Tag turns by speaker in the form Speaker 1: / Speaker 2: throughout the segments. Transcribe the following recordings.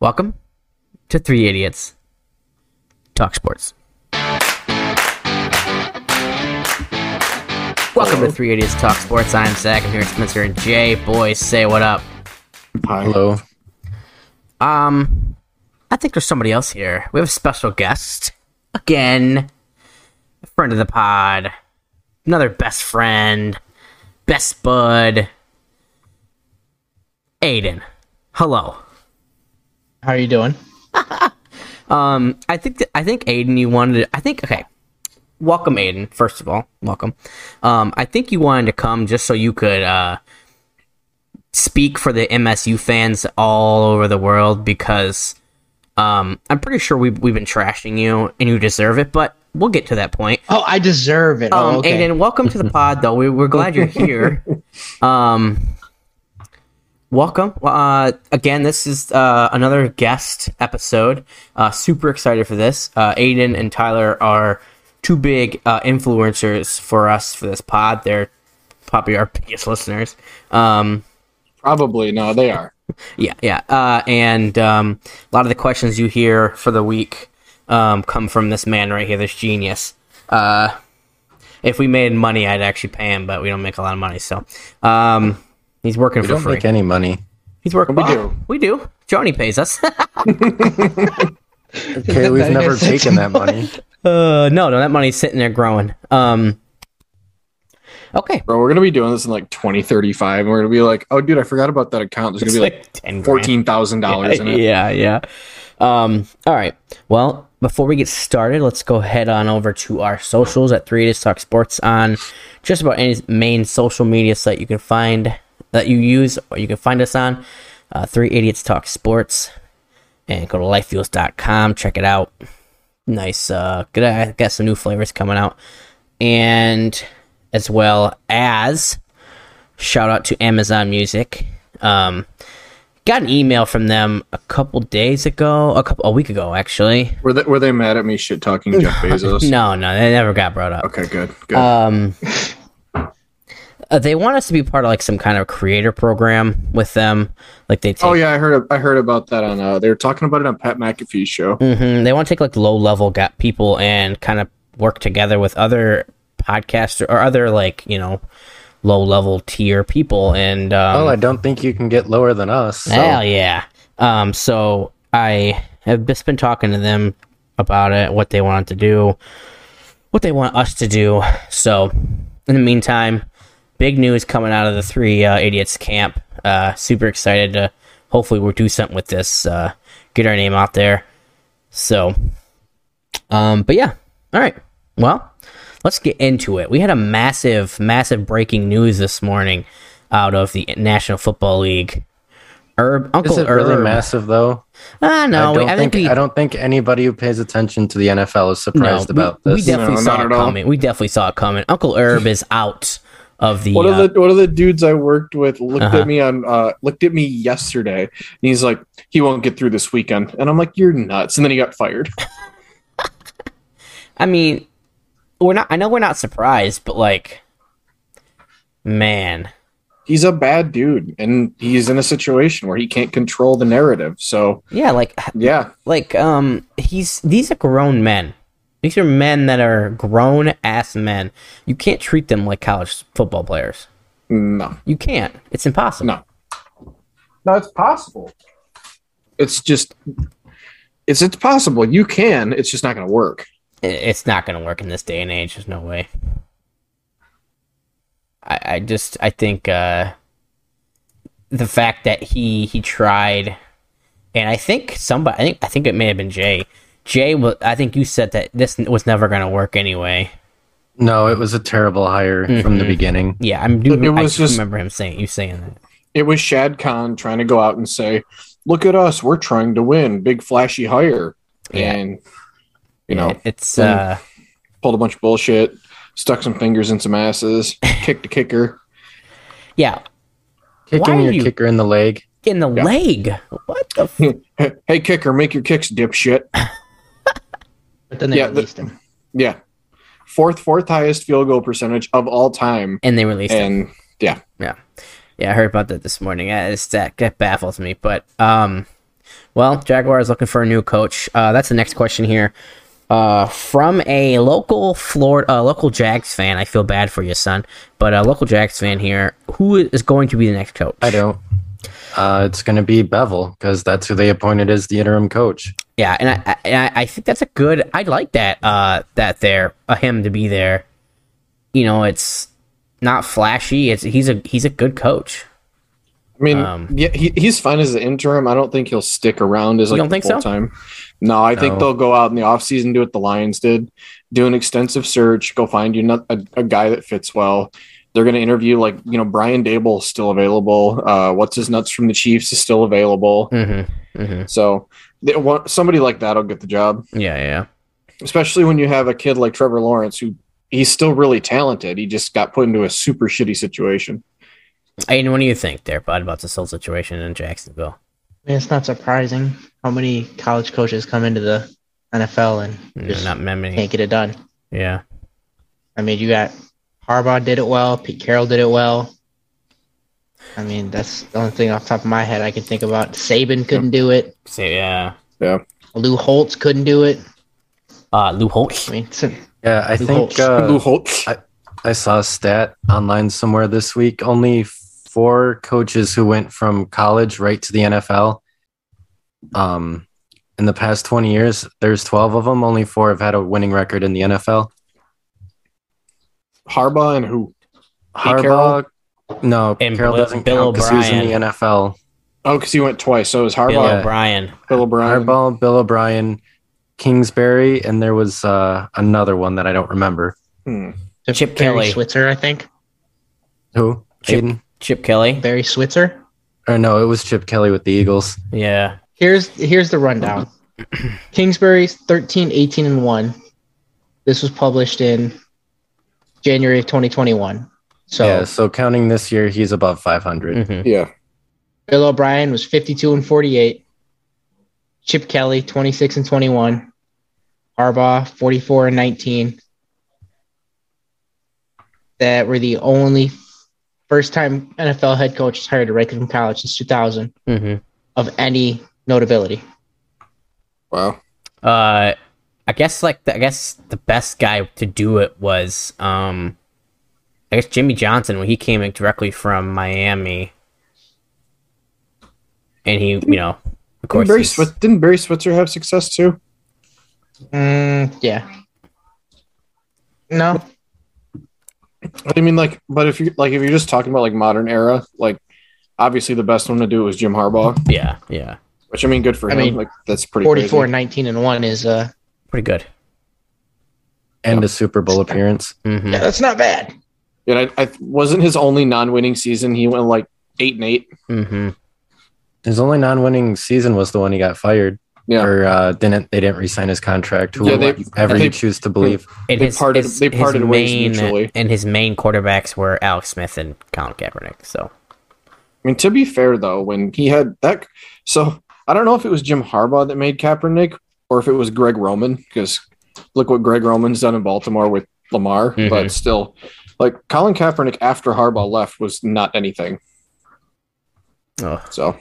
Speaker 1: Welcome to Three Idiots Talk Sports. Welcome to Three Idiots Talk Sports. I'm Zach. I'm here with Spencer and Jay. Boys, say what up.
Speaker 2: Hello.
Speaker 1: Um, I think there's somebody else here. We have a special guest again, a friend of the pod, another best friend, best bud, Aiden. Hello.
Speaker 3: How are you doing?
Speaker 1: Um, I think that, I think Aiden, you wanted. To, I think okay. Welcome, Aiden. First of all, welcome. Um, I think you wanted to come just so you could uh, speak for the MSU fans all over the world because um, I'm pretty sure we've we've been trashing you and you deserve it. But we'll get to that point.
Speaker 3: Oh, I deserve it.
Speaker 1: Um,
Speaker 3: oh, okay.
Speaker 1: Aiden, welcome to the pod. Though we, we're glad you're here. Um, welcome uh, again. This is uh, another guest episode. Uh, super excited for this. Uh, Aiden and Tyler are two big uh, influencers for us for this pod. They're probably our biggest listeners. Um,
Speaker 2: Probably no, they are.
Speaker 1: yeah, yeah. Uh, and um, a lot of the questions you hear for the week um, come from this man right here, this genius. Uh, if we made money, I'd actually pay him, but we don't make a lot of money, so um, he's working
Speaker 4: We
Speaker 1: for
Speaker 4: don't
Speaker 1: free.
Speaker 4: make any money.
Speaker 1: he's working.
Speaker 2: We
Speaker 1: oh,
Speaker 2: do.
Speaker 1: We do. Johnny pays us.
Speaker 4: Okay, we've never taken that money.
Speaker 1: uh, no, no, that money's sitting there growing. Um, okay.
Speaker 2: Bro, we're gonna be doing this in like 2035, and we're gonna be like, oh, dude, I forgot about that account. There's gonna be like
Speaker 1: ten grand.
Speaker 2: fourteen thousand dollars in it.
Speaker 1: yeah, yeah. Um, all right. Well, before we get started, let's go head on over to our socials at Three Days Talk Sports on just about any main social media site you can find that you use or you can find us on. Uh, Three Idiots Talk Sports and go to lifefuels.com. Check it out. Nice. Uh, good. I got some new flavors coming out. And as well as shout out to Amazon Music. Um, got an email from them a couple days ago, a couple a week ago actually.
Speaker 2: Were they were they mad at me shit talking Jeff Bezos?
Speaker 1: No, no, they never got brought up.
Speaker 2: Okay, good, good.
Speaker 1: Um, uh, they want us to be part of like some kind of creator program with them. Like they take,
Speaker 2: oh yeah, I heard I heard about that on. Uh, they were talking about it on Pat McAfee's show.
Speaker 1: Mhm, they want to take like low level got people and kind of work together with other podcasts or other like you know low level tier people and um,
Speaker 4: Oh, I don't think you can get lower than us. so-
Speaker 1: Hell yeah. Um, so I have just been talking to them about it, what they wanted to do, what they want us to do. So in the meantime, big news coming out of the three uh, idiots camp. Uh, super excited to hopefully we'll do something with this, uh, get our name out there. So, um, but yeah, all right. Well, let's get into it. We had a massive, massive breaking news this morning out of the National Football League. Herb, Uncle
Speaker 4: Is it
Speaker 1: Herb.
Speaker 4: really massive though?
Speaker 1: Ah, no, I,
Speaker 4: I don't
Speaker 1: I
Speaker 4: think
Speaker 1: think we,
Speaker 4: I don't think anybody who pays attention to the NFL is
Speaker 1: no,
Speaker 4: surprised
Speaker 1: we-
Speaker 4: about
Speaker 1: we,
Speaker 4: this.
Speaker 1: definitely
Speaker 2: No,
Speaker 1: saw it
Speaker 2: not at all.
Speaker 1: coming. We definitely saw it coming. Uncle Herb is out of the.
Speaker 2: One
Speaker 1: uh,
Speaker 2: of the one of the dudes I worked with looked
Speaker 1: Uh-huh.
Speaker 2: at me on uh, looked at me yesterday, and he's like, he won't get through this weekend, and I'm like, you're nuts. And then he got fired.
Speaker 1: I mean, we're not. I know we're not surprised, but like, man,
Speaker 2: he's a bad dude, and he's in a situation where he can't control the narrative. So
Speaker 1: yeah, like
Speaker 2: yeah,
Speaker 1: like um he's these are grown men these are men that are grown ass men you can't treat them like college football players
Speaker 2: no.
Speaker 1: you can't it's impossible
Speaker 2: No. No, it's possible. It's just it's it's possible. You can. It's just not going to work.
Speaker 1: I- it's not going to work in this day and age there's no way i i just i think uh the fact that he he tried and i think somebody i think i think it may have been jay jay wa- i think you said that this was never going to work anyway
Speaker 4: No, it was a terrible hire from the
Speaker 1: Mhm.
Speaker 4: beginning.
Speaker 1: yeah i'm do
Speaker 2: It- it
Speaker 1: i
Speaker 2: was
Speaker 1: just
Speaker 2: just-
Speaker 1: remember him saying you saying that
Speaker 2: It was Shad Khan trying to go out and say, "Look at us. We're trying to win. Big flashy hire."
Speaker 1: Yeah.
Speaker 2: And
Speaker 1: Yeah,
Speaker 2: you know,
Speaker 1: it's
Speaker 2: and-
Speaker 1: uh
Speaker 2: pulled a bunch of bullshit, stuck some fingers in some asses, kicked a kicker.
Speaker 1: yeah
Speaker 4: Kicking
Speaker 1: are
Speaker 4: your
Speaker 1: you-
Speaker 4: kicker in the leg.
Speaker 1: in the
Speaker 2: Yeah.
Speaker 1: leg what the f-
Speaker 2: Hey kicker, make your kicks, dipshit.
Speaker 3: But then they
Speaker 2: Yeah, the-
Speaker 3: released him.
Speaker 2: Yeah. Fourth fourth highest field goal percentage of all time.
Speaker 1: and they released it
Speaker 2: And
Speaker 1: yeah i heard about that this morning Uh, it's, that, that baffles me but um Well, Jaguars looking for a new coach. Uh, that's the next question here. Uh, from a local Florida, uh, local Jags fan. I feel bad for you, son, but a local Jags fan here. Who is going to be the next coach?
Speaker 4: I don't. Uh, it's going to be Bevel because that's who they appointed as the interim coach.
Speaker 1: Yeah, and I, I and I I think that's a good. I like that. Uh, that there, uh, him to be there. You know, it's not flashy. It's he's a he's a good coach.
Speaker 2: I mean,
Speaker 1: Um,
Speaker 2: yeah, he, he's fine as the interim. I don't think he'll stick around as
Speaker 1: You
Speaker 2: like
Speaker 1: don't think so?
Speaker 2: full time. No, I think
Speaker 4: No.
Speaker 2: they'll go out in the offseason, do what the Lions did, do an extensive search, go find you not, a, a guy that fits well. They're going to interview like you know Brian Dable is still available. Uh, What's his nuts from the Chiefs is still available.
Speaker 1: Mm-hmm. Mm-hmm.
Speaker 2: So they want somebody like that'll get the job,
Speaker 1: Yeah, yeah.
Speaker 2: especially when you have a kid like Trevor Lawrence who he's still really talented. He just got put into a super shitty situation.
Speaker 1: And what do you think there, Bud, about this whole situation in Jacksonville?
Speaker 3: I mean, it's not surprising how many college coaches come into the NFL and
Speaker 1: Mm,
Speaker 3: just
Speaker 1: Not many.
Speaker 3: can't get it done.
Speaker 1: Yeah.
Speaker 3: I mean, you got Harbaugh did it well, Pete Carroll did it well. I mean, that's the only thing off the top of my head I can think about. Saban couldn't do it.
Speaker 1: So, yeah.
Speaker 3: Lou Holtz couldn't do it.
Speaker 1: Uh, Lou Holtz.
Speaker 3: I mean, it's a-
Speaker 4: Yeah, I
Speaker 3: Lou
Speaker 4: think
Speaker 3: Holtz.
Speaker 2: Lou
Speaker 4: uh,
Speaker 2: Holtz.
Speaker 4: I saw a stat online somewhere this week. Only four coaches who went from college right to the NFL. Um, in the past 20 years, there's 12 of them. Only four have had a winning record in the NFL.
Speaker 2: Harbaugh and who? Pete
Speaker 4: Harbaugh, no,
Speaker 1: And
Speaker 4: Carroll
Speaker 1: Bill-
Speaker 4: doesn't
Speaker 1: Bill
Speaker 4: count 'cause he was in the
Speaker 1: O'Brien.
Speaker 4: NFL.
Speaker 2: Oh, because he went twice. So it was
Speaker 1: Bill
Speaker 2: Harbaugh,
Speaker 4: Yeah.
Speaker 1: O'Brien.
Speaker 2: Bill O'Brien.
Speaker 4: Harbaugh, Bill O'Brien, Kingsbury, and there was uh, another one that I don't remember.
Speaker 2: Hmm.
Speaker 1: Chip
Speaker 3: Barry
Speaker 1: Kelly.
Speaker 3: Switzer, I think.
Speaker 4: Who?
Speaker 1: Chip-
Speaker 4: Aiden?
Speaker 1: Chip Kelly.
Speaker 3: Barry Switzer.
Speaker 4: Or no, it was Chip Kelly with the Eagles.
Speaker 1: Yeah.
Speaker 3: Here's here's the rundown. Kingsbury's 13, 18, and 1. This was published in January of 2021. So
Speaker 4: yeah, so counting this year, he's above 500.
Speaker 1: Mm-hmm.
Speaker 2: Yeah.
Speaker 3: Bill O'Brien was 52 and 48. Chip Kelly, 26 and 21. Harbaugh, 44 and 19. That were the only first time NFL head coaches hired directly from college since 2000
Speaker 1: Mm-hmm.
Speaker 3: of any notability.
Speaker 2: Wow.
Speaker 1: Uh, I guess like the, I guess the best guy to do it was um, I guess Jimmy Johnson when he came in directly from Miami, and he you know of
Speaker 2: Didn't
Speaker 1: course
Speaker 2: Barry,
Speaker 1: he's-
Speaker 2: Swit- didn't Barry Switzer have success too?
Speaker 3: Mm, yeah. No,
Speaker 2: I mean, like, but if you like, if you're just talking about like modern era, like, obviously the best one to do was Jim Harbaugh,
Speaker 1: yeah yeah
Speaker 2: which I mean, good for
Speaker 3: I
Speaker 2: him.
Speaker 3: mean,
Speaker 2: like, that's pretty.
Speaker 3: 44
Speaker 2: Forty-four.
Speaker 3: and 19 and 1 is, uh,
Speaker 1: pretty good.
Speaker 4: And a Super Bowl appearance.
Speaker 1: Mm-hmm.
Speaker 3: yeah, that's not bad.
Speaker 2: And I, I wasn't his only non-winning season. He went like eight and eight.
Speaker 1: Mm-hmm.
Speaker 4: His only non-winning season was the one he got fired,
Speaker 2: Yeah.
Speaker 4: or uh, didn't they didn't re-sign his contract?
Speaker 2: Yeah, they-
Speaker 4: Whoever
Speaker 2: they- Hmm.
Speaker 4: you choose to believe,
Speaker 1: And
Speaker 2: They parted- they parted ways mutually.
Speaker 1: And his main quarterbacks were Alex Smith and Colin Kaepernick. So
Speaker 2: I mean, to be fair though, when he had that, so I don't know if it was Jim Harbaugh that made Kaepernick or if it was Greg Roman, because look what Greg Roman's done in Baltimore with Lamar.
Speaker 1: Mhm.
Speaker 2: But still, like Colin Kaepernick after Harbaugh left was not anything.
Speaker 1: ugh.
Speaker 2: So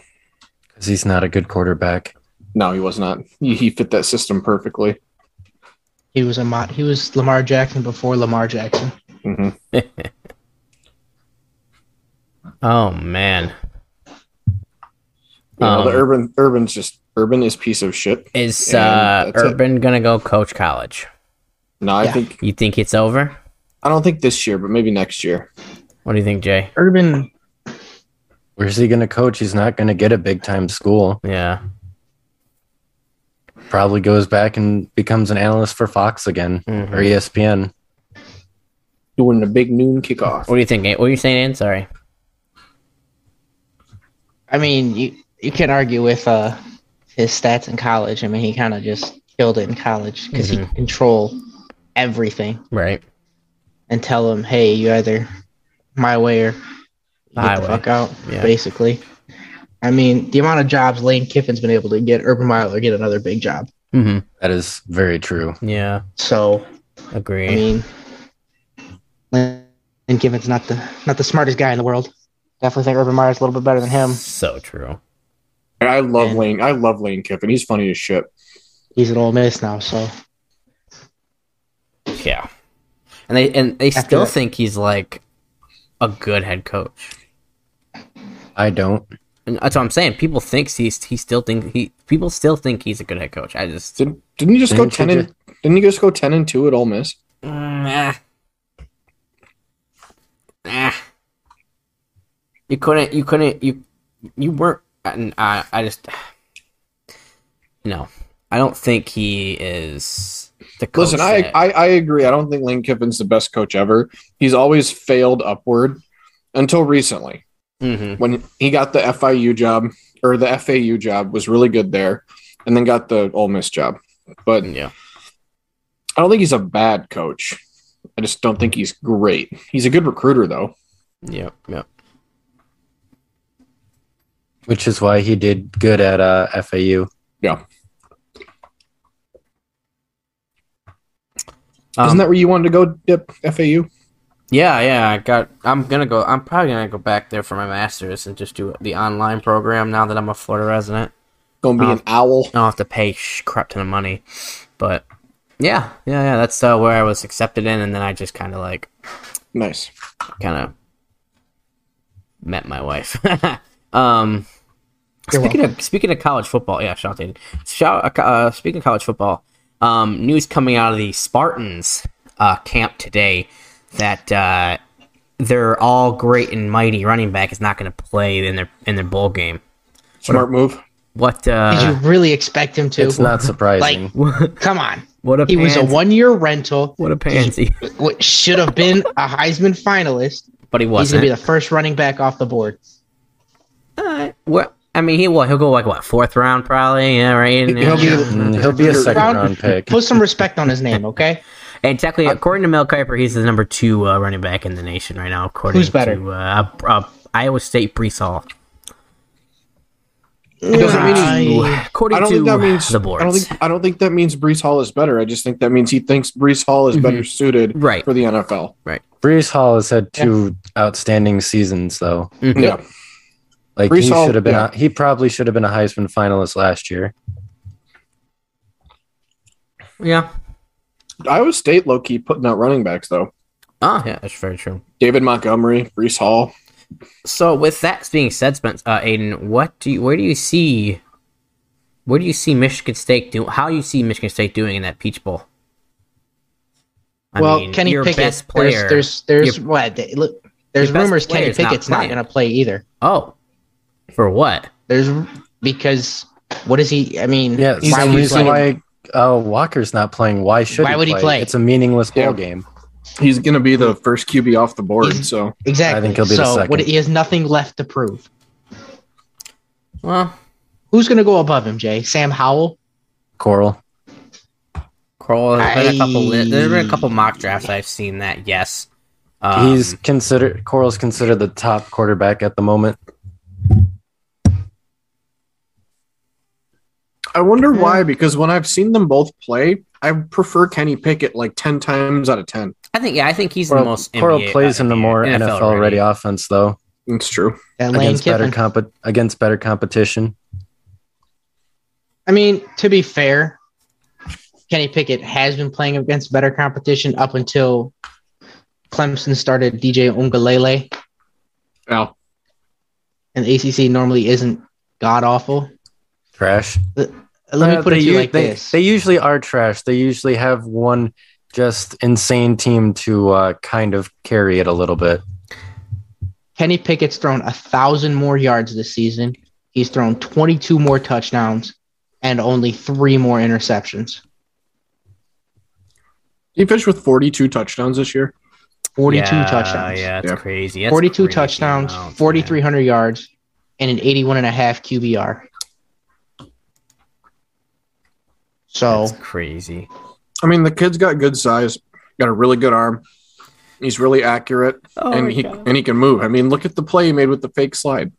Speaker 4: because he's not a good quarterback.
Speaker 2: no, he was not. He, he fit that system perfectly.
Speaker 3: He was a mod, he was Lamar Jackson before Lamar Jackson.
Speaker 2: hmm
Speaker 1: oh man,
Speaker 2: You know, the
Speaker 1: Um,
Speaker 2: urban urban's just urban is piece of shit.
Speaker 1: is
Speaker 2: And
Speaker 1: uh,
Speaker 2: that's it.
Speaker 1: Urban gonna go coach college?
Speaker 2: No, I
Speaker 3: Yeah.
Speaker 2: think
Speaker 1: You think it's over?
Speaker 2: I don't think this year, but maybe next year.
Speaker 1: What do you think, Jay?
Speaker 3: Urban
Speaker 4: Where's he going to coach? He's not going to get a big time school.
Speaker 1: Yeah,
Speaker 4: Probably goes back and becomes an analyst for Fox again
Speaker 1: Mhm.
Speaker 2: Mm-hmm.
Speaker 4: or E ESPN.
Speaker 2: Doing a big noon kickoff.
Speaker 1: What do you think? Nate? What are you saying, Ann? Sorry.
Speaker 3: I mean, you you can argue with uh his stats in college. I mean, he kind of just killed it in college because
Speaker 1: Mm-hmm.
Speaker 3: he could control everything
Speaker 1: Right.
Speaker 3: and tell him, "Hey, you either my way or
Speaker 1: The
Speaker 3: get
Speaker 1: highway.
Speaker 3: the fuck out."
Speaker 1: Yeah.
Speaker 3: Basically, I mean, the amount of jobs Lane Kiffin's been able to get, Urban Meyer get another big job.
Speaker 1: hmm
Speaker 4: That is very true.
Speaker 1: Yeah.
Speaker 3: So
Speaker 1: Agree.
Speaker 3: I mean, Lane Kiffin's not the not the smartest guy in the world. Definitely think Urban Meyer's a little bit better than him.
Speaker 1: so true.
Speaker 2: And I love
Speaker 3: And-
Speaker 2: Lane. I love Lane Kiffin. He's funny as shit.
Speaker 3: He's an Ole Miss now, so
Speaker 1: Yeah. And they and they
Speaker 3: After
Speaker 1: still
Speaker 3: that-
Speaker 1: think he's like a good head coach.
Speaker 4: I don't.
Speaker 1: And that's what I'm saying. People think he's he still think he people still think he's a good head coach. I just
Speaker 2: Did, didn't you just go
Speaker 4: Didn't you
Speaker 2: ten and didn't you just go ten and two at Ole Miss?
Speaker 1: Mm, eh. Eh. You couldn't. You couldn't. You you weren't. I, I, I just no. I don't think he is the coach.
Speaker 2: Listen, I,
Speaker 1: that-
Speaker 2: I I agree. I don't think Lane Kiffin's the best coach ever. He's always failed upward until recently.
Speaker 1: Mhm.
Speaker 2: when he got the FIU job or the FAU job was really good there, and then got the Ole Miss job. But I
Speaker 1: yeah.
Speaker 2: don't think he's a bad coach. I just don't think he's great. He's a good recruiter though.
Speaker 1: Yep. Yep.
Speaker 4: which is why he did good at uh, FAU.
Speaker 1: Um,
Speaker 2: Isn't that where you wanted to go, Dip? FAU?
Speaker 1: Um, yeah. Yeah. I got. I'm gonna go. I'm probably gonna go back there for my masters and just do the online program now that I'm a Florida resident.
Speaker 2: Gonna be
Speaker 1: Um,
Speaker 2: an owl.
Speaker 1: I don't have to pay sh- crap ton of money. But yeah, yeah, yeah. That's uh, where I was accepted in, and then I just kind of like
Speaker 2: Nice.
Speaker 1: kind of met my wife. um,
Speaker 3: You're
Speaker 1: speaking of speaking of college football, yeah, shout out. Shout uh, speaking of college football, um, news coming out of the Spartans uh, camp today that uh, their all great and mighty running back is not going to play in their in their bowl game.
Speaker 2: Smart move.
Speaker 1: What?
Speaker 3: did
Speaker 1: Uh,
Speaker 3: you really expect him to?
Speaker 4: It's not surprising.
Speaker 3: Come on.
Speaker 1: what a
Speaker 3: He was a
Speaker 1: pansy.
Speaker 3: one-year rental.
Speaker 1: What a pansy!
Speaker 3: What should have been a Heisman finalist.
Speaker 1: But he
Speaker 3: He's gonna
Speaker 1: wasn't.
Speaker 3: be the first running back off the board.
Speaker 1: Uh, what? I mean, he what? He'll go like what fourth round probably. Yeah, right.
Speaker 2: He'll
Speaker 1: Yeah.
Speaker 2: be
Speaker 4: Mm, He'll be a second
Speaker 3: Round-
Speaker 4: round pick.
Speaker 3: Put some respect on his name, okay?
Speaker 1: and
Speaker 3: Uh,
Speaker 1: technically, according to Mel Kiper, he's the number two uh, running back in the nation right now. According
Speaker 3: Who's better?
Speaker 1: to uh, uh, Iowa State Brees Hall.
Speaker 3: It
Speaker 2: doesn't mean
Speaker 1: Ooh, according
Speaker 2: I don't
Speaker 1: to
Speaker 2: think that means
Speaker 1: the boards.
Speaker 2: I don't think I don't think that means Brees Hall is better. I just think that means he thinks Brees Hall is better suited
Speaker 1: Mm-hmm. Right.
Speaker 2: for the NFL.
Speaker 4: Brees Hall has had two outstanding seasons, though.
Speaker 1: Mhm.
Speaker 2: Yeah.
Speaker 4: Like
Speaker 2: Brees
Speaker 4: he
Speaker 2: Hall-
Speaker 4: should have been.
Speaker 2: yeah.
Speaker 4: A, he probably should have been a Heisman finalist last year.
Speaker 1: Yeah.
Speaker 2: Iowa State low key putting out running backs though.
Speaker 1: Oh, yeah, that's very true.
Speaker 2: David Montgomery, Brees Hall.
Speaker 1: So, with that being said, Spence, uh, Aiden, what do you, where do you see, where do you see Michigan State do? How you see Michigan State doing in that Peach Bowl? I
Speaker 3: well,
Speaker 1: mean,
Speaker 3: Kenny
Speaker 1: your
Speaker 3: Pickett.
Speaker 1: best
Speaker 3: there's-
Speaker 1: player.
Speaker 3: There's there's, what they- look. There's
Speaker 1: Your best
Speaker 3: rumors Kenny
Speaker 1: player's not
Speaker 3: Pickett's not,
Speaker 1: playing.
Speaker 3: gonna play either.
Speaker 1: oh, for what?
Speaker 3: There's because what is he? I mean,
Speaker 4: Yeah,
Speaker 3: why
Speaker 4: same
Speaker 3: would you
Speaker 4: reason
Speaker 3: play?
Speaker 4: why uh, Walker's not playing. Why should?
Speaker 3: Why
Speaker 4: he
Speaker 3: would he
Speaker 4: play?
Speaker 3: play?
Speaker 4: It's a meaningless bowl
Speaker 2: Yeah.
Speaker 4: game.
Speaker 2: He's gonna be the first QB off the board.
Speaker 3: He's-
Speaker 2: So
Speaker 3: Exactly.
Speaker 4: I think he'll be the
Speaker 3: so
Speaker 4: second.
Speaker 3: What, he has nothing left to prove.
Speaker 1: Well,
Speaker 3: Who's gonna go above him, Jay? Sam Howell?
Speaker 4: Coral.
Speaker 1: Kroll. There's been a couple. Li- there's been a couple
Speaker 3: I-
Speaker 1: mock drafts I've seen that. Yes, um,
Speaker 4: He's considered. Coral's considered the top quarterback at the moment.
Speaker 2: I wonder why, because when I've seen them both play, I prefer Kenny Pickett like ten times out of ten.
Speaker 1: I think. Yeah, I think he's
Speaker 4: Coral,
Speaker 1: the most.
Speaker 4: Coral
Speaker 1: NBA
Speaker 4: plays in the more
Speaker 1: NFL
Speaker 4: NFL ready
Speaker 1: ready.
Speaker 4: offense though,
Speaker 2: It's true.
Speaker 3: And Lane
Speaker 4: against better
Speaker 3: Kiffin.
Speaker 4: comp- against better competition.
Speaker 3: I mean, to be fair, Kenny Pickett has been playing against better competition up until Clemson started DJ Ungalele,
Speaker 2: Now
Speaker 3: and ACC normally isn't god awful.
Speaker 4: Trash.
Speaker 3: Let
Speaker 4: Uh,
Speaker 3: me put it
Speaker 4: they
Speaker 3: to you
Speaker 4: u-
Speaker 3: like
Speaker 4: they,
Speaker 3: this.
Speaker 4: They usually are trash. They usually have one just insane team to uh, kind of carry it a little bit.
Speaker 3: Kenny Pickett's thrown a thousand more yards this season. He's thrown 22 more touchdowns and only three more interceptions.
Speaker 2: he finished with forty-two touchdowns this year.
Speaker 3: 42
Speaker 1: yeah,
Speaker 3: touchdowns.
Speaker 1: Yeah, that's
Speaker 2: Yeah.
Speaker 1: crazy. That's
Speaker 3: 42
Speaker 1: crazy
Speaker 3: touchdowns,
Speaker 1: amounts, man.
Speaker 3: 4,300 yards, and an 81 and a half QBR. So
Speaker 1: That's crazy.
Speaker 2: I mean, the kid's got good size, got a really good arm. He's really accurate,
Speaker 1: Oh
Speaker 2: and he and he can move. I mean, look at the play he made with the fake slide.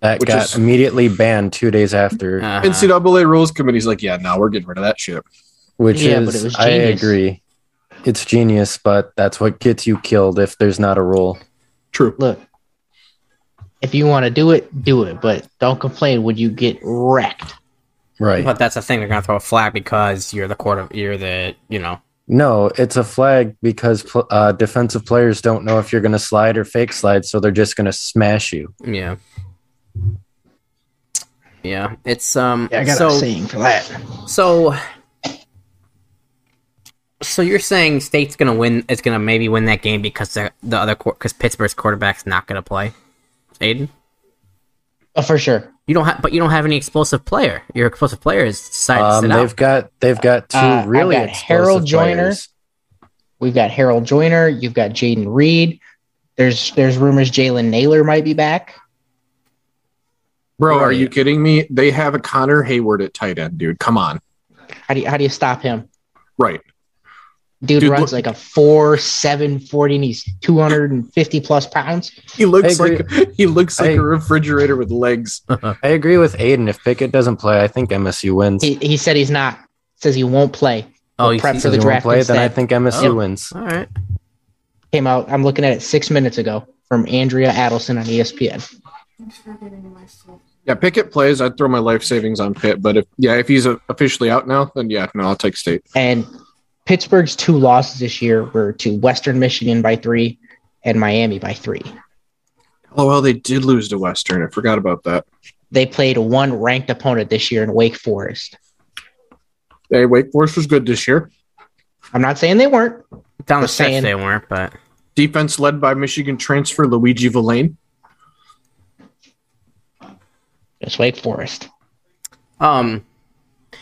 Speaker 4: That
Speaker 2: Which
Speaker 4: got
Speaker 2: is-
Speaker 4: immediately banned two days after,
Speaker 3: Uh,
Speaker 1: Uh,
Speaker 2: NCAA rules committee's like, yeah, no, we're getting rid of that shit.
Speaker 4: which
Speaker 3: Yeah, but
Speaker 4: is
Speaker 3: it was
Speaker 4: I
Speaker 3: genius.
Speaker 4: agree. It's genius, but that's what gets you killed if there's not a rule.
Speaker 2: True.
Speaker 3: look, If you want to do it, do it, but don't complain when you get wrecked.
Speaker 4: Right.
Speaker 1: But that's the thing; they're gonna throw a flag because you're the court of you're the you know.
Speaker 4: No, it's a flag because pl- uh, defensive players don't know if you're going to slide or fake slide, so they're just going to smash you.
Speaker 1: Yeah. Yeah, it's um.
Speaker 3: Yeah, I got
Speaker 1: so,
Speaker 3: a saying for that.
Speaker 1: So, so you're saying State's gonna win? It's gonna maybe win that game because the the other because Pittsburgh's quarterback's not gonna play. Aiden,
Speaker 3: Oh, for sure.
Speaker 1: you don't have, but you don't have any explosive player. Your explosive player is decided
Speaker 4: Um,
Speaker 1: to sit
Speaker 4: they've
Speaker 1: out.
Speaker 4: got they've got two
Speaker 3: Uh, I've
Speaker 4: really
Speaker 3: got
Speaker 4: explosive
Speaker 3: Harold Joyner.
Speaker 4: players.
Speaker 3: We've got Harold Joyner. You've got Jaden Reed. There's there's rumors Jalen Naylor might be back.
Speaker 2: Bro, are
Speaker 1: Right.
Speaker 2: you kidding me? They have a Connor Hayward at tight end, dude. Come on.
Speaker 3: How do you, how do you stop him?
Speaker 2: Right.
Speaker 3: Dude,
Speaker 2: Dude,
Speaker 3: runs like
Speaker 2: look-
Speaker 3: a four seven forty, and he's two hundred and fifty plus pounds.
Speaker 2: He looks
Speaker 4: I agree.
Speaker 2: like he looks like
Speaker 4: I-
Speaker 2: a refrigerator with legs.
Speaker 4: I agree with Aiden. If Pickett doesn't play, I think MSU wins.
Speaker 3: He, he said he's not. Says he won't play.
Speaker 1: Oh, you
Speaker 3: prep
Speaker 1: see-
Speaker 4: Says
Speaker 3: the
Speaker 4: he won't
Speaker 3: draft
Speaker 4: play, then I
Speaker 3: instead.
Speaker 4: think MSU
Speaker 1: Oh.
Speaker 4: wins.
Speaker 1: all right.
Speaker 3: Came out. I'm looking at it six minutes ago from Andrea Adelson on E ESPN.
Speaker 2: Yeah, Pickett plays. I'd throw my life savings on Pitt, but if yeah, if he's uh, officially out now, then yeah, no, I'll take State.
Speaker 3: And Pittsburgh's two losses this year were to Western Michigan by three and Miami by three.
Speaker 2: Oh well, they did lose to Western. I forgot about that.
Speaker 3: They played one ranked opponent this year in Wake Forest.
Speaker 2: Hey, Wake Forest was good this year.
Speaker 3: I'm not saying they weren't.
Speaker 1: Down the
Speaker 3: Just
Speaker 1: stretch
Speaker 3: saying.
Speaker 1: they weren't, but
Speaker 2: Defense led by Michigan transfer Luigi Villain.
Speaker 3: It's Wake Forest.
Speaker 1: um,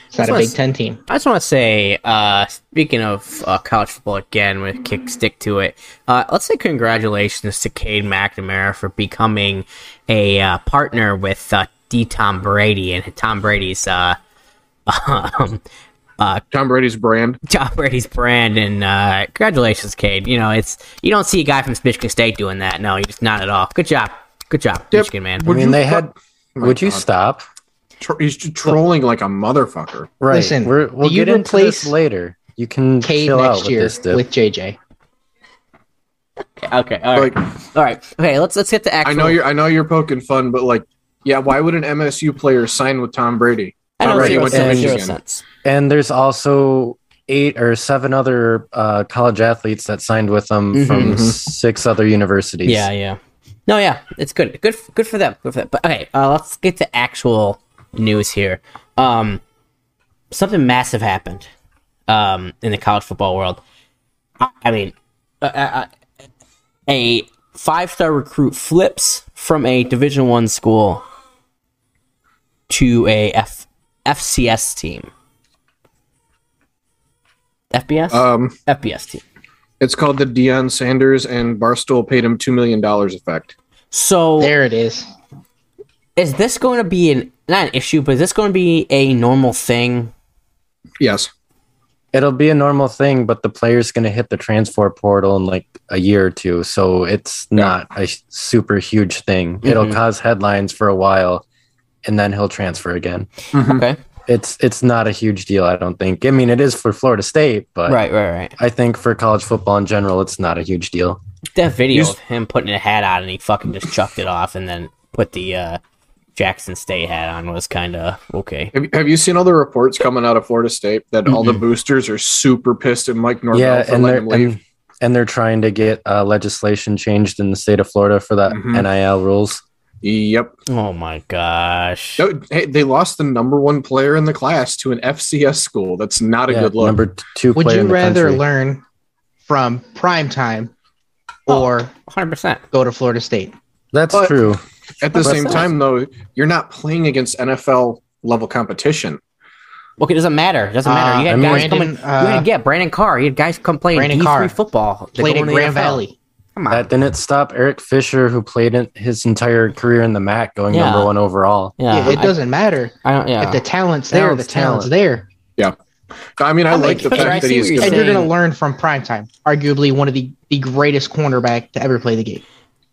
Speaker 3: It's not
Speaker 1: That's
Speaker 3: a
Speaker 1: nice.
Speaker 3: Big Ten team.
Speaker 1: I just want to say, uh, speaking of uh, college football again, with kick stick to it. Uh, let's say congratulations to Cade McNamara for becoming a uh, partner with uh, D. Tom Brady and Tom Brady's uh, um,
Speaker 2: Tom Brady's brand.
Speaker 1: Tom Brady's brand. And uh, congratulations, Cade. You know, it's you don't see a guy from Michigan State doing that. No, you just not at all. Good job, good job, Michigan man.
Speaker 4: I
Speaker 2: Would
Speaker 4: mean,
Speaker 2: you
Speaker 4: they
Speaker 2: fu-
Speaker 4: had.
Speaker 2: my
Speaker 4: Would you
Speaker 2: God.
Speaker 4: stop?
Speaker 2: Tro- he's just trolling like a motherfucker.
Speaker 4: Right.
Speaker 3: Listen,
Speaker 4: We're, we'll
Speaker 3: do you
Speaker 4: get into this
Speaker 3: replace
Speaker 4: later. You can
Speaker 3: Cade
Speaker 4: chill out
Speaker 3: next
Speaker 4: with
Speaker 3: year
Speaker 4: this
Speaker 3: with,
Speaker 4: dip.
Speaker 3: JJ.
Speaker 1: Okay, all right,
Speaker 2: Like
Speaker 1: all right. Okay, let's let's hit the actual.
Speaker 2: I know you're I know you're poking fun, but like, yeah, why would an MSU player sign with Tom Brady?
Speaker 1: I know
Speaker 2: Tom Brady
Speaker 1: zero
Speaker 2: went to
Speaker 1: sense, zero
Speaker 2: Michigan.
Speaker 1: sense.
Speaker 4: and there's also eight or seven other uh, college athletes that signed with them
Speaker 3: Mm-hmm,
Speaker 4: from
Speaker 2: Mhm.
Speaker 4: six other universities.
Speaker 1: Yeah, yeah. No, yeah, it's good. Good, f- good for them. Good for them. But okay, uh, let's get to actual news here. Um, something massive happened um, in the college football world. I, I mean, uh, uh, uh, a five-star recruit flips from a Division One school to a F- FCS team. FBS,
Speaker 2: Um,
Speaker 1: FBS team.
Speaker 2: it's called the Deion Sanders and Barstool paid him two million dollars effect.
Speaker 1: So
Speaker 3: There it is.
Speaker 1: is this going to be an not an issue, but is this going to be a normal thing?
Speaker 2: Yes.
Speaker 4: It'll be a normal thing, but the player's going to hit the transfer portal in like a year or two. So it's not a sh- super huge thing. It'll
Speaker 3: Mm-hmm.
Speaker 1: Mhm.
Speaker 4: cause headlines for a while and then he'll transfer again.
Speaker 3: Mm-hmm.
Speaker 1: Okay,
Speaker 4: It's it's not a huge deal, I don't think. I mean, it is for Florida State, but
Speaker 1: right, right, right.
Speaker 4: I think for college football in general, it's not a huge deal.
Speaker 1: That video
Speaker 2: He's-
Speaker 1: of him putting a hat on and he fucking just chucked it off and then put the uh, Jackson State hat on was kind of okay.
Speaker 2: Have, have you seen all the reports coming out of Florida State that all the boosters are super pissed at Mike Norvell
Speaker 4: yeah,
Speaker 2: for
Speaker 4: and
Speaker 2: letting
Speaker 4: they're
Speaker 2: him leave?
Speaker 4: and, and they're trying to get uh, legislation changed in the state of Florida for that
Speaker 2: Mhm.
Speaker 4: NIL rules.
Speaker 2: Yep.
Speaker 1: Oh my gosh.
Speaker 2: No, hey, they lost the number one player in the class to an FCS school. That's not a
Speaker 4: Yeah,
Speaker 2: good look.
Speaker 4: Number t- two
Speaker 3: Would
Speaker 4: player
Speaker 3: you
Speaker 4: in the
Speaker 3: rather
Speaker 4: country.
Speaker 3: learn from primetime
Speaker 1: Oh.
Speaker 3: or
Speaker 1: Hundred percent.
Speaker 3: go to Florida State?
Speaker 4: That's
Speaker 2: But-
Speaker 4: true.
Speaker 2: At the
Speaker 4: But-
Speaker 2: same time, though, you're not playing against NFL level competition.
Speaker 1: Look, it doesn't matter. It doesn't matter. You
Speaker 3: Uh,
Speaker 1: had
Speaker 4: I mean-
Speaker 1: guys
Speaker 3: Brandon,
Speaker 1: coming. you
Speaker 3: uh,
Speaker 1: had, yeah, Brandon Carr. You had guys come playing
Speaker 3: Brandon
Speaker 1: D three
Speaker 3: Carr
Speaker 1: football. They
Speaker 3: Played
Speaker 1: go
Speaker 3: at
Speaker 1: in the
Speaker 3: Grand
Speaker 1: NFL.
Speaker 3: Valley.
Speaker 1: Come on.
Speaker 4: That didn't stop Eric Fisher, who played in his entire career in the MAC, going
Speaker 1: Yeah.
Speaker 4: number one overall.
Speaker 1: yeah,
Speaker 3: Yeah, it doesn't matter
Speaker 1: I, I don't. Yeah.
Speaker 3: if the talent's there. The
Speaker 4: Talent's
Speaker 3: talent's
Speaker 4: talent.
Speaker 3: there,
Speaker 2: I mean, I,
Speaker 3: I
Speaker 2: like
Speaker 3: like
Speaker 2: the
Speaker 1: Fisher. I
Speaker 2: fact that
Speaker 1: see
Speaker 2: he's
Speaker 1: what you're
Speaker 2: gonna-
Speaker 3: and you're going to
Speaker 1: saying-
Speaker 3: learn from primetime, arguably one of the, the greatest cornerback to ever play the game.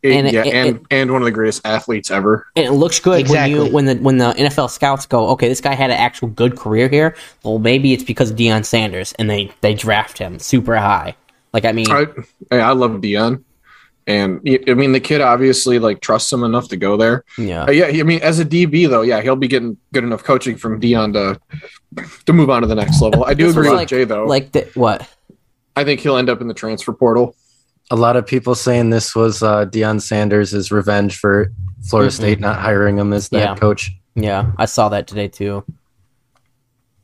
Speaker 1: And it-
Speaker 2: yeah,
Speaker 1: it-
Speaker 2: and and one of the greatest athletes ever.
Speaker 1: And it looks good
Speaker 3: Exactly.
Speaker 1: when you when the when the NFL scouts go, okay, this guy had an actual good career here. Well, maybe it's because of Deion Sanders, and they they draft him super high. Like I mean,
Speaker 2: I, hey, I love Dion. And y- I mean, the kid obviously like trusts him enough to go there.
Speaker 1: Yeah.
Speaker 2: Uh, yeah, I mean, as a DB though, yeah, he'll be getting good enough coaching from Dion to to move on to the next level. I do
Speaker 1: This was
Speaker 2: agree with
Speaker 1: like-
Speaker 2: Jay though.
Speaker 1: Like the what?
Speaker 2: I think he'll end up in the transfer portal.
Speaker 4: A lot of people saying this was uh, Deion Sanders' revenge for Florida
Speaker 1: Mhm.
Speaker 3: Mm-hmm.
Speaker 4: State not hiring him as the
Speaker 1: Yeah.
Speaker 4: head coach.
Speaker 1: Yeah, I saw that today too.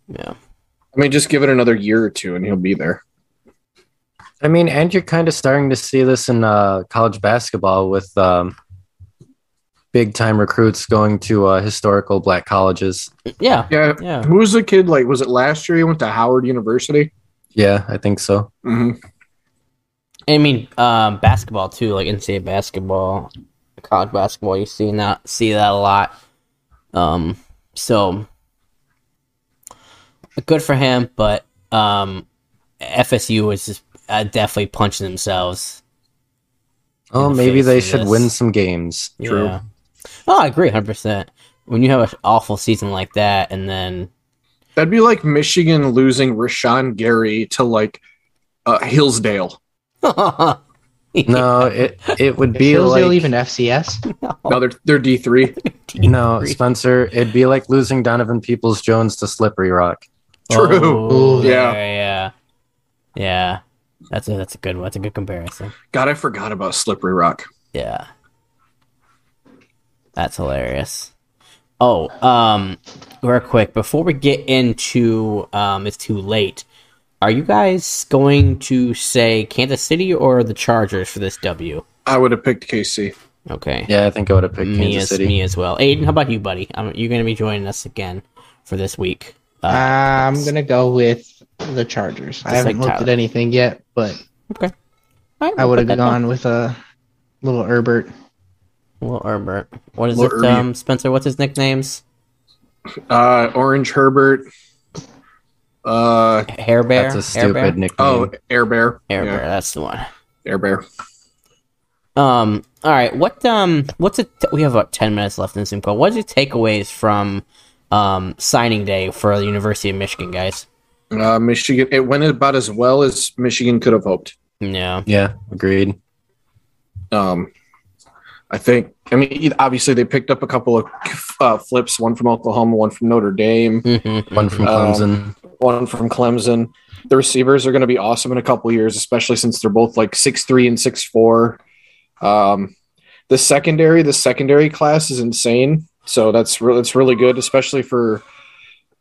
Speaker 1: Yeah.
Speaker 2: I mean, just give it another year or two, and he'll be there.
Speaker 4: I mean, and you're kind of starting to see this in uh, college basketball with um, big time recruits going to uh, historical black colleges.
Speaker 1: Yeah.
Speaker 2: Yeah.
Speaker 1: Yeah.
Speaker 2: Who was the kid? Like, was it last year? He went to Howard University.
Speaker 4: Yeah, I think so.
Speaker 2: hmm
Speaker 1: I mean, um, basketball too, like NCAA basketball, college basketball. You see that see that a lot. Um, so good for him, but um, FSU was just uh, definitely punching themselves.
Speaker 4: Oh,
Speaker 1: the
Speaker 4: maybe
Speaker 1: face
Speaker 4: they
Speaker 1: of
Speaker 4: should
Speaker 1: this.
Speaker 4: win some games.
Speaker 2: True.
Speaker 1: Yeah. Oh, I agree, hundred percent. When you have an awful season like that, and then
Speaker 2: That'd be like Michigan losing Rashawn Gary to like uh, Hillsdale.
Speaker 4: No, it it would
Speaker 3: Be
Speaker 4: be like
Speaker 3: even FCS.
Speaker 2: Now they're they're D three.
Speaker 4: no Spencer. It'd be like losing Donovan Peoples Jones to Slippery Rock.
Speaker 2: True.
Speaker 1: Oh,
Speaker 2: Yeah.
Speaker 1: yeah, yeah. That's a that's a good one. That's a good comparison.
Speaker 2: God, I forgot about Slippery Rock.
Speaker 1: Yeah. That's hilarious. Oh, um, real quick, before we get into um it's too late, are you guys going to say Kansas City or the Chargers for this W?
Speaker 2: I would have picked KC.
Speaker 1: Okay.
Speaker 4: Yeah, I think I would have picked
Speaker 1: me
Speaker 4: Kansas
Speaker 1: as
Speaker 4: City.
Speaker 1: me as well. Aiden, how about you, buddy? Um you're gonna be joining us again for this week. Uh,
Speaker 3: I'm gonna go with the Chargers. I
Speaker 1: Just
Speaker 3: haven't
Speaker 1: like
Speaker 3: looked
Speaker 1: Tyler.
Speaker 3: at anything yet, but
Speaker 1: alright,
Speaker 3: I
Speaker 1: we'll
Speaker 3: would
Speaker 1: put
Speaker 3: have
Speaker 1: that down.
Speaker 3: gone with a little Herbert.
Speaker 1: Will Herbert. What is
Speaker 2: Will
Speaker 1: it,
Speaker 2: Irby.
Speaker 1: um, Spencer? What's his nicknames?
Speaker 2: Uh, Orange Herbert. Uh
Speaker 1: Hair Bear.
Speaker 4: That's a
Speaker 1: Hair Bear?
Speaker 4: stupid nickname.
Speaker 2: oh, Air Bear.
Speaker 1: Hair
Speaker 2: Yeah,
Speaker 1: Bear. That's the one.
Speaker 2: Air Bear.
Speaker 1: Um. All right. What um. What's it? we have about ten minutes left in this Zoom call. What's your takeaways from um signing day for the University of Michigan guys?
Speaker 2: Uh, Michigan. It went about as well as Michigan could have hoped.
Speaker 1: No.
Speaker 4: Yeah, agreed.
Speaker 2: Um, I think. I mean, obviously they picked up a couple of uh, flips. One from Oklahoma. One from Notre Dame.
Speaker 1: Mm-hmm.
Speaker 4: One from
Speaker 2: Um,
Speaker 4: Clemson.
Speaker 2: One from Clemson. The receivers are going to be awesome in a couple of years, especially since they're both like six three and six four. Um, the secondary, the secondary class is insane. So that's really that's really good, especially for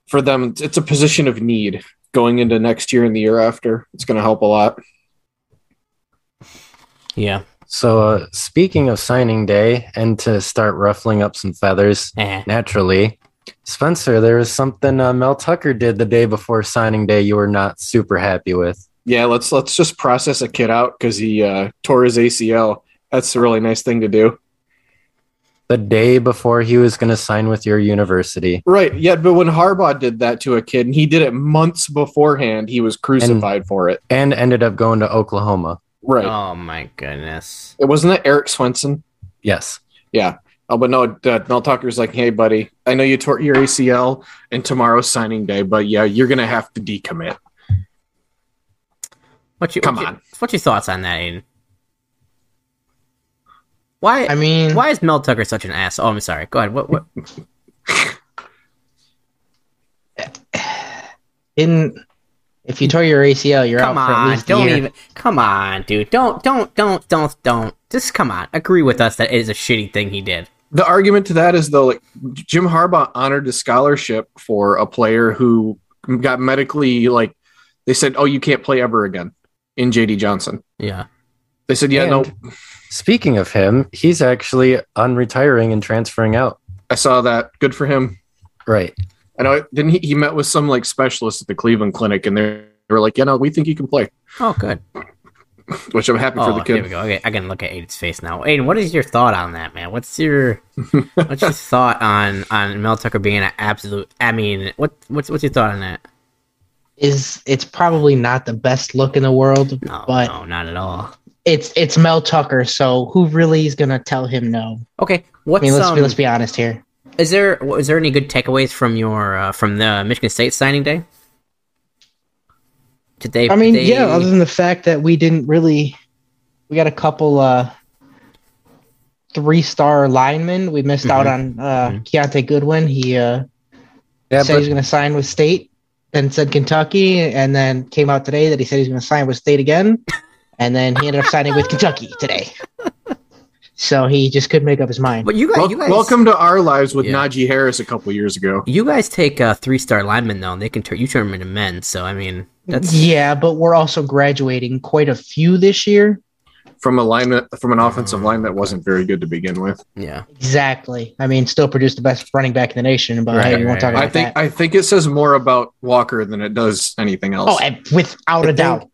Speaker 2: for them. It's a position of need going into next year and the year after. It's going to help a lot.
Speaker 1: Yeah.
Speaker 4: So, uh, speaking of signing day, and to start ruffling up some feathers,
Speaker 1: Eh.
Speaker 4: naturally, Spencer, there was something uh, Mel Tucker did the day before signing day you were not super happy with.
Speaker 2: Yeah, let's let's just process a kid out because he uh, tore his ACL. That's a really nice thing to do.
Speaker 4: The day before he was going to sign with your university.
Speaker 2: Right. Yeah, but when Harbaugh did that to a kid and he did it months beforehand, he was crucified for it.
Speaker 4: And ended up going to Oklahoma.
Speaker 2: Right.
Speaker 1: Oh my goodness.
Speaker 2: It wasn't that Eric Swenson.
Speaker 4: Yes.
Speaker 2: Oh, but no, uh, Mel Tucker's like, hey, buddy, I know you tore your ACL and tomorrow's signing day, but yeah, you're gonna have to decommit.
Speaker 1: What you?
Speaker 2: Come
Speaker 1: what you-
Speaker 2: on.
Speaker 1: what's your thoughts on that, Aiden? Why?
Speaker 3: I mean,
Speaker 1: why is Mel Tucker such an ass? Oh, I'm sorry. Go ahead. What? What?
Speaker 3: in if you tore your ACL, you're
Speaker 1: come
Speaker 3: out for at
Speaker 1: on.
Speaker 3: least a
Speaker 1: Don't
Speaker 3: year.
Speaker 1: even. Come on, dude. Don't. Don't. Don't. Don't. Don't. Just come on. Agree with us that it is a shitty thing he did.
Speaker 2: The argument to that is though, like Jim Harbaugh honored a scholarship for a player who got medically like they said, oh, you can't play ever again in JD Johnson.
Speaker 1: Yeah.
Speaker 2: They said, yeah, no,
Speaker 4: And Speaking of him, he's actually unretiring and transferring out.
Speaker 2: I saw that. Good for him.
Speaker 4: Right.
Speaker 2: I know. Didn't he? He met with some like specialist at the Cleveland Clinic, and they they were like, "Yeah, no, we think you can play,"
Speaker 1: Oh, good.
Speaker 2: which I'm happy for the
Speaker 1: Oh, here we
Speaker 2: kid.
Speaker 1: go. Okay, I can look at Aiden's face now. Aiden, what is your thought on that, man? What's your what's your thought on on Mel Tucker being an absolute? I mean, what what's what's your thought on that?
Speaker 3: Is it's probably not the best look in the world,
Speaker 1: No,
Speaker 3: but
Speaker 1: Oh, no, not at all.
Speaker 3: it's it's Mel Tucker, so who really is gonna tell him no?
Speaker 1: Okay,
Speaker 3: I
Speaker 1: what's
Speaker 3: mean, let's
Speaker 1: um,
Speaker 3: be let's be honest here.
Speaker 1: is there is there any good takeaways from your uh, from the Michigan State signing day? Did they?
Speaker 3: I mean,
Speaker 1: they-
Speaker 3: yeah, other than the fact that we didn't really we got a couple uh three star linemen. We missed out on uh,
Speaker 1: Mhm.
Speaker 3: Keontae Goodwin. He uh,
Speaker 4: Yeah,
Speaker 3: said
Speaker 4: but
Speaker 3: he's going to sign with State, then said Kentucky, and then came out today that he said he's going to sign with State again, and then he ended up signing with Kentucky today. So he just couldn't make up his mind.
Speaker 1: But you guys,
Speaker 2: Wel-
Speaker 1: you guys
Speaker 2: Welcome to our lives with
Speaker 1: Yeah.
Speaker 2: Najee Harris a couple years ago.
Speaker 1: You guys take uh, three star linemen though, and they can turn you turn them into men. So I mean, that's
Speaker 3: yeah, but we're also graduating quite a few this year.
Speaker 2: From a line from an offensive line that wasn't very good to begin with.
Speaker 1: yeah.
Speaker 3: Exactly. I mean, still produced the best running back in the nation, but hey,
Speaker 1: Right,
Speaker 3: we won't
Speaker 1: right,
Speaker 3: talk about
Speaker 2: I think
Speaker 3: that.
Speaker 2: I think it says more about Walker than it does anything else.
Speaker 3: oh, and without a
Speaker 4: I
Speaker 3: doubt.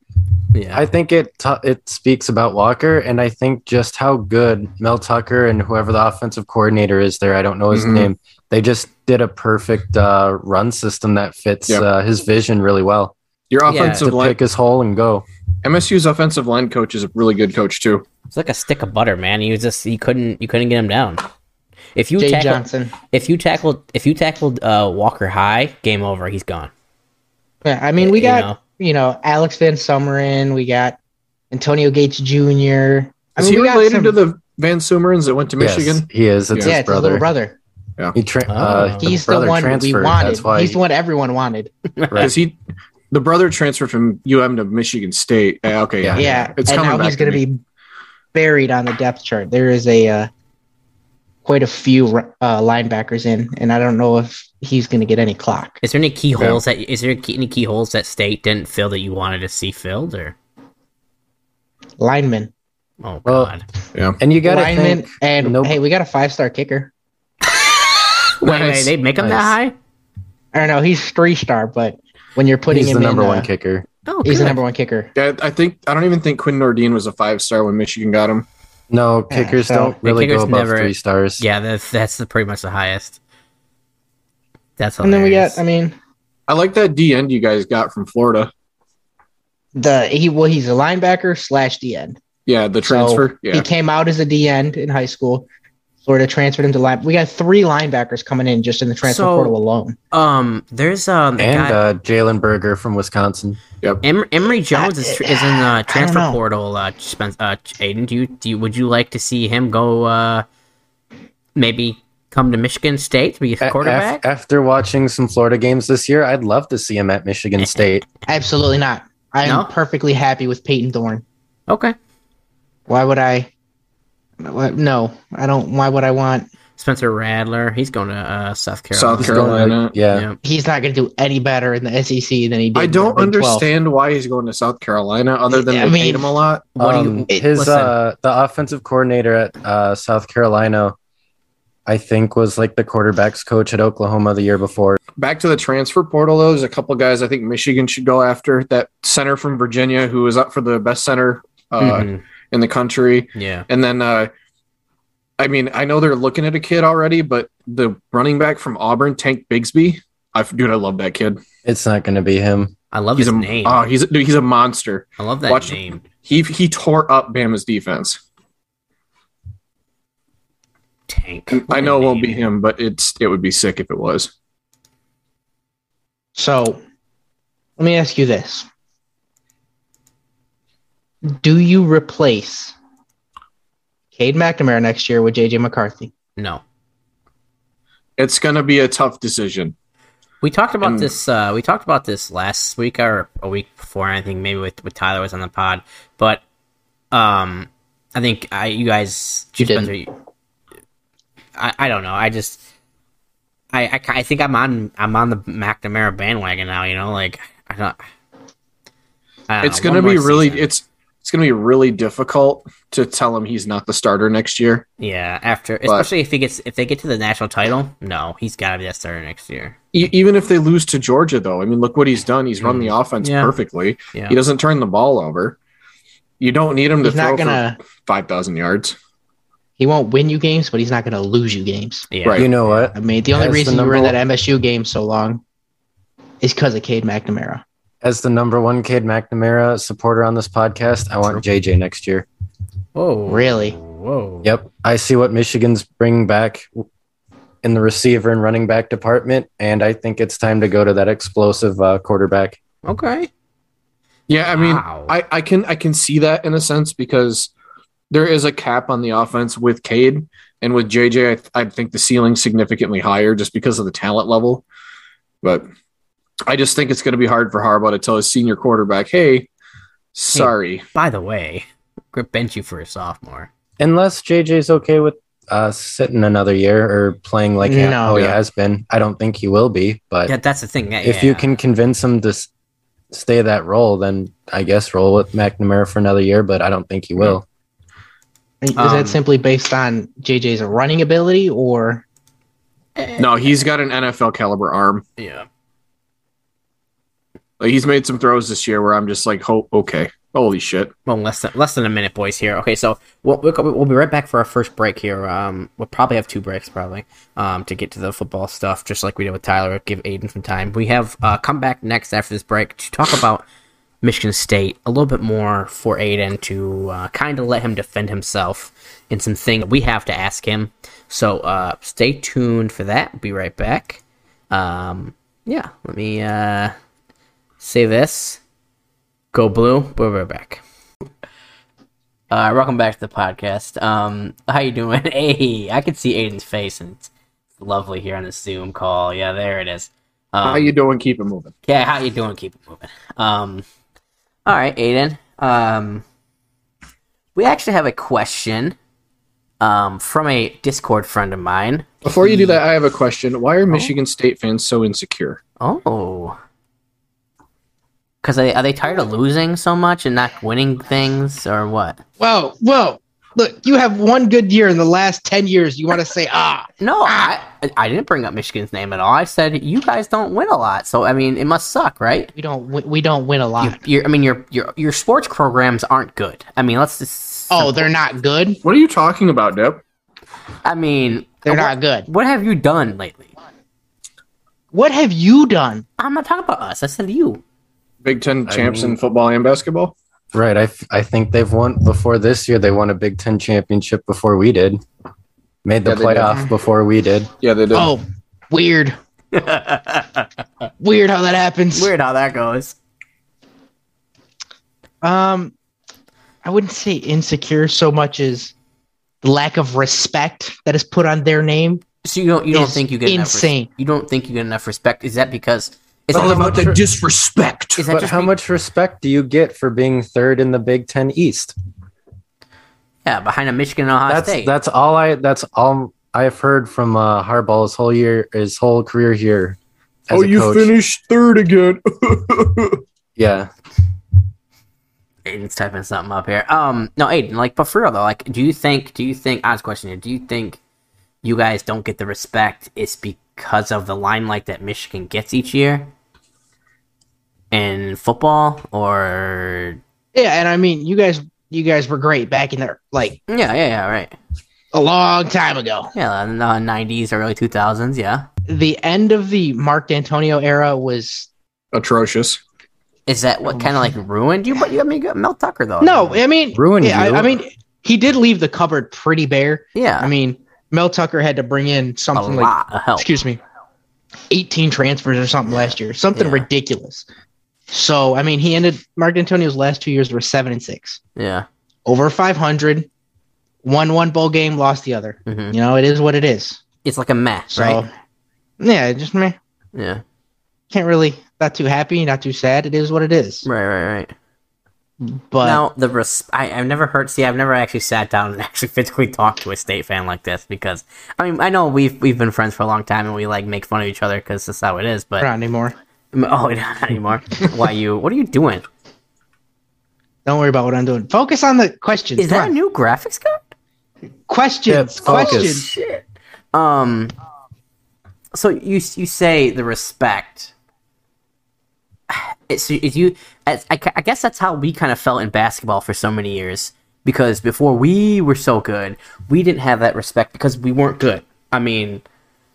Speaker 1: Yeah,
Speaker 4: I think it t- it speaks about Walker, and I think just how good Mel Tucker and whoever the offensive coordinator is there. I don't know his
Speaker 3: Mm-hmm.
Speaker 2: Mhm.
Speaker 4: name. They just did a perfect uh, run system that fits
Speaker 2: Yep.
Speaker 4: uh, his vision really well.
Speaker 2: Your
Speaker 1: Yeah.
Speaker 2: offensive
Speaker 4: To
Speaker 2: line,
Speaker 4: pick his hole and go.
Speaker 2: MSU's offensive line coach is a really good coach too.
Speaker 1: it's like a stick of butter, man. You just you couldn't you couldn't get him down. If you
Speaker 3: Jay
Speaker 1: tackle,
Speaker 3: Johnson.
Speaker 1: if you tackled if you tackled uh, Walker high, game over. He's gone.
Speaker 3: Yeah, I mean, we
Speaker 1: You
Speaker 3: got
Speaker 1: know?
Speaker 3: you know Alex Van Summerin. We got Antonio Gates Jr. I
Speaker 2: Is
Speaker 3: mean,
Speaker 2: he
Speaker 3: we got
Speaker 2: related
Speaker 3: some-
Speaker 2: to the Van Sumerans that went to
Speaker 4: Yes,
Speaker 2: Michigan?
Speaker 4: he is. It's
Speaker 2: Yeah.
Speaker 3: yeah,
Speaker 4: his
Speaker 3: it's his little
Speaker 4: brother.
Speaker 3: brother.
Speaker 4: He tra-
Speaker 1: Oh.
Speaker 4: uh,
Speaker 1: The
Speaker 3: He's the,
Speaker 4: brother
Speaker 3: one we
Speaker 4: transferred.
Speaker 3: wanted.
Speaker 4: That's why
Speaker 3: He's the
Speaker 4: he-
Speaker 3: one everyone wanted.
Speaker 4: Right.
Speaker 2: Because he, the brother transferred from UM to Michigan State. Eh, okay,
Speaker 4: Yeah.
Speaker 3: Yeah,
Speaker 2: It's
Speaker 3: and
Speaker 2: coming
Speaker 3: now
Speaker 2: back
Speaker 3: he's
Speaker 2: to
Speaker 3: going to
Speaker 2: me.
Speaker 3: be buried on the depth chart. There is a uh, quite a few uh, linebackers in, and I don't know if he's going to get any clock.
Speaker 1: Is there any keyholes that is there key- any keyholes that state didn't fill that you wanted to see filled or
Speaker 3: Lineman,
Speaker 1: oh
Speaker 4: Well,
Speaker 1: god
Speaker 4: and you got to
Speaker 3: lineman,
Speaker 4: think.
Speaker 3: and
Speaker 4: nope.
Speaker 3: hey, we got a five star kicker.
Speaker 1: wait wait
Speaker 2: nice.
Speaker 1: they make him that high
Speaker 3: I don't know. He's three star, but when you're putting
Speaker 4: He's
Speaker 3: him
Speaker 4: the number
Speaker 3: in,
Speaker 4: one
Speaker 3: uh,
Speaker 4: kicker.
Speaker 1: oh
Speaker 3: he's the
Speaker 1: good.
Speaker 3: number one kicker.
Speaker 2: Yeah, I think I don't even think Quinn Nordine was a five star when Michigan got him.
Speaker 4: No,
Speaker 3: Yeah,
Speaker 4: kickers
Speaker 3: so-
Speaker 4: don't really
Speaker 1: kickers
Speaker 4: go above
Speaker 1: never-
Speaker 4: three stars.
Speaker 1: yeah that's that's the, pretty much the highest that's
Speaker 3: And then we got,
Speaker 1: hilarious.
Speaker 3: I mean,
Speaker 2: I like that D end you guys got from Florida.
Speaker 3: the he well he's a linebacker slash D end.
Speaker 2: Yeah, the
Speaker 3: So,
Speaker 2: transfer.
Speaker 3: He
Speaker 2: yeah,
Speaker 3: came out as a D end in high school. Florida transferred him to line. We got three linebackers coming in just in the transfer
Speaker 1: So-
Speaker 3: portal alone.
Speaker 1: um there's um a guy-
Speaker 4: And uh, Jalen Berger from Wisconsin.
Speaker 1: Em- Emory Jones is, tr- is in the transfer
Speaker 3: know.
Speaker 1: portal. Uh, Spence, uh, Aiden, do you, do you would you like to see him go? Uh, maybe come to Michigan State to be
Speaker 4: A-
Speaker 1: a quarterback.
Speaker 4: af- after watching some Florida games this year, I'd love to see him at Michigan State.
Speaker 3: Absolutely not. I am
Speaker 1: No?
Speaker 3: perfectly happy with Peyton Thorne.
Speaker 1: okay,
Speaker 3: Why would I? why- No, I don't. Why would I want?
Speaker 1: Spencer Radler, he's going to uh, South Carolina.
Speaker 2: South Carolina.
Speaker 4: Yeah.
Speaker 3: He's not going to do any better in the SEC than he did.
Speaker 2: I
Speaker 3: in the
Speaker 2: don't
Speaker 3: Big 12.
Speaker 2: understand why he's going to South Carolina other than
Speaker 3: I
Speaker 2: they hate
Speaker 3: mean-
Speaker 2: him a lot.
Speaker 1: What do you?
Speaker 4: Um,
Speaker 3: it-
Speaker 4: his
Speaker 1: listen.
Speaker 4: uh the offensive coordinator at uh South Carolina I think was like the quarterbacks coach at Oklahoma the year before.
Speaker 2: Back to the transfer portal, though, there's a couple guys I think Michigan should go after. That center from Virginia who was up for the best center uh,
Speaker 1: Mhm,
Speaker 2: in the country.
Speaker 1: yeah,
Speaker 2: And then, uh, I mean, I know they're looking at a kid already, but the running back from Auburn, Tank Bigsby, I, dude, I love that kid.
Speaker 4: It's not going to be him.
Speaker 1: I love
Speaker 2: He's
Speaker 1: his
Speaker 2: a
Speaker 1: name.
Speaker 2: Oh, he's dude, he's a monster.
Speaker 1: I love that
Speaker 2: watch-
Speaker 1: name.
Speaker 2: He he tore up Bama's defense.
Speaker 1: Tank.
Speaker 2: I know it won't be
Speaker 1: Name.
Speaker 2: him, but it's it would be sick if it was.
Speaker 3: So, let me ask you this: Do you replace Cade McNamara next year with JJ McCarthy?
Speaker 1: No,
Speaker 2: It's gonna be a tough decision.
Speaker 1: we talked about
Speaker 2: And-
Speaker 1: this. Uh, we talked about this last week or a week before. I think maybe with, with Tyler was on the pod, but um, I think I you guys
Speaker 3: You didn't.
Speaker 1: you- I I don't know. I just I, I ki- I think I'm on I'm on the McNamara bandwagon now. You know, like I don't. I don't
Speaker 2: it's
Speaker 1: know,
Speaker 2: gonna
Speaker 1: one more
Speaker 2: be really
Speaker 1: season.
Speaker 2: it's it's gonna be really difficult to tell him he's not the starter next year.
Speaker 1: yeah after
Speaker 2: but-
Speaker 1: especially if he gets if they get to the national title no he's got to be that starter next year
Speaker 2: E- even if they lose to Georgia, though, I mean, look what he's done. He's run the offense
Speaker 1: Mm, Yeah.
Speaker 2: perfectly.
Speaker 1: yeah
Speaker 2: He doesn't turn the ball over. You don't need him to
Speaker 3: He's
Speaker 2: throw
Speaker 3: not gonna.
Speaker 2: for five thousand yards.
Speaker 3: He won't win you games, but he's not gonna lose you games.
Speaker 1: yeah
Speaker 2: Right.
Speaker 4: You know what?
Speaker 3: I mean, the only
Speaker 4: As the
Speaker 3: reason you were in
Speaker 4: number
Speaker 3: that MSU game so long is because of Cade McNamara.
Speaker 4: As the number one kid McNamara supporter on this podcast, I want JJ next year.
Speaker 1: whoa
Speaker 3: Really?
Speaker 1: whoa
Speaker 4: Yep. I see what Michigan's bringing back in the receiver and running back department, and I think it's time to go to that explosive uh, quarterback.
Speaker 1: okay
Speaker 2: Yeah, I mean,
Speaker 1: Wow.
Speaker 2: I I can I can see that in a sense because there is a cap on the offense with Cade and with JJ. I, th- I think the ceiling's significantly higher just because of the talent level. But I just think it's going to be hard for Harbaugh to tell his senior quarterback, "Hey, sorry."
Speaker 1: By the way, we're gonna bench you for a sophomore.
Speaker 4: Unless JJ's okay with uh, sitting another year or playing like
Speaker 3: No.
Speaker 4: how he
Speaker 2: Yeah.
Speaker 4: has been, I don't think he will be. But
Speaker 1: Yeah, that's the thing. yeah,
Speaker 4: if you
Speaker 1: yeah.
Speaker 4: can convince him to s- stay that role, then I guess roll with McNamara for another year. But I don't think he will.
Speaker 3: Is
Speaker 1: Um,
Speaker 3: that simply based on JJ's running ability or
Speaker 2: No, he's got an NFL caliber arm.
Speaker 1: yeah.
Speaker 2: Like, he's made some throws this year where I'm just like, "Ho, okay, holy shit."
Speaker 1: Well, less than less than a minute, boys. Here, okay. So we'll, we'll we'll be right back for our first break here. Um, we'll probably have two breaks, probably, um, to get to the football stuff, just like we did with Tyler. Give Aiden some time. We have uh, come back next after this break to talk about Michigan State a little bit more for Aiden to uh, kind of let him defend himself in some things that we have to ask him. So uh, stay tuned for that. We'll be right back. Um, yeah, let me uh, say this. Go blue. We'll be right back. Uh, welcome back to the podcast. Um, how you doing? Hey, I can see Aiden's face, and it's lovely here on this Zoom call. Yeah, there it is. Um,
Speaker 2: How you doing? Keep it moving.
Speaker 1: yeah, how you doing? Keep it moving. Um, all right, Aiden. Um, we actually have a question um, from a Discord friend of mine.
Speaker 2: Before
Speaker 4: Hmm.
Speaker 2: you do that, I have a question. Why are Michigan State fans so insecure?
Speaker 1: Oh, because are they tired of losing so much and not winning things, or what?
Speaker 3: Whoa, whoa. Look, you have one good year in the last 10 years. You want to say, ah,
Speaker 1: No, I I didn't bring up Michigan's name at all. I said you guys don't win a lot, so I mean it must suck, right?
Speaker 3: we don't win, we don't win a
Speaker 1: You,
Speaker 3: lot.
Speaker 1: you're, I mean your your your sports programs aren't good. I mean let's just
Speaker 3: Oh, they're not good?
Speaker 2: What are you talking about, Deb?
Speaker 1: I mean
Speaker 3: They're
Speaker 1: what,
Speaker 3: not good.
Speaker 1: What have you done lately?
Speaker 3: What have you done?
Speaker 1: I'm not talking about us. I said you.
Speaker 2: Big Ten
Speaker 4: I
Speaker 2: champs
Speaker 4: mean-
Speaker 2: in football and basketball.
Speaker 4: Right? I f- I think they've won before this year. They won a Big Ten championship before we did. Made the
Speaker 2: Yeah, they did.
Speaker 4: playoff before we did.
Speaker 2: Yeah, they did.
Speaker 3: Oh, weird.
Speaker 1: Weird
Speaker 3: Weird how that happens.
Speaker 1: how that goes.
Speaker 3: Um, I wouldn't say insecure so much as the lack of respect that is put on their name.
Speaker 1: So you don't you don't
Speaker 3: It's
Speaker 1: think you get
Speaker 3: insane.
Speaker 1: Enough res- you don't think you get enough respect? Is that because is
Speaker 4: Well,
Speaker 1: that,
Speaker 4: about the
Speaker 2: disrespect.
Speaker 1: is that
Speaker 4: But
Speaker 1: just
Speaker 4: how
Speaker 1: be-
Speaker 4: much respect do you get for being third in the Big Ten East?
Speaker 1: yeah behind a Michigan and Ohio
Speaker 4: that's
Speaker 1: State?
Speaker 4: that's all I that's all I've heard from uh, Harbaugh's whole year his whole career here. As
Speaker 2: oh,
Speaker 4: a
Speaker 2: you
Speaker 4: coach.
Speaker 2: finished third again.
Speaker 4: Yeah,
Speaker 1: Aiden's typing something up here. Um, no, Aiden, like, but for real though, like, do you think, do you think, honest question here, do you think you guys don't get the respect it's because of the limelight that Michigan gets each year in football, or
Speaker 3: Yeah, and I mean, you guys, you guys were great back in there, like
Speaker 1: yeah, yeah, yeah, right,
Speaker 3: a long time ago.
Speaker 1: yeah, in the nineties, early two thousands, yeah.
Speaker 3: The end of the Mark D'Antonio era was
Speaker 2: Atrocious.
Speaker 1: Is that what kind of like ruined you? But you, I mean, you got Mel Tucker though.
Speaker 3: no. I mean,
Speaker 4: Ruined
Speaker 3: yeah, I-
Speaker 4: you.
Speaker 3: I mean, he did leave the cupboard pretty bare.
Speaker 1: yeah,
Speaker 3: I mean, Mel Tucker had to bring in
Speaker 1: a
Speaker 3: something like,
Speaker 1: lot of help.
Speaker 3: excuse me, 18 transfers or something last year, something
Speaker 1: Yeah.
Speaker 3: ridiculous. So, I mean, he ended Mark Antonio's last two years were seven and six,
Speaker 1: Yeah,
Speaker 3: over 500, won one bowl game, lost the other.
Speaker 1: hmm
Speaker 3: You know, it is what it is.
Speaker 1: it's like a mess,
Speaker 3: So,
Speaker 1: right?
Speaker 3: yeah, just meh,
Speaker 1: Yeah,
Speaker 3: can't really, not too happy, not too sad. It is what it is.
Speaker 1: right, right, right.
Speaker 3: But
Speaker 1: now the res- I, I've never heard. See, I've never actually sat down and actually physically talked to a state fan like this because I mean I know we've we've been friends for a long time and we like make fun of each other because that's how it is. But
Speaker 3: not anymore.
Speaker 1: oh, not anymore. Why you? What are you doing?
Speaker 3: Don't worry about what I'm doing. Focus on the questions.
Speaker 1: Is that a
Speaker 3: Come on.
Speaker 1: new graphics card?
Speaker 4: Yeah,
Speaker 3: questions?
Speaker 4: it's focus.
Speaker 3: questions.
Speaker 1: Shit. Um. So you you say the respect. It's if you. I, I ca- I guess that's how we kind of felt in basketball for so many years because before we were so good, we didn't have that respect because we weren't good. I mean,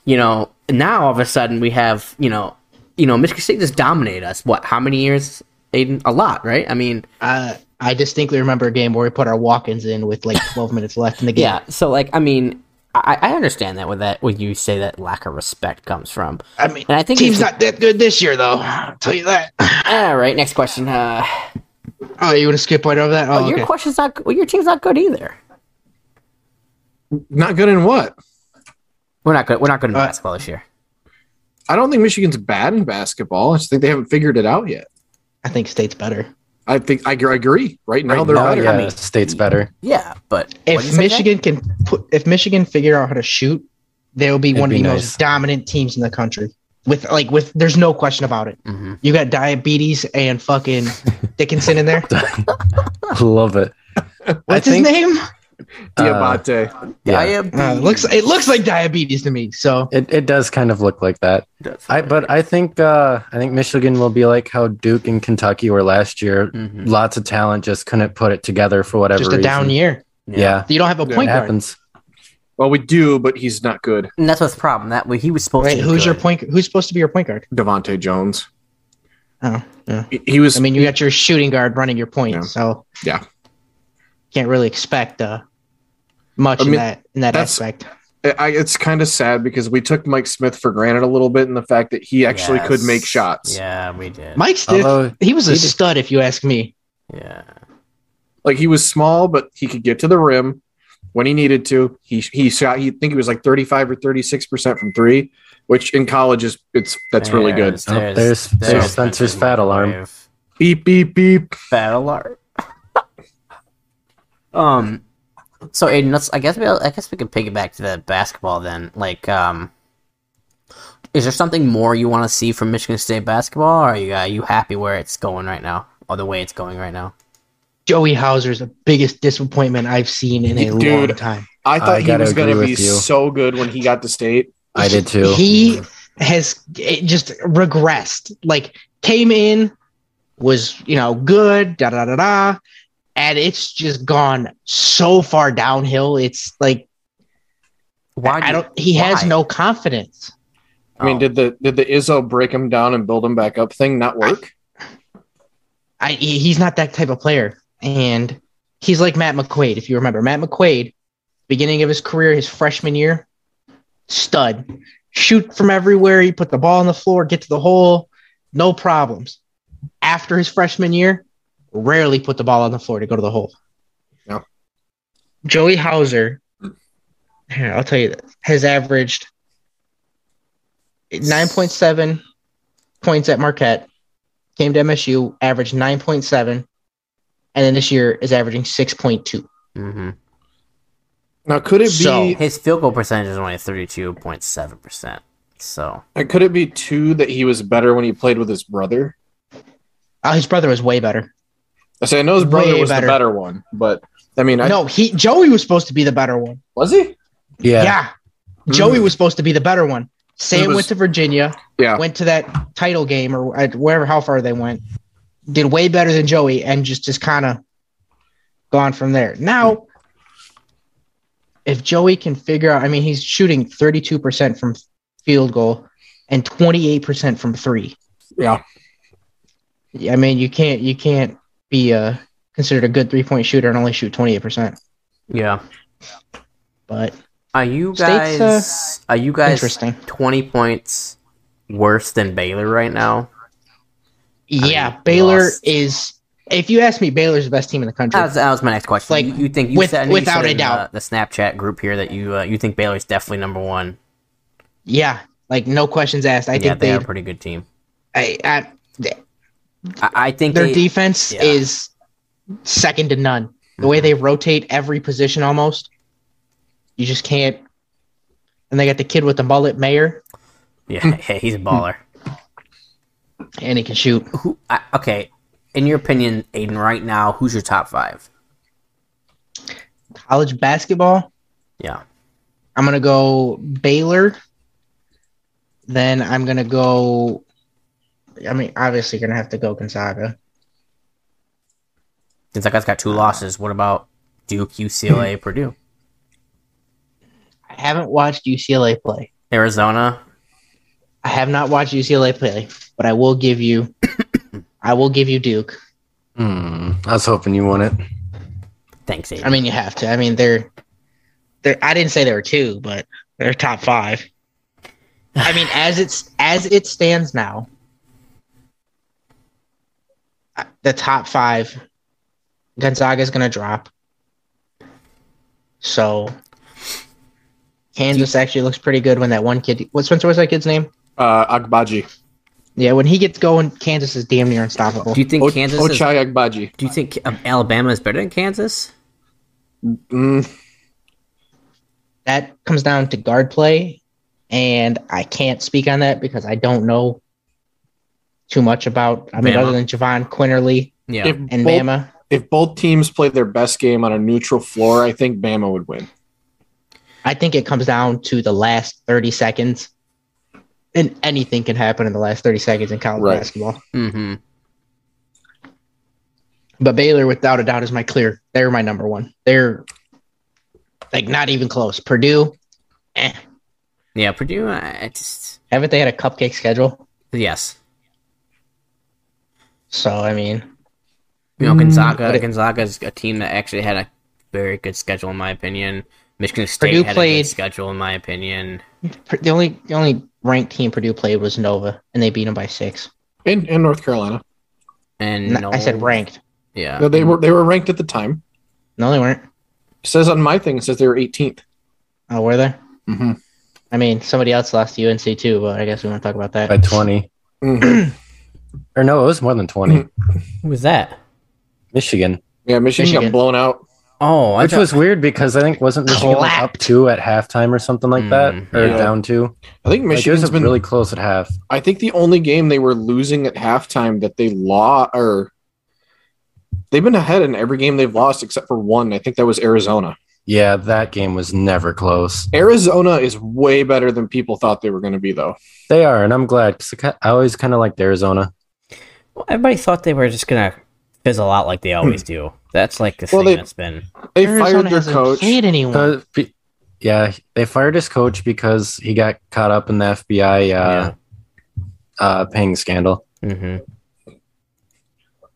Speaker 1: you know, now all of a sudden we have you know, you know, Michigan State just dominated us. What? How many years? Aiden, a lot, right? I mean,
Speaker 3: Uh, I distinctly remember a game where we put our walk-ins in with like 12 minutes left in the game.
Speaker 1: yeah. So like, I mean, I, I understand that with that when you say that lack of respect comes from.
Speaker 3: I mean,
Speaker 1: And I think
Speaker 3: team's
Speaker 1: it's- Ah,
Speaker 3: not that good this year, though. I'll tell you that.
Speaker 1: All right, next question. Uh,
Speaker 3: Oh, you want to skip right over that?
Speaker 1: Oh,
Speaker 3: Oh,
Speaker 1: your
Speaker 3: okay.
Speaker 1: question's not. g- Well, your team's not good either.
Speaker 2: Not good in what?
Speaker 1: We're not good. We're not good in
Speaker 3: Uh,
Speaker 1: basketball this year.
Speaker 2: I don't think Michigan's bad in basketball. I just think they haven't figured it out yet.
Speaker 3: I think state's better.
Speaker 2: I think I, gr- I agree. Right now
Speaker 1: Right
Speaker 2: they're
Speaker 1: now,
Speaker 2: better.
Speaker 4: yeah, state's better.
Speaker 1: Yeah, but what'd you
Speaker 3: If
Speaker 1: say, Jack?
Speaker 3: Michigan can put, if Michigan figure out how to shoot, they'll be
Speaker 4: It'd
Speaker 3: one
Speaker 4: be
Speaker 3: of the
Speaker 4: nice.
Speaker 3: most dominant teams in the country. With like with, there's no question about it.
Speaker 1: Mhm.
Speaker 3: You got diabetes and fucking Dickinson in there.
Speaker 4: I love it.
Speaker 3: What's
Speaker 4: think-
Speaker 3: his name?
Speaker 4: Uh,
Speaker 2: Diabate.
Speaker 1: I
Speaker 4: yeah,
Speaker 1: am.
Speaker 3: Uh, it looks it looks like diabetes to me. So
Speaker 4: it, it does kind of look like that. I but I think uh, I think Michigan will be like how Duke and Kentucky were last year.
Speaker 1: Mhm.
Speaker 4: Lots of talent, just couldn't put it together for whatever
Speaker 3: Mm-hmm. just a down
Speaker 4: reason.
Speaker 3: year.
Speaker 4: Yeah,
Speaker 3: You don't have a
Speaker 2: Yeah,
Speaker 4: it
Speaker 3: point guard.
Speaker 4: happens.
Speaker 2: well, we do, but he's not good.
Speaker 1: And that's what's the problem. That way he was supposed
Speaker 3: Right?
Speaker 1: to. be
Speaker 3: Who's your
Speaker 1: good.
Speaker 3: point? Who's supposed to be your point guard?
Speaker 2: Devonte Jones.
Speaker 3: Oh, yeah.
Speaker 2: He- He was.
Speaker 3: I mean, you got your shooting guard running your point.
Speaker 2: Yeah.
Speaker 3: So
Speaker 2: Yeah.
Speaker 3: can't really expect uh, much
Speaker 2: I
Speaker 3: in
Speaker 2: mean,
Speaker 3: that in that
Speaker 2: that's-
Speaker 3: aspect.
Speaker 2: I, it's kind of sad because we took Mike Smith for granted a little bit in the fact that he actually could
Speaker 1: Yes.
Speaker 2: make shots.
Speaker 1: Yeah, we did.
Speaker 3: Mike Stiff,
Speaker 4: Although
Speaker 3: he was a
Speaker 4: he did-
Speaker 3: stud, if you ask me.
Speaker 1: yeah.
Speaker 2: Like he was small, but he could get to the rim when he needed to. He he shot. He I think he was like thirty five or thirty six percent from three, which in college is it's that's really good.
Speaker 1: There's-
Speaker 4: Oh, there's- there's Spencer's fat alarm.
Speaker 1: microwave.
Speaker 2: Beep beep beep.
Speaker 1: Battle art. um, so Aiden, let's. I guess we. I guess we can piggyback to the basketball then. Like, um, is there something more you want to see from Michigan State basketball? Or are you are you happy where it's going right now, or the way it's going right now?
Speaker 3: Joey Hauser is the biggest disappointment I've seen in a
Speaker 2: Dude,
Speaker 3: long time.
Speaker 2: I thought
Speaker 4: I
Speaker 2: he
Speaker 4: gotta
Speaker 2: was going to
Speaker 4: agree
Speaker 2: be
Speaker 4: with you.
Speaker 2: so good when he got to state.
Speaker 4: I did too.
Speaker 3: He has it just regressed. Like came in, was you know good, da da da da, and it's just gone so far downhill. It's like
Speaker 1: Why? do
Speaker 3: I
Speaker 1: you-
Speaker 3: don't. He has
Speaker 1: why?
Speaker 3: no confidence.
Speaker 2: I mean,
Speaker 1: Oh.
Speaker 2: did the did the Izzo break him down and build him back up thing not work?
Speaker 3: I he- he's not that type of player, and he's like Matt McQuaid. If you remember, Matt McQuaid, beginning of his career, his freshman year, stud, shoot from everywhere. He put the ball on the floor, get to the hole, no problems. After his freshman year, rarely put the ball on the floor to go to the hole.
Speaker 2: Yeah.
Speaker 3: Joey Hauser, here, I'll tell you, this, has averaged nine point seven points at Marquette came to MSU, averaged 9.7, and then this year is averaging 6.2.
Speaker 1: Mhm.
Speaker 2: Now, could it be
Speaker 3: So-
Speaker 1: His field goal percentage is only thirty-two point seven percent. So
Speaker 2: could it be two that he was better when he played with his brother?
Speaker 3: Oh, his brother was way better.
Speaker 2: I say I know his brother
Speaker 3: Way
Speaker 2: was
Speaker 3: better.
Speaker 2: the better one, but I mean, I
Speaker 3: no, he Joey was supposed to be the better one.
Speaker 2: was he?
Speaker 4: yeah,
Speaker 3: Yeah.
Speaker 2: Mm.
Speaker 3: Joey was supposed to be the better one.
Speaker 2: He
Speaker 3: Sam
Speaker 2: was-
Speaker 3: went to Virginia,
Speaker 2: Yeah.
Speaker 3: went to that title game or at wherever how far they went, did way better than Joey and just just kind of gone from there. Now if Joey can figure out, I mean, he's shooting 32% from field goal and 28% from 3.
Speaker 2: Yeah.
Speaker 3: I mean, you can't you can't be uh, considered a good three point shooter and only shoot twenty eight percent.
Speaker 1: yeah, uh,
Speaker 3: But
Speaker 1: are you guys?
Speaker 3: State's,
Speaker 1: are you guys
Speaker 3: interesting,
Speaker 1: twenty points worse than Baylor right now?
Speaker 3: yeah.
Speaker 1: mean,
Speaker 3: Baylor
Speaker 1: lost.
Speaker 3: is, if you ask me, Baylor's the best team in the country.
Speaker 1: That was, that was my next question.
Speaker 3: Like,
Speaker 1: you, you think you
Speaker 3: with-
Speaker 1: said, I know you
Speaker 3: without
Speaker 1: said
Speaker 3: a
Speaker 1: in,
Speaker 3: doubt.
Speaker 1: uh, the Snapchat group here that you uh, you think Baylor's definitely number one.
Speaker 3: yeah, like no questions asked. I
Speaker 1: yeah,
Speaker 3: think
Speaker 1: they
Speaker 3: they,
Speaker 1: are a pretty good team.
Speaker 3: I, I,
Speaker 1: I, I think
Speaker 3: their
Speaker 1: they,
Speaker 3: defense
Speaker 1: yeah.
Speaker 3: is second to none. The way
Speaker 1: Mhm.
Speaker 3: they rotate every position, almost, you just can't. And they got the kid with the mullet, Mayer,
Speaker 1: Yeah, hey, he's a baller.
Speaker 3: and he can shoot.
Speaker 1: Who? I, okay, in your opinion, Aiden, right now, who's your top five?
Speaker 3: College basketball,
Speaker 1: Yeah,
Speaker 3: I'm gonna go Baylor. Then I'm gonna go. I mean, obviously, you're gonna have to go Gonzaga.
Speaker 1: since that guy's got two losses, what about Duke, UCLA, Purdue,
Speaker 3: I haven't watched UCLA play.
Speaker 1: Arizona?
Speaker 3: I have not watched UCLA play, but I will give you. I will give you Duke.
Speaker 4: Hmm, I was hoping you won it.
Speaker 1: Thanks, Aiden.
Speaker 3: I mean, you have to. I mean, they're. They're. I didn't say they were two, but they're top five. I mean, as it's as it stands now, I- the top five Gonzaga's going to drop. So Kansas actually looks pretty good when that one kid. What Spencer was that kid's name?
Speaker 2: Uh, Agbaji.
Speaker 3: Yeah, when he gets going, Kansas is damn near unstoppable.
Speaker 1: Do you think
Speaker 2: O-
Speaker 1: Kansas? is,
Speaker 2: Ochai Agbaji.
Speaker 1: do you think um, Alabama is better than Kansas?
Speaker 2: Mm,
Speaker 3: that comes down to guard play, and I can't speak on that because I don't know too much about. I mean,
Speaker 1: Bama.
Speaker 3: other than Javon Quinterly
Speaker 1: Yeah.
Speaker 2: if,
Speaker 3: and
Speaker 2: both,
Speaker 3: Bama.
Speaker 2: if both teams play their best game on a neutral floor, I think Bama would win.
Speaker 3: I think it comes down to the last 30 seconds. And anything can happen in the last 30 seconds in college
Speaker 2: Right.
Speaker 3: basketball.
Speaker 1: mm-hmm.
Speaker 3: But Baylor, without a doubt, is my clear. They're my number one. They're like not even close. Purdue, eh.
Speaker 1: Yeah. Purdue. I I just
Speaker 3: haven't they had a cupcake schedule?
Speaker 1: yes.
Speaker 3: So, I mean,
Speaker 1: You know,
Speaker 3: Mm,
Speaker 1: Gonzaga.
Speaker 3: but it-
Speaker 1: Gonzaga's a team that actually had a very good schedule, in my opinion. Michigan State
Speaker 3: Purdue
Speaker 1: had a
Speaker 3: played-
Speaker 1: good schedule, in my opinion.
Speaker 3: Pur- the only the only ranked team Purdue played was Nova, and they beat them by six.
Speaker 2: In, in North Carolina,
Speaker 1: And
Speaker 3: N- I said
Speaker 1: no-
Speaker 3: ranked.
Speaker 1: Yeah.
Speaker 2: No, they were they were ranked at the time.
Speaker 3: No, they weren't.
Speaker 2: It says on my thing, it says they were 18th.
Speaker 3: Oh, were they?
Speaker 2: Mm-hmm.
Speaker 3: I mean, somebody else lost to UNC too, but I guess we won't talk about that.
Speaker 4: by 20.
Speaker 2: Mm-hmm.
Speaker 4: Or no, it was more than 20.
Speaker 1: Who was that?
Speaker 4: Michigan,
Speaker 2: Yeah, Michigan,
Speaker 3: Michigan.
Speaker 2: got blown out.
Speaker 1: Oh, I
Speaker 4: which
Speaker 1: thought-
Speaker 4: was weird because I think wasn't Michigan like, up
Speaker 3: Clapped.
Speaker 4: two at halftime or something like that,
Speaker 1: Mm,
Speaker 4: or
Speaker 2: yeah.
Speaker 4: down two.
Speaker 2: I think
Speaker 4: Like, it
Speaker 2: Michigan's
Speaker 4: was
Speaker 2: been.
Speaker 4: really close at half.
Speaker 2: I think the only game they were losing at halftime that they lost, or they've been ahead in every game they've lost except for one. I think that was Arizona.
Speaker 4: Yeah, that game was never close.
Speaker 2: Arizona is way better than people thought they were going to be, though.
Speaker 4: They are, and I'm glad 'cause I ki- I always kind of liked Arizona.
Speaker 1: Well, everybody thought they were just gonna fizzle out like they always
Speaker 3: Hmm.
Speaker 1: do. That's like the
Speaker 2: Well,
Speaker 1: thing
Speaker 2: they-
Speaker 1: that's been.
Speaker 2: They
Speaker 3: Arizona
Speaker 2: fired their
Speaker 3: hasn't
Speaker 2: coach.
Speaker 3: Played anyone?
Speaker 4: Uh, be- yeah, they fired his coach because he got caught up in the FBI uh, uh, paying scandal.
Speaker 1: yeah. Mm-hmm.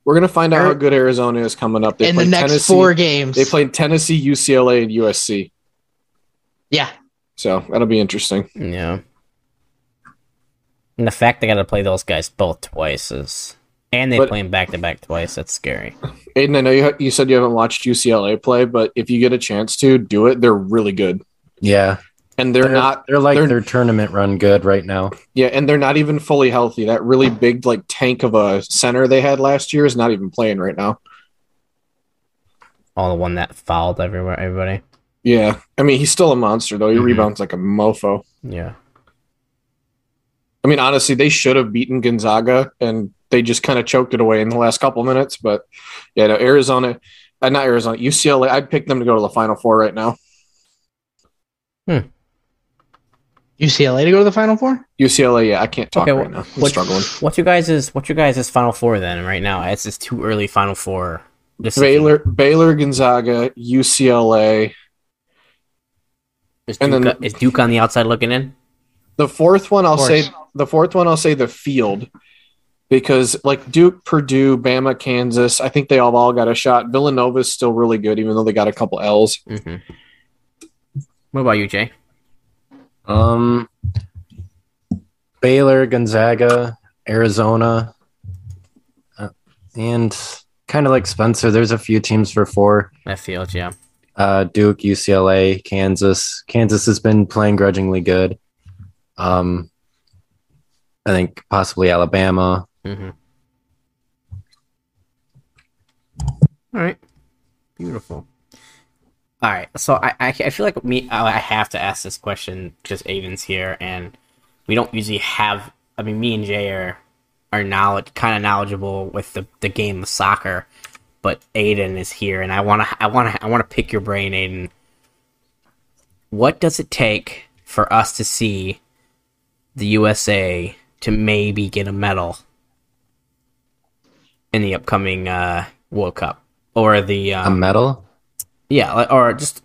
Speaker 2: We're going to find out how
Speaker 3: Ari-
Speaker 2: good Arizona is coming up. They
Speaker 3: in the
Speaker 2: play
Speaker 3: next
Speaker 2: Tennessee.
Speaker 3: four games.
Speaker 2: They played Tennessee, UCLA, and USC.
Speaker 3: yeah,
Speaker 2: So that'll be interesting.
Speaker 1: Yeah. And the fact they got to play those guys both twice is, and they
Speaker 2: But-
Speaker 1: play them back to back twice. That's scary.
Speaker 2: Aiden, I know you, ha- you said you haven't watched UCLA play, but if you get a chance to, do it. They're really good.
Speaker 4: Yeah,
Speaker 2: And they're not
Speaker 4: They're like
Speaker 2: they're-
Speaker 4: their tournament run good right now.
Speaker 2: Yeah, and they're not even fully healthy. That really big like tank of a center they had last year is not even playing right now.
Speaker 1: All the one that fouled everywhere, everybody.
Speaker 2: Yeah. I mean, he's still a monster though. He
Speaker 1: Mhm.
Speaker 2: rebounds like a mofo.
Speaker 1: Yeah.
Speaker 2: I mean, honestly, they should have beaten Gonzaga and they just kind of choked it away in the last couple minutes, but yeah, no, Arizona uh, not Arizona, UCLA, I'd pick them to go to the final four right now.
Speaker 3: UCLA to go to the Final Four.
Speaker 2: UCLA, yeah, I can't talk
Speaker 1: Okay,
Speaker 2: right
Speaker 1: wh-
Speaker 2: now. I'm
Speaker 1: what-
Speaker 2: struggling.
Speaker 1: What's your guys' What's your guys' final four then? Right now, it's just too early. Final four. This
Speaker 2: Baylor Baylor Gonzaga, UCLA.
Speaker 1: is Duke,
Speaker 2: and then-
Speaker 1: is Duke on the outside looking in?
Speaker 2: The fourth one, I'll
Speaker 3: Of
Speaker 2: say
Speaker 3: course.
Speaker 2: the fourth one, I'll say the field, because like Duke, Purdue, Bama, Kansas, I think they all all got a shot. Villanova's still really good, even though they got a couple L's.
Speaker 1: Mm-hmm. What about you, Jay?
Speaker 4: Um, Baylor, Gonzaga, Arizona, uh, and kind of like Spencer, there's a few teams for four.
Speaker 1: That field, yeah.
Speaker 4: Uh, Duke, UCLA, Kansas. Kansas has been playing grudgingly good. Um, I think possibly Alabama.
Speaker 1: Mm-hmm. All right. Beautiful. All right. So I, I, I feel like me I I have to ask this question because Aven's here and we don't usually have. I mean, me and Jay are are knowledge kind of knowledgeable with the, the game of soccer, but Aiden is here and I wanna I wanna I wanna pick your brain, Aiden. What does it take for us to see the USA to maybe get a medal in the upcoming uh, World Cup or the
Speaker 4: A
Speaker 1: um,
Speaker 4: medal?
Speaker 1: yeah li- or just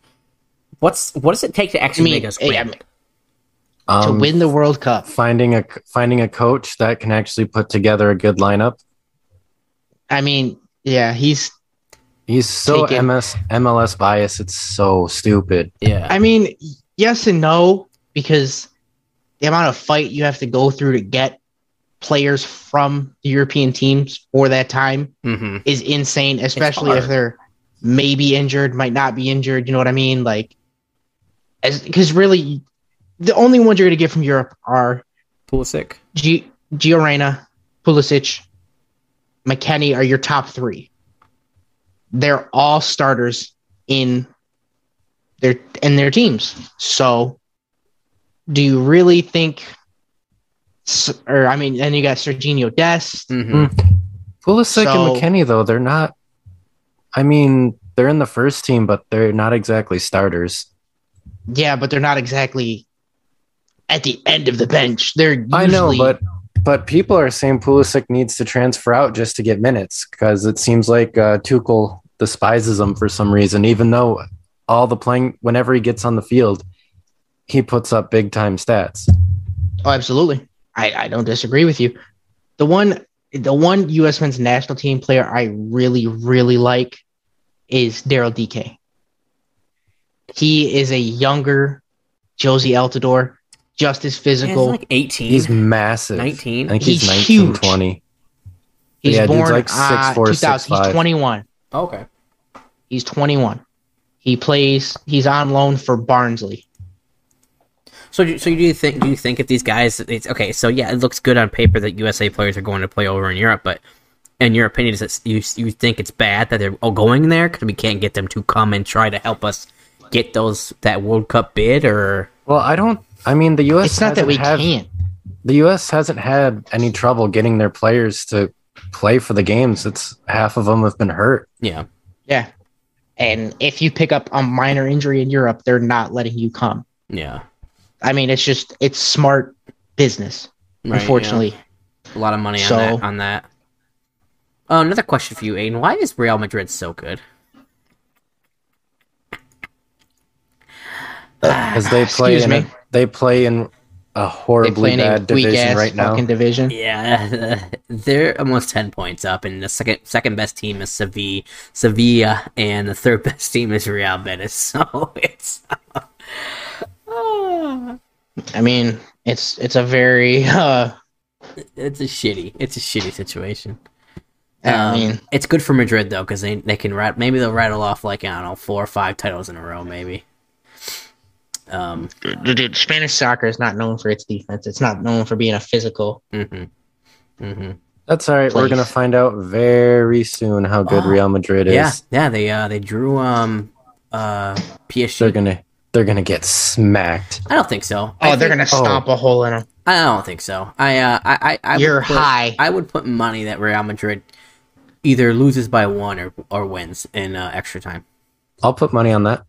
Speaker 1: what's what does it take to
Speaker 3: I
Speaker 1: actually
Speaker 3: mean,
Speaker 1: make us
Speaker 3: eh,
Speaker 1: win?
Speaker 3: I mean, to
Speaker 4: Um,
Speaker 3: win the World Cup,
Speaker 4: Finding a finding a coach that can actually put together a good lineup.
Speaker 3: I mean, yeah, he's.
Speaker 4: He's so
Speaker 3: Take it.
Speaker 4: MS, MLS biased. It's so stupid.
Speaker 1: yeah,
Speaker 3: I mean, yes and no because the amount of fight you have to go through to get players from the European teams for that time
Speaker 1: Mm-hmm.
Speaker 3: is insane, especially if
Speaker 1: hard.
Speaker 3: they're maybe injured, might not be injured. You know what I mean? Like, as because really, the only ones you're going to get from Europe are
Speaker 1: Pulisic.
Speaker 3: G- Gio Reyna, Pulisic, McKenny are your top three. They're all starters in their in their teams. So, do you really think? s- Or I mean, and you got Serginho Dest.
Speaker 1: Mm-hmm.
Speaker 4: Pulisic
Speaker 3: So-
Speaker 4: and McKinney, though, they're not. I mean, they're in the first team, but they're not exactly starters.
Speaker 3: Yeah, but they're not exactly at the end of the bench. They're usually,
Speaker 4: I know, but but people are saying Pulisic needs to transfer out just to get minutes because it seems like uh, Tuchel despises him for some reason. Even though all the playing, whenever he gets on the field, he puts up big time stats.
Speaker 3: oh, absolutely. I, I don't disagree with you. The one the one U.S. men's national team player I really really like is Daryl DK. He is a younger Josie Altidore, just as physical.
Speaker 1: like 18.
Speaker 4: He's massive.
Speaker 1: 19?
Speaker 4: I think he's,
Speaker 3: He's
Speaker 4: 19,
Speaker 3: huge.
Speaker 4: 20.
Speaker 3: he's
Speaker 4: yeah, dude's
Speaker 3: born
Speaker 4: like
Speaker 3: uh,
Speaker 4: 6'4",,
Speaker 3: 2000.
Speaker 4: 6'5".
Speaker 3: He's 21.
Speaker 1: Oh, okay.
Speaker 3: He's 21. He plays. He's on loan for Barnsley.
Speaker 1: So, do- so you do you think do you think if these guys it's okay? So yeah, it looks good on paper that USA players are going to play over in Europe, but in your opinion, is it you you think it's bad that they're all going there because we can't get them to come and try to help us get those that World Cup bid or
Speaker 4: Well, I don't. I mean, the U.S.
Speaker 3: It's not that
Speaker 4: hasn't
Speaker 3: we
Speaker 4: had-
Speaker 3: can't.
Speaker 4: the U.S. hasn't had any trouble getting their players to play for the games. It's half of them have been hurt.
Speaker 1: yeah
Speaker 3: Yeah. And if you pick up a minor injury in Europe, they're not letting you come.
Speaker 1: yeah
Speaker 3: I mean, it's just it's smart business,
Speaker 1: Right, yeah.
Speaker 3: unfortunately.
Speaker 1: a lot of money on
Speaker 3: So-
Speaker 1: that on that. Uh, another question for you, Aiden. Why is Real Madrid so good?
Speaker 4: because they play
Speaker 3: Excuse
Speaker 4: in
Speaker 3: me.
Speaker 4: a, they play in a
Speaker 3: They
Speaker 4: horribly
Speaker 3: play in a
Speaker 4: bad division
Speaker 3: weak-ass
Speaker 4: right now.
Speaker 3: fucking division.
Speaker 1: Yeah, they're almost ten points up, and the second second best team is Sevilla, Sevilla, and the third best team is Real Betis. So it's ah,
Speaker 3: I mean, it's it's a very uh
Speaker 1: it's a shitty it's a shitty situation.
Speaker 3: I
Speaker 1: Um,
Speaker 3: mean,
Speaker 1: it's good for Madrid though because they they can rat, maybe they'll rattle off like I don't know four or five titles in a row maybe. Um,
Speaker 3: dude, dude, Spanish soccer is not known for its defense. It's not known for being a physical.
Speaker 1: hmm hmm
Speaker 4: That's all right. We're
Speaker 3: Please.
Speaker 4: gonna find out very soon how good
Speaker 1: Oh.
Speaker 4: Real Madrid is.
Speaker 1: Yeah, yeah, they uh they drew um uh
Speaker 4: They're
Speaker 1: PSG.
Speaker 4: gonna they're gonna get smacked.
Speaker 1: I don't think so.
Speaker 3: Oh,
Speaker 1: I
Speaker 3: they're
Speaker 1: think-
Speaker 3: gonna stomp a hole in them.
Speaker 1: I don't think so. I uh, I I, I would
Speaker 3: You're
Speaker 1: put-
Speaker 3: high.
Speaker 1: I would put money that Real Madrid either loses by one or or wins in uh, extra time.
Speaker 4: I'll put money on that.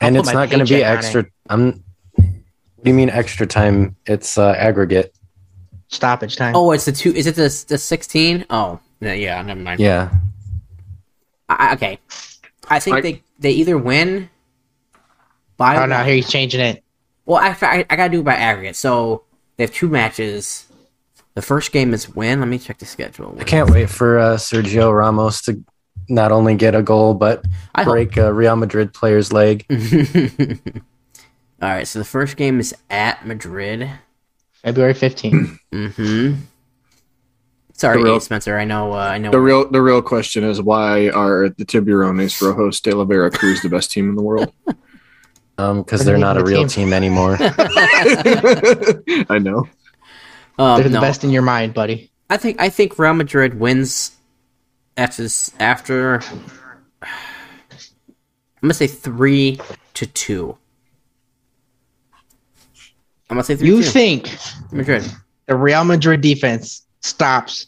Speaker 4: And
Speaker 3: put
Speaker 4: it's
Speaker 3: my
Speaker 4: not gonna be
Speaker 3: paycheck on
Speaker 4: extra. I'm. What do you mean extra time? It's uh, aggregate.
Speaker 3: Stoppage time.
Speaker 1: Oh, it's the two. Is it the the sixteen? Oh, yeah, yeah. Never mind.
Speaker 4: Yeah.
Speaker 1: I, I- okay, I think
Speaker 2: I-
Speaker 1: they they either win by
Speaker 3: oh
Speaker 1: one-
Speaker 3: no, here he's changing it.
Speaker 1: Well, I, I, I gotta do it by aggregate. So they have two matches. The first game is win. Let me check the schedule.
Speaker 4: I can't wait for uh, Sergio Ramos to not only get a goal but
Speaker 1: I hope-
Speaker 4: break a Real Madrid player's leg.
Speaker 1: All right. So the first game is at Madrid.
Speaker 3: February 15th.
Speaker 1: Mm-hmm. Sorry,
Speaker 2: The real-
Speaker 1: Ace Spencer. I know. Uh, I know.
Speaker 2: The real the real question is why are the Tiburones Rojos de la Veracruz the best team in the world?
Speaker 4: Um, because
Speaker 3: They're
Speaker 4: they're
Speaker 3: the
Speaker 4: not a
Speaker 3: name of the
Speaker 4: real
Speaker 3: team.
Speaker 4: team anymore.
Speaker 2: I know.
Speaker 1: um,
Speaker 3: They're the
Speaker 1: no,
Speaker 3: best in your mind, buddy.
Speaker 1: I think. I think Real Madrid wins. After this, after I'm gonna say three to two. I'm gonna say three.
Speaker 3: You
Speaker 1: to two.
Speaker 3: think
Speaker 1: Madrid?
Speaker 3: the Real Madrid defense stops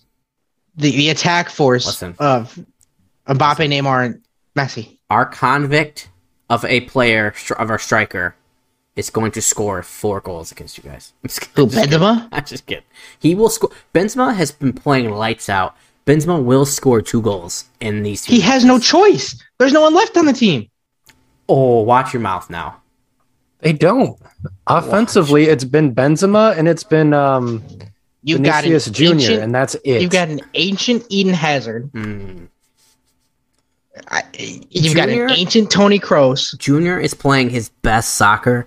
Speaker 3: the, the attack force
Speaker 1: Listen.
Speaker 3: of Mbappe, Neymar, and Messi.
Speaker 1: Our convict of a player stri- of our striker is going to score four goals against you guys. I'm just kidding.
Speaker 3: Who Benzema?
Speaker 1: I'm just kidding. He will score. Benzema has been playing lights out. Benzema will score two goals in these. Two
Speaker 3: He has no choice. There's no one left on the team.
Speaker 1: Oh, watch your mouth now.
Speaker 4: They don't. Offensively, it's been Benzema and it's been um,
Speaker 3: You've
Speaker 4: Vinicius
Speaker 3: got an
Speaker 4: Jr.
Speaker 3: ancient,
Speaker 4: and that's it.
Speaker 3: you've got an ancient Eden Hazard.
Speaker 1: Hmm.
Speaker 3: I, you've got
Speaker 1: Junior?
Speaker 3: an ancient Tony Kroos.
Speaker 1: Junior is playing his best soccer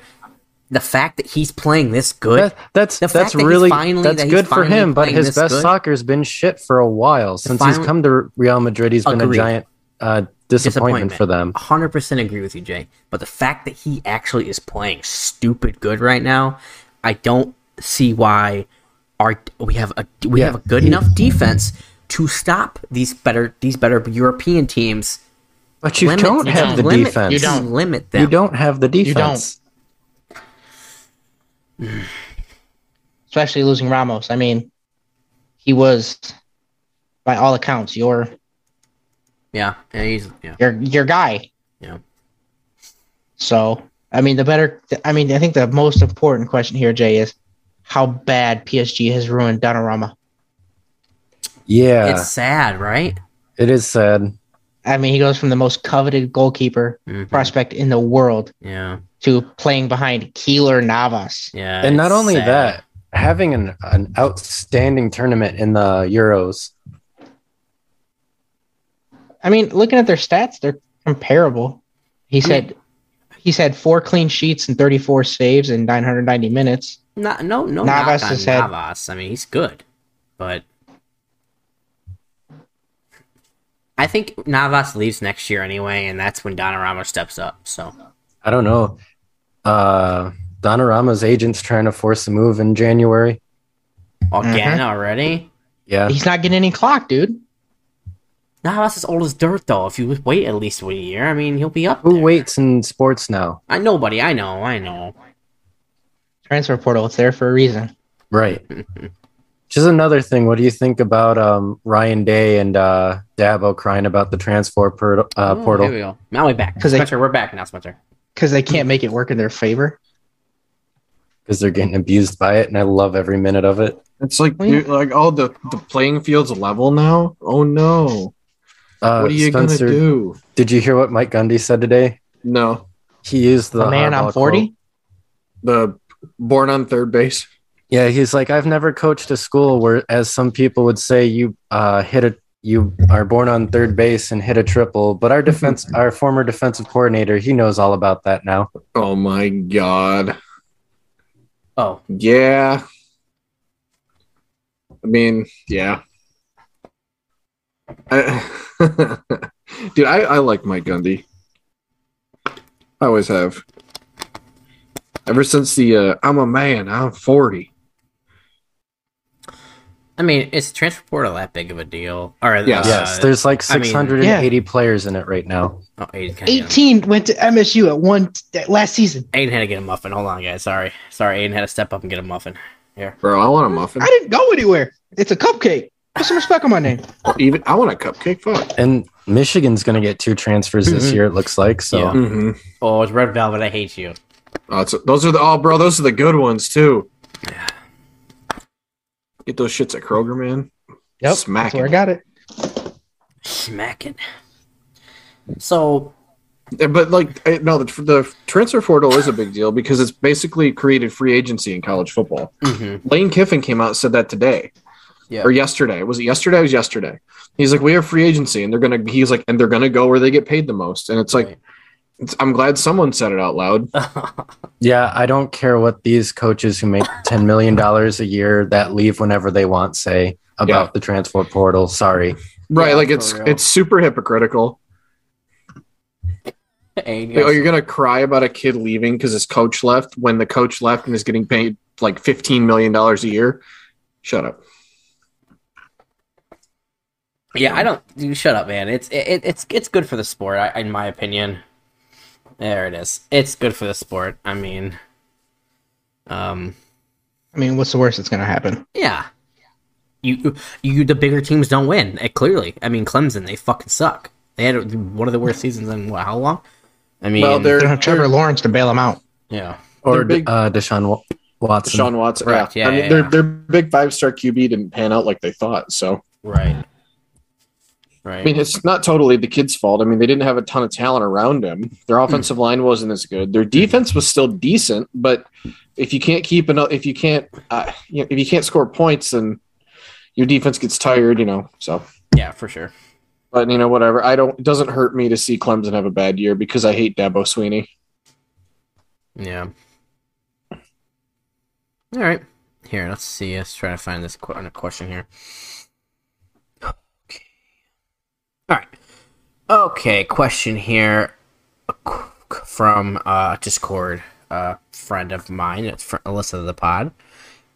Speaker 1: the fact that he's playing this good.
Speaker 4: That, that's
Speaker 1: The fact
Speaker 4: that's
Speaker 1: that he's
Speaker 4: really
Speaker 1: finally-
Speaker 4: that's
Speaker 1: that he's
Speaker 4: good for
Speaker 1: finally
Speaker 4: him. But
Speaker 1: playing
Speaker 4: his
Speaker 1: this
Speaker 4: best
Speaker 1: good.
Speaker 4: soccer's been shit for a while since he's
Speaker 1: final-
Speaker 4: come to Real Madrid. He's been a
Speaker 1: Agreed.
Speaker 4: giant uh, disappointment,
Speaker 1: Disappointment.
Speaker 4: for them.
Speaker 1: 100% agree with you, Jay. But the fact that he actually is playing stupid good right now, I don't see why our we have a we
Speaker 4: Yeah.
Speaker 1: have a good enough defense to stop these better these better European teams.
Speaker 4: But you
Speaker 1: Limit-
Speaker 4: don't have the
Speaker 1: limit-
Speaker 4: defense.
Speaker 1: You
Speaker 3: You don't.
Speaker 1: don't limit them.
Speaker 4: You don't have the defense.
Speaker 3: especially losing Ramos. I mean, he was, by all accounts, your
Speaker 1: Yeah, yeah, he's, yeah.
Speaker 3: your your guy.
Speaker 1: Yeah.
Speaker 3: So I mean, the better. I mean, I think the most important question here, Jay, is how bad PSG has ruined Donnarumma.
Speaker 4: Yeah,
Speaker 1: It's sad, right?
Speaker 4: it is sad.
Speaker 3: I mean, he goes from the most coveted goalkeeper
Speaker 1: Mhm.
Speaker 3: prospect in the world
Speaker 1: Yeah,
Speaker 3: to playing behind Keeler Navas.
Speaker 1: yeah.
Speaker 4: and not
Speaker 1: it's
Speaker 4: only
Speaker 1: sad.
Speaker 4: that, having an, an outstanding tournament in the Euros.
Speaker 3: I mean, looking at their stats, they're comparable. He said he's had four clean sheets and 34 saves in 990 minutes.
Speaker 1: not no no
Speaker 3: Navas
Speaker 1: knock on
Speaker 3: has had-
Speaker 1: Navas. I mean, he's good, but I think Navas leaves next year anyway, and that's when Donnarumma steps up. So
Speaker 4: I don't know. Uh, Donnarumma's agent's trying to force a move in January.
Speaker 1: again already,
Speaker 4: Yeah,
Speaker 3: He's not getting any clock, dude.
Speaker 1: Navas is old as dirt though. If you wait at least a year, I mean, he'll be up.
Speaker 4: who
Speaker 1: there.
Speaker 4: waits in sports now?
Speaker 1: I nobody. I know. I know.
Speaker 3: Transfer portal, it's there for a reason.
Speaker 4: Right. Which is another thing. What do you think about um, Ryan Day and uh, Dabo crying about the transfer per, uh,
Speaker 1: Oh,
Speaker 4: portal?
Speaker 1: Here we go. Now we back.
Speaker 3: 'Cause they-
Speaker 1: Spencer, we're back now, Spencer.
Speaker 3: Because they can't make it work in their favor.
Speaker 4: because they're getting abused by it, and I love every minute of it.
Speaker 2: It's like
Speaker 3: Well, yeah.
Speaker 2: dude, like all the the playing field's level now. Oh no!
Speaker 4: Uh,
Speaker 2: what are you
Speaker 4: Spencer,
Speaker 2: gonna do?
Speaker 4: Did you hear what Mike Gundy said today?
Speaker 2: No,
Speaker 4: He used the
Speaker 3: a man
Speaker 4: Harbaugh
Speaker 3: on 40?
Speaker 4: quote.
Speaker 2: the born on third base.
Speaker 4: Yeah, he's like, I've never coached a school where, as some people would say, you uh, hit a you are born on third base and hit a triple. But our defense, our former defensive coordinator, he knows all about that now.
Speaker 2: Oh my god!
Speaker 1: Oh,
Speaker 2: Yeah. I mean, yeah. I, dude, I, I like Mike Gundy. I always have. Ever since the uh, I'm a man, I'm 40.
Speaker 1: I mean, is transfer portal that big of a deal? Or
Speaker 2: Yes.
Speaker 1: uh,
Speaker 4: yes, there's like
Speaker 1: I mean-
Speaker 4: 680 players in it right now.
Speaker 1: oh, Aiden, can I get him?
Speaker 3: 18 went to MSU at one that last season.
Speaker 1: Aiden had to get a muffin. Hold on, guys. Sorry, sorry. Aiden had to step up and get a muffin.
Speaker 2: Bro, I want a muffin.
Speaker 3: I didn't go anywhere. It's a cupcake. Put some respect on my name.
Speaker 2: Even I want a cupcake. Fuck.
Speaker 4: And Michigan's going to get two transfers this
Speaker 1: Mhm.
Speaker 4: year, it looks like. So
Speaker 1: Yeah.
Speaker 2: Mm-hmm.
Speaker 1: Oh, it's red velvet. I hate you.
Speaker 2: Oh, it's- those are the oh, bro. Those are the good ones too. Get those shits at Kroger, man.
Speaker 3: Yep.
Speaker 2: Smack
Speaker 3: That's where I
Speaker 2: it.
Speaker 3: got it.
Speaker 1: Smacking. So
Speaker 2: Yeah, But like, I- no, the, the transfer portal is a big deal because it's basically created free agency in college football.
Speaker 1: mhm.
Speaker 2: Lane Kiffin came out and said that today,
Speaker 1: Yeah.
Speaker 2: or yesterday. Was it yesterday? It was yesterday. He's like, we have free agency, and they're gonna. He's like, and they're gonna go where they get paid the most. And it's like,
Speaker 1: Right.
Speaker 2: it's, I'm glad someone said it out loud.
Speaker 4: Yeah, I don't care what these coaches who make ten million dollars a year that leave whenever they want say about
Speaker 2: Yeah.
Speaker 4: the transfer portal. Sorry,
Speaker 2: Right?
Speaker 1: Yeah,
Speaker 2: like
Speaker 1: for
Speaker 2: it's
Speaker 1: real.
Speaker 2: it's super hypocritical.
Speaker 1: Aiden
Speaker 2: Oh,
Speaker 1: goes,
Speaker 2: you're gonna cry about a kid leaving because his coach left when the coach left and is getting paid like fifteen million dollars a year. Shut up.
Speaker 1: yeah, I don't. You shut up, man. It's it, it- it's it's good for the sport, I, in my opinion. There it is. It's good for the sport. I mean, um,
Speaker 3: I mean, what's the worst that's going to happen?
Speaker 1: yeah. You you the bigger teams don't win. eh, clearly, I mean, Clemson they fucking suck. They had one of the worst seasons in what, how long? I mean,
Speaker 2: well,
Speaker 3: They
Speaker 2: they're
Speaker 3: don't have Trevor Lawrence to bail him out.
Speaker 1: yeah.
Speaker 4: or
Speaker 2: big-
Speaker 4: uh, Deshaun Wa- Watson.
Speaker 2: Sean Watson.
Speaker 1: Correct, yeah,
Speaker 2: Yeah, I mean,
Speaker 1: yeah,
Speaker 2: their
Speaker 1: yeah.
Speaker 2: their big five star QB didn't pan out like they thought. So
Speaker 1: Right.
Speaker 2: I
Speaker 1: Right.
Speaker 2: mean, it's not totally the kid's fault. I mean, they didn't have a ton of talent around him.
Speaker 1: Hmm.
Speaker 2: Their offensive line wasn't as good. Their defense was still decent, but if you can't keep enough, if you can't, uh, you know, if you can't score points, then your defense gets tired. You know, so.
Speaker 1: yeah, for sure.
Speaker 2: But you know, whatever. I don't. It doesn't hurt me to see Clemson have a bad year because I hate Dabo Sweeney.
Speaker 1: Yeah. All right. Here, let's see. Let's try to find this qu- on a question here. Okay. All right. Okay, question here uh, from uh, Discord, a friend of mine, that's fr- a listener of the pod.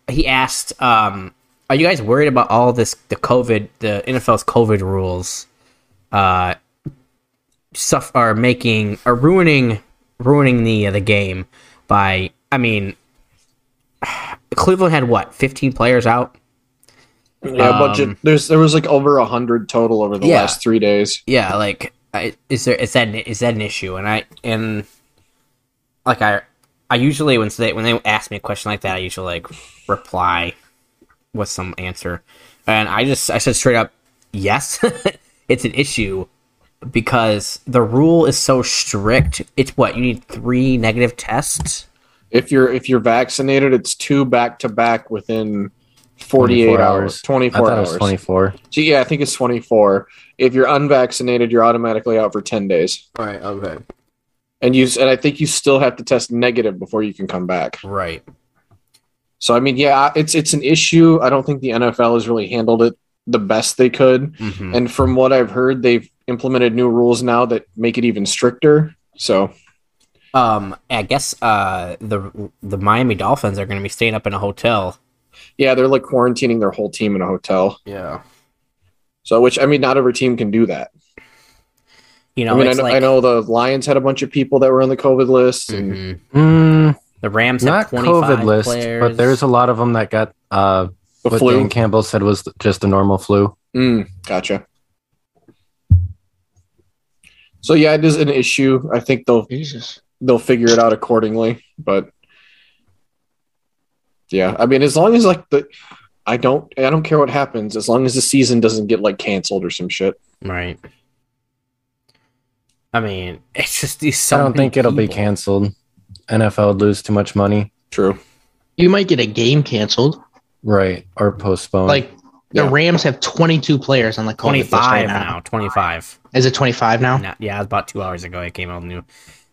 Speaker 1: He asked, um, "Are you guys worried about all this the COVID, the NFL's COVID rules, uh, stuff are making are ruining ruining the the game by? I mean, Cleveland had what, fifteen players out?
Speaker 2: Yeah, budget. There's there was like over a hundred total over the
Speaker 1: Um, Yeah.
Speaker 2: last three days.
Speaker 1: yeah like I, is there is that is that an issue and i and like i i usually when they when they ask me a question like that i usually like reply with some answer and i just i said straight up yes it's an issue because the rule is so strict it's what you need three negative tests
Speaker 2: If you're if you're vaccinated, it's two back to back within forty
Speaker 4: 24
Speaker 2: eight
Speaker 4: hours.
Speaker 2: hours, twenty
Speaker 4: I
Speaker 2: four
Speaker 4: thought it was
Speaker 2: hours.
Speaker 4: 24.
Speaker 2: So, yeah, I think it's twenty four. If you're unvaccinated, you're automatically out for ten days,
Speaker 1: all right okay
Speaker 2: and you s- and I think you still have to test negative before you can come back.
Speaker 1: right
Speaker 2: So I mean, yeah, it's it's an issue. I don't think the NFL has really handled it the best they could.
Speaker 1: hmm
Speaker 2: And from what I've heard, they've implemented new rules now that make it even stricter. So
Speaker 1: um i guess uh the the miami dolphins are going to be staying up in a hotel
Speaker 2: yeah, they're like quarantining their whole team in a hotel.
Speaker 1: yeah
Speaker 2: So which I mean, not every team can do that.
Speaker 1: you know
Speaker 2: I mean, I
Speaker 1: it's
Speaker 2: know,
Speaker 1: like
Speaker 2: I know the Lions had a bunch of people that were on the COVID list. And
Speaker 1: Mhm.
Speaker 4: Mm,
Speaker 1: The Rams have
Speaker 4: not
Speaker 1: 25
Speaker 4: COVID list,
Speaker 1: players.
Speaker 4: but there's a lot of them that got uh,
Speaker 2: The
Speaker 4: what
Speaker 2: flu.
Speaker 4: Dan Campbell said was just a normal flu.
Speaker 2: Mm, gotcha. So yeah, it is an issue. I think they'll
Speaker 3: Jesus.
Speaker 2: they'll figure it out accordingly. But yeah, I mean, as long as like the, I don't, I don't care what happens, as long as the season doesn't get like canceled or some shit.
Speaker 1: right. I mean, it's just these. So
Speaker 4: I don't
Speaker 1: many
Speaker 4: think it'll be
Speaker 1: people.
Speaker 4: canceled. NFL would lose too much money,
Speaker 2: True.
Speaker 3: You might get a game canceled.
Speaker 4: right? Or postponed.
Speaker 3: Like the
Speaker 2: Yeah.
Speaker 3: Rams have 22 players on the COVID list right
Speaker 1: 25
Speaker 3: now.
Speaker 1: now. 25.
Speaker 3: Is it 25 now?
Speaker 1: Now- yeah, it was about two hours ago. It came out new.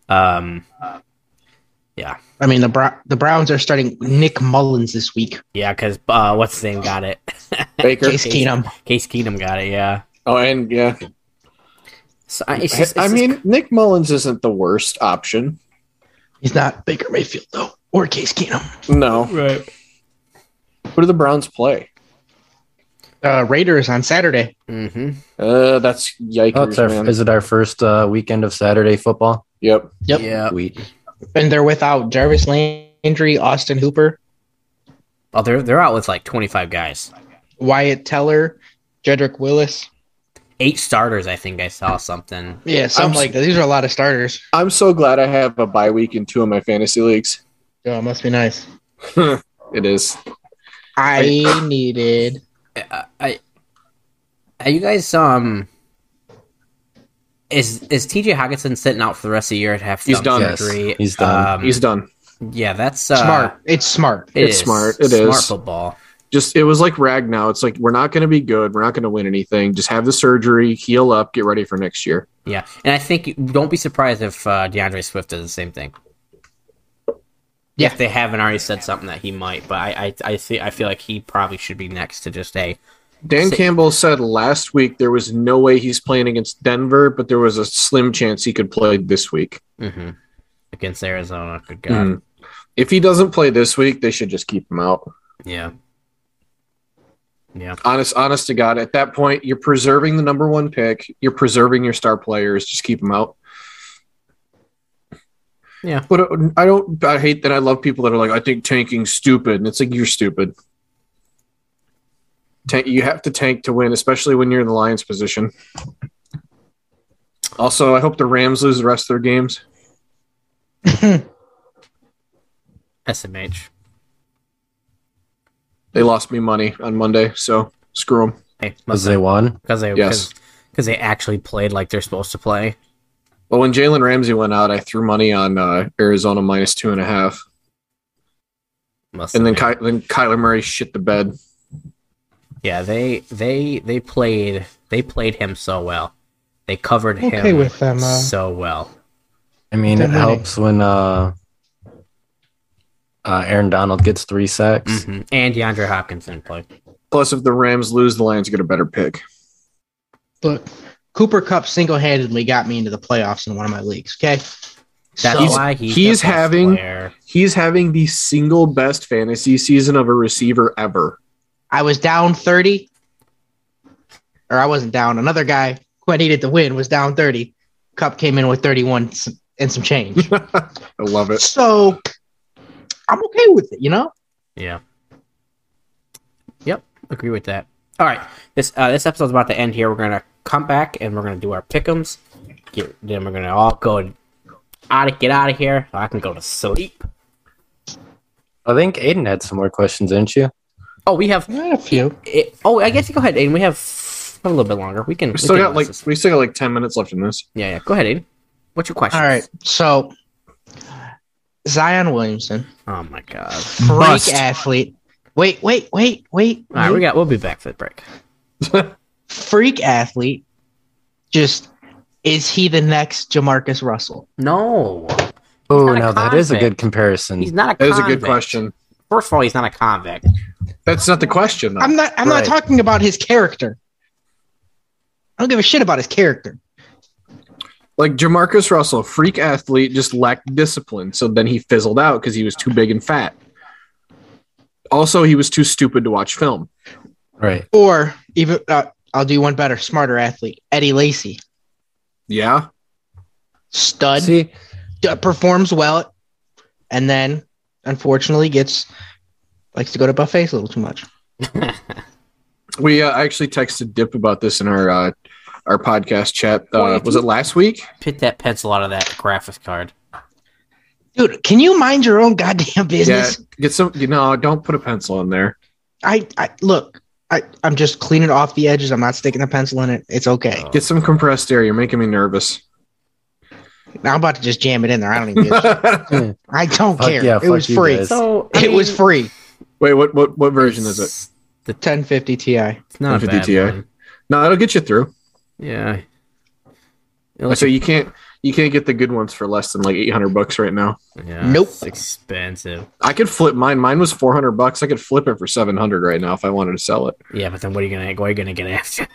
Speaker 1: Um,
Speaker 3: I mean, the Bro- the Browns are starting Nick Mullins this week.
Speaker 1: yeah, because uh, what's his name got it?
Speaker 2: Baker.
Speaker 3: Case Keenum.
Speaker 1: Case Keenum got it. Yeah.
Speaker 2: Oh, and yeah,
Speaker 1: So, I- it's just,
Speaker 2: I
Speaker 1: it's just-
Speaker 2: mean, Nick Mullins isn't the worst option.
Speaker 3: He's not Baker Mayfield though, or Case Keenum.
Speaker 2: No.
Speaker 1: right.
Speaker 2: Who do the Browns play?
Speaker 3: Uh, Raiders on Saturday.
Speaker 1: Mm-hmm.
Speaker 2: Uh, that's
Speaker 4: Oh,
Speaker 2: yikers,
Speaker 4: it's our,
Speaker 2: man.
Speaker 4: is it our first uh, weekend of Saturday football?
Speaker 2: Yep.
Speaker 3: Yep.
Speaker 1: Yeah.
Speaker 4: Sweet.
Speaker 3: And they're without Jarvis Landry, Austin Hooper,
Speaker 1: Oh, they're they're out with like 25 guys.
Speaker 3: Wyatt Teller, Jedrick Willis.
Speaker 1: Eight starters, I think I saw something.
Speaker 3: Yeah,
Speaker 2: I'm
Speaker 3: something
Speaker 2: s-
Speaker 3: like that. These are a lot of starters.
Speaker 2: I'm so glad I have a bye week in two of my fantasy leagues.
Speaker 3: Oh, it must be nice.
Speaker 2: It is.
Speaker 3: I needed.
Speaker 1: I, I, are you guys um, is is T.J. Hawkinson sitting out for the rest of the year to have
Speaker 2: He's
Speaker 1: thumb
Speaker 2: done.
Speaker 4: Yes,
Speaker 1: surgery?
Speaker 4: he's done.
Speaker 1: Um,
Speaker 2: He's done.
Speaker 1: yeah, that's uh,
Speaker 3: smart. It's smart.
Speaker 1: it
Speaker 2: It's
Speaker 1: is.
Speaker 2: smart. It
Speaker 1: smart
Speaker 2: is.
Speaker 1: football.
Speaker 2: Just it was like Rag now. It's like we're not going to be good. We're not going to win anything. Just have the surgery, heal up, get ready for next year.
Speaker 1: Yeah, and I think you- don't be surprised if uh, DeAndre Swift does the same thing.
Speaker 3: Yeah.
Speaker 1: If they haven't already said something that he might, but I I I, see, I feel like he probably should be next to just a
Speaker 2: Dan
Speaker 1: Say-
Speaker 2: Campbell said last week there was no way he's playing against Denver, but there was a slim chance he could play this week.
Speaker 1: mhm, against Arizona. Good God,
Speaker 2: Mm. If he doesn't play this week, they should just keep him out.
Speaker 1: yeah, yeah.
Speaker 2: Honest, honest to God, at that point, you're preserving the number one pick. You're preserving your star players. Just keep them out.
Speaker 1: Yeah.
Speaker 2: but uh, I don't. I hate that. I love people that are like, I think tanking's stupid, and it's like you're stupid. Tank, you have to tank to win, especially when you're in the Lions' position. Also, I hope the Rams lose the rest of their games.
Speaker 1: SMH.
Speaker 2: They lost me money on Monday, so screw them.
Speaker 1: Hey,
Speaker 4: Because they won.
Speaker 1: because they
Speaker 2: Yes.
Speaker 1: because they actually played like they're supposed to play.
Speaker 2: Well, when Jalen Ramsey went out, I threw money on uh, Arizona minus two and a half.
Speaker 1: Must
Speaker 2: and then
Speaker 1: admit.
Speaker 2: Ky- then Kyler Murray shit the bed.
Speaker 1: yeah, they they they played they played him so well. They covered
Speaker 3: Okay
Speaker 1: him
Speaker 3: with them, uh,
Speaker 1: so well.
Speaker 4: I mean,
Speaker 3: They're
Speaker 4: it
Speaker 3: winning.
Speaker 4: helps when uh, uh, Aaron Donald gets three sacks.
Speaker 1: Mhm. And DeAndre Hopkins didn't play.
Speaker 2: Plus, if the Rams lose, the Lions get a better pick.
Speaker 3: Look, Cooper Cup single handedly got me into the playoffs in one of my leagues. Okay.
Speaker 1: That's
Speaker 3: So,
Speaker 2: He's-
Speaker 1: why he's,
Speaker 2: he's
Speaker 1: the best
Speaker 2: having-
Speaker 1: player.
Speaker 2: He's having the single best fantasy season of a receiver ever.
Speaker 3: I was down 30, or I wasn't down. Another guy who I needed to win was down 30. Cup came in with 31 s- and some change.
Speaker 2: I love it.
Speaker 3: so I'm okay with it, you know?
Speaker 1: Yeah. Yep, agree with that. All right, this uh, this episode's about to end here. We're gonna come back and we're gonna do our pickems. Get, then we're gonna all go out of get out of here. I can go to sleep.
Speaker 4: I think Aiden had some more questions, didn't you?
Speaker 1: Oh, we have.
Speaker 3: Yeah, a few.
Speaker 1: It, oh, I guess you go ahead, Aiden. We have a little bit longer. We can.
Speaker 2: We still
Speaker 1: can
Speaker 2: got
Speaker 1: last
Speaker 2: like
Speaker 1: this.
Speaker 2: we still got like ten minutes left in this.
Speaker 1: Yeah, yeah. Go ahead, Aiden. What's your question?
Speaker 3: All right. So Zion Williamson,
Speaker 1: Oh my god.
Speaker 3: freak
Speaker 2: Bust.
Speaker 3: athlete. Wait, wait, wait, wait.
Speaker 1: All right,
Speaker 3: wait.
Speaker 1: we got. We'll be back for the break.
Speaker 3: freak athlete. Just is he the next Jamarcus Russell?
Speaker 1: No,
Speaker 4: Oh,
Speaker 1: not a
Speaker 4: now that is a
Speaker 1: convict.
Speaker 4: good comparison.
Speaker 1: he's not a.
Speaker 2: That is a good
Speaker 1: convict.
Speaker 2: question.
Speaker 1: First of all, he's not a convict.
Speaker 2: That's not the question. Though.
Speaker 3: I'm not. I'm
Speaker 4: Right.
Speaker 3: not talking about his character. I don't give a shit about his character.
Speaker 2: Like Jamarcus Russell, freak athlete, just lacked discipline. So then he fizzled out because he was too big and fat. Also, he was too stupid to watch film.
Speaker 4: right.
Speaker 3: Or even uh, I'll do one better, smarter athlete, Eddie Lacy,
Speaker 2: Yeah,
Speaker 3: stud,
Speaker 4: See,
Speaker 3: d- performs well, and then unfortunately gets likes to go to buffets a little too much.
Speaker 2: we uh, actually texted Dip about this in our uh, our podcast chat. Uh, was it last week?
Speaker 1: Pit that pencil out of that graphics card.
Speaker 3: Dude, can you mind your own goddamn business?
Speaker 2: Yeah, get some. You know, don't put a pencil in there.
Speaker 3: I, I look. I, I'm just cleaning off the edges. I'm not sticking a pencil in it. It's okay.
Speaker 1: Oh.
Speaker 2: Get some compressed air. You're making me nervous.
Speaker 3: Now I'm about to just jam it in there. I don't even. give a shit.
Speaker 2: Wait,
Speaker 3: I don't
Speaker 4: Fuck
Speaker 3: care.
Speaker 4: yeah,
Speaker 3: it
Speaker 4: fuck
Speaker 3: was
Speaker 4: you
Speaker 3: free.
Speaker 4: guys.
Speaker 1: So
Speaker 3: It was free.
Speaker 2: what what what version is it?
Speaker 1: It's
Speaker 3: 1050 Ti.
Speaker 1: not a
Speaker 2: With
Speaker 1: bad
Speaker 2: DTI.
Speaker 1: one.
Speaker 2: No, it'll get you through.
Speaker 1: Yeah.
Speaker 2: Oh, So you can't you can't get the good ones for less than like 800 bucks right now.
Speaker 1: yeah,
Speaker 3: Nope.
Speaker 1: It's expensive.
Speaker 2: I could flip mine. Mine was 400 bucks. I could flip it for 700 right now if I wanted to sell it.
Speaker 1: Yeah, but then what are you gonna what are you gonna get after?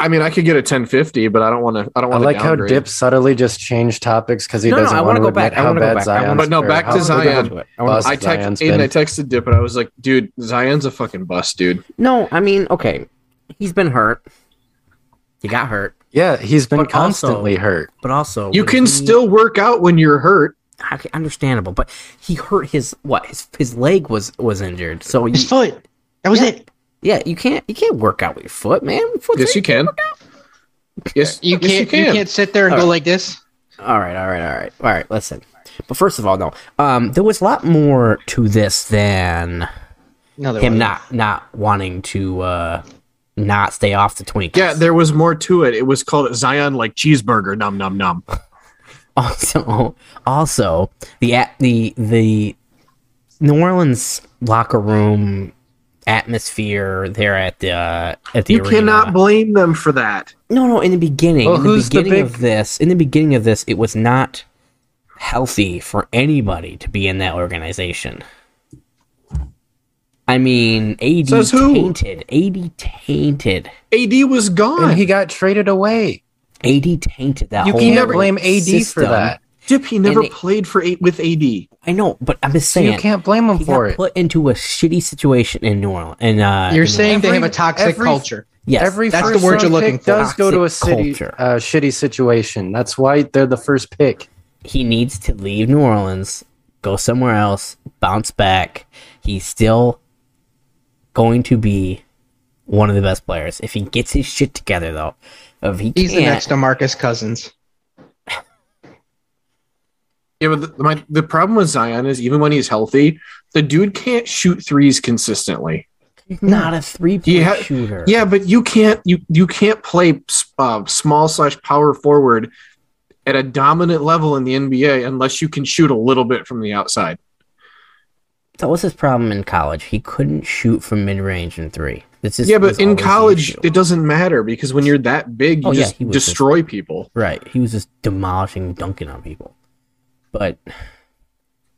Speaker 2: I mean, I could get a 1050, but I don't want to. I don't
Speaker 4: I
Speaker 2: want to
Speaker 4: like how
Speaker 2: downgrade.
Speaker 4: Dip subtly just changed topics because he
Speaker 1: No, no,
Speaker 4: doesn't
Speaker 1: I
Speaker 4: want
Speaker 1: wanna
Speaker 4: to
Speaker 1: go
Speaker 4: admit
Speaker 1: back. I
Speaker 4: how
Speaker 1: wanna go
Speaker 4: bad
Speaker 1: back. I
Speaker 4: Zion's.
Speaker 2: wanna- But no,
Speaker 4: or
Speaker 2: back
Speaker 4: how
Speaker 2: to
Speaker 4: good
Speaker 2: Zion.
Speaker 4: of a
Speaker 1: I wanna go
Speaker 4: bust
Speaker 2: I text
Speaker 4: Zion's
Speaker 2: Aiden.
Speaker 4: been.
Speaker 2: I texted Dip, and I was like, "Dude, Zion's a fucking bust, dude."
Speaker 1: No, I mean, okay. He's been hurt. He got hurt.
Speaker 4: Yeah, he's been
Speaker 1: But also-
Speaker 4: constantly hurt.
Speaker 1: But also
Speaker 2: You
Speaker 1: when
Speaker 2: can
Speaker 1: he-
Speaker 2: still work out when you're hurt.
Speaker 1: okay, understandable, but he hurt his what? His his leg was was injured. So you,
Speaker 3: His foot. That was
Speaker 1: Mm. Yeah.
Speaker 3: it.
Speaker 1: yeah, you can't you can't work out with your foot, man. Foot's
Speaker 2: Yes, you can. Yes,
Speaker 3: You
Speaker 2: yes,
Speaker 3: can't. You, can. not sit there and go
Speaker 1: Alright.
Speaker 3: like this.
Speaker 1: All right, all right, all right, all right. Listen, but first of all, no, um, there was a lot more to this than
Speaker 3: No, there
Speaker 1: him
Speaker 3: wasn't.
Speaker 1: not not wanting to uh not stay off the twenty.
Speaker 2: Yeah, there was more to it. It was called Zion like cheeseburger. Nom nom nom.
Speaker 1: also, also the at the the New Orleans locker room atmosphere there at the uh, at the
Speaker 2: You
Speaker 1: arena.
Speaker 2: cannot blame them for that.
Speaker 1: No, no. In the beginning,
Speaker 4: Well,
Speaker 1: in the
Speaker 4: who's the
Speaker 1: beginning
Speaker 4: big-
Speaker 1: of this, in the beginning of this, it was not healthy for anybody to be in that organization. I mean, AD
Speaker 2: Says who?
Speaker 1: tainted. AD tainted.
Speaker 2: AD was gone.
Speaker 4: And he got traded away.
Speaker 1: AD tainted that
Speaker 4: You
Speaker 1: whole.
Speaker 4: can't blame AD
Speaker 1: system.
Speaker 4: for that.
Speaker 2: Dip, he never
Speaker 1: and it-
Speaker 2: played for eight with AD.
Speaker 1: I know, but I'm just
Speaker 4: So
Speaker 1: saying.
Speaker 4: you can't blame him
Speaker 1: he
Speaker 4: for
Speaker 1: got
Speaker 4: it.
Speaker 1: put into a shitty situation in New Orleans. And uh,
Speaker 3: You're
Speaker 1: in New
Speaker 3: saying they
Speaker 4: Every-
Speaker 3: have a toxic
Speaker 4: every-
Speaker 3: culture.
Speaker 1: Yes.
Speaker 4: Every
Speaker 3: that's the
Speaker 4: first
Speaker 3: word you're
Speaker 4: round
Speaker 3: looking
Speaker 4: pick
Speaker 3: for.
Speaker 4: does go to a
Speaker 1: Toxic
Speaker 4: city,
Speaker 1: culture.
Speaker 4: uh, shitty situation. That's why they're the first pick.
Speaker 1: he needs to leave New Orleans, go somewhere else, bounce back. He's still going to be one of the best players if he gets his shit together, though. If he
Speaker 3: He's the
Speaker 1: can't-
Speaker 3: next DeMarcus Cousins.
Speaker 2: Yeah, but the, my, the problem with Zion is even when he's healthy, the dude can't shoot threes consistently.
Speaker 1: he's not a three
Speaker 2: He
Speaker 1: point
Speaker 2: ha-
Speaker 1: shooter.
Speaker 2: Yeah, but you can't you you can't play uh, small slash power forward at a dominant level in the NBA unless you can shoot a little bit from the outside.
Speaker 1: That was his problem in college. He couldn't shoot from mid range and three. This is
Speaker 2: yeah,
Speaker 1: was
Speaker 2: but in
Speaker 1: always the
Speaker 2: college
Speaker 1: issue.
Speaker 2: it doesn't matter because when you're that big, you
Speaker 1: Oh, yeah,
Speaker 2: just
Speaker 1: he was just-
Speaker 2: destroy people.
Speaker 1: Right. He was just demolishing, dunking on people. But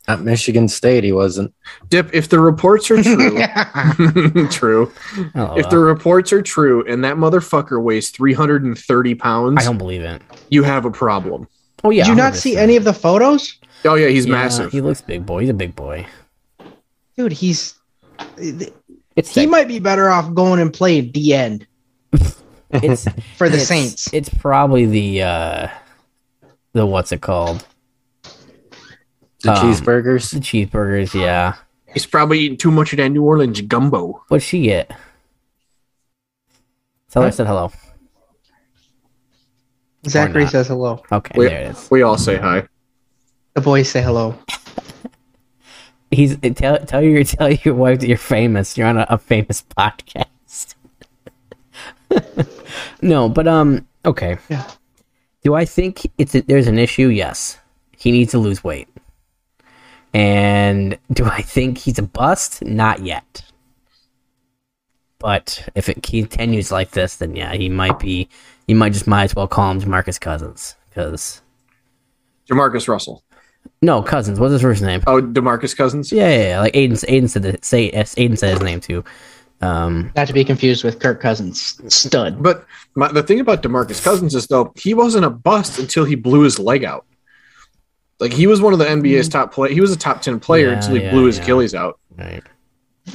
Speaker 4: At Michigan State, he wasn't.
Speaker 2: Dip, if the reports are true, true.
Speaker 1: Oh,
Speaker 2: If the reports are true and that motherfucker weighs 330
Speaker 1: I
Speaker 2: pounds,
Speaker 1: don't believe it.
Speaker 2: you have a problem.
Speaker 1: Oh yeah.
Speaker 3: Did you not see any of the photos?
Speaker 2: Oh, yeah, he's
Speaker 1: Yeah,
Speaker 2: massive.
Speaker 1: He looks big boy. He's a big boy.
Speaker 3: Dude, he's he
Speaker 1: It's that-
Speaker 3: might be better off going and playing the end
Speaker 1: it's
Speaker 3: for the
Speaker 1: it's-
Speaker 3: Saints.
Speaker 1: It's probably the uh the what's it called?
Speaker 4: The
Speaker 1: Um,
Speaker 4: cheeseburgers.
Speaker 1: The cheeseburgers, yeah.
Speaker 2: He's probably eating too much of that New Orleans gumbo.
Speaker 1: What'd she get? Tell her I said hello.
Speaker 3: Zachary
Speaker 1: not.
Speaker 3: says hello.
Speaker 1: Okay,
Speaker 2: Wait.
Speaker 1: there it is.
Speaker 2: We all say hi.
Speaker 3: The boys say hello.
Speaker 1: He's tell tell your tell your wife that you're famous. You're on a, a famous podcast. no, but um, okay.
Speaker 3: Yeah.
Speaker 1: Do I think it's a, there's an issue? Yes, he needs to lose weight. And do I think he's a bust? Not yet. But if it continues like this, then yeah, he might be. You might just might as well call him Marcus Cousins because
Speaker 2: Demarcus Russell.
Speaker 1: no Cousins. What's his first name?
Speaker 2: Oh, Demarcus Cousins?
Speaker 1: Yeah, yeah, yeah. like Aiden. Aiden said that. Say yes, Aiden said his name too. Um,
Speaker 3: Not to be confused with Kirk Cousins. Stud.
Speaker 2: But my, the thing about Demarcus Cousins is, though, he wasn't a bust until he blew his leg out. Like, he was one of the NBA's top play. He was a top 10 player
Speaker 1: Hmm. Yeah,
Speaker 2: until he
Speaker 1: yeah,
Speaker 2: blew his
Speaker 1: yeah.
Speaker 2: Achilles out.
Speaker 1: right.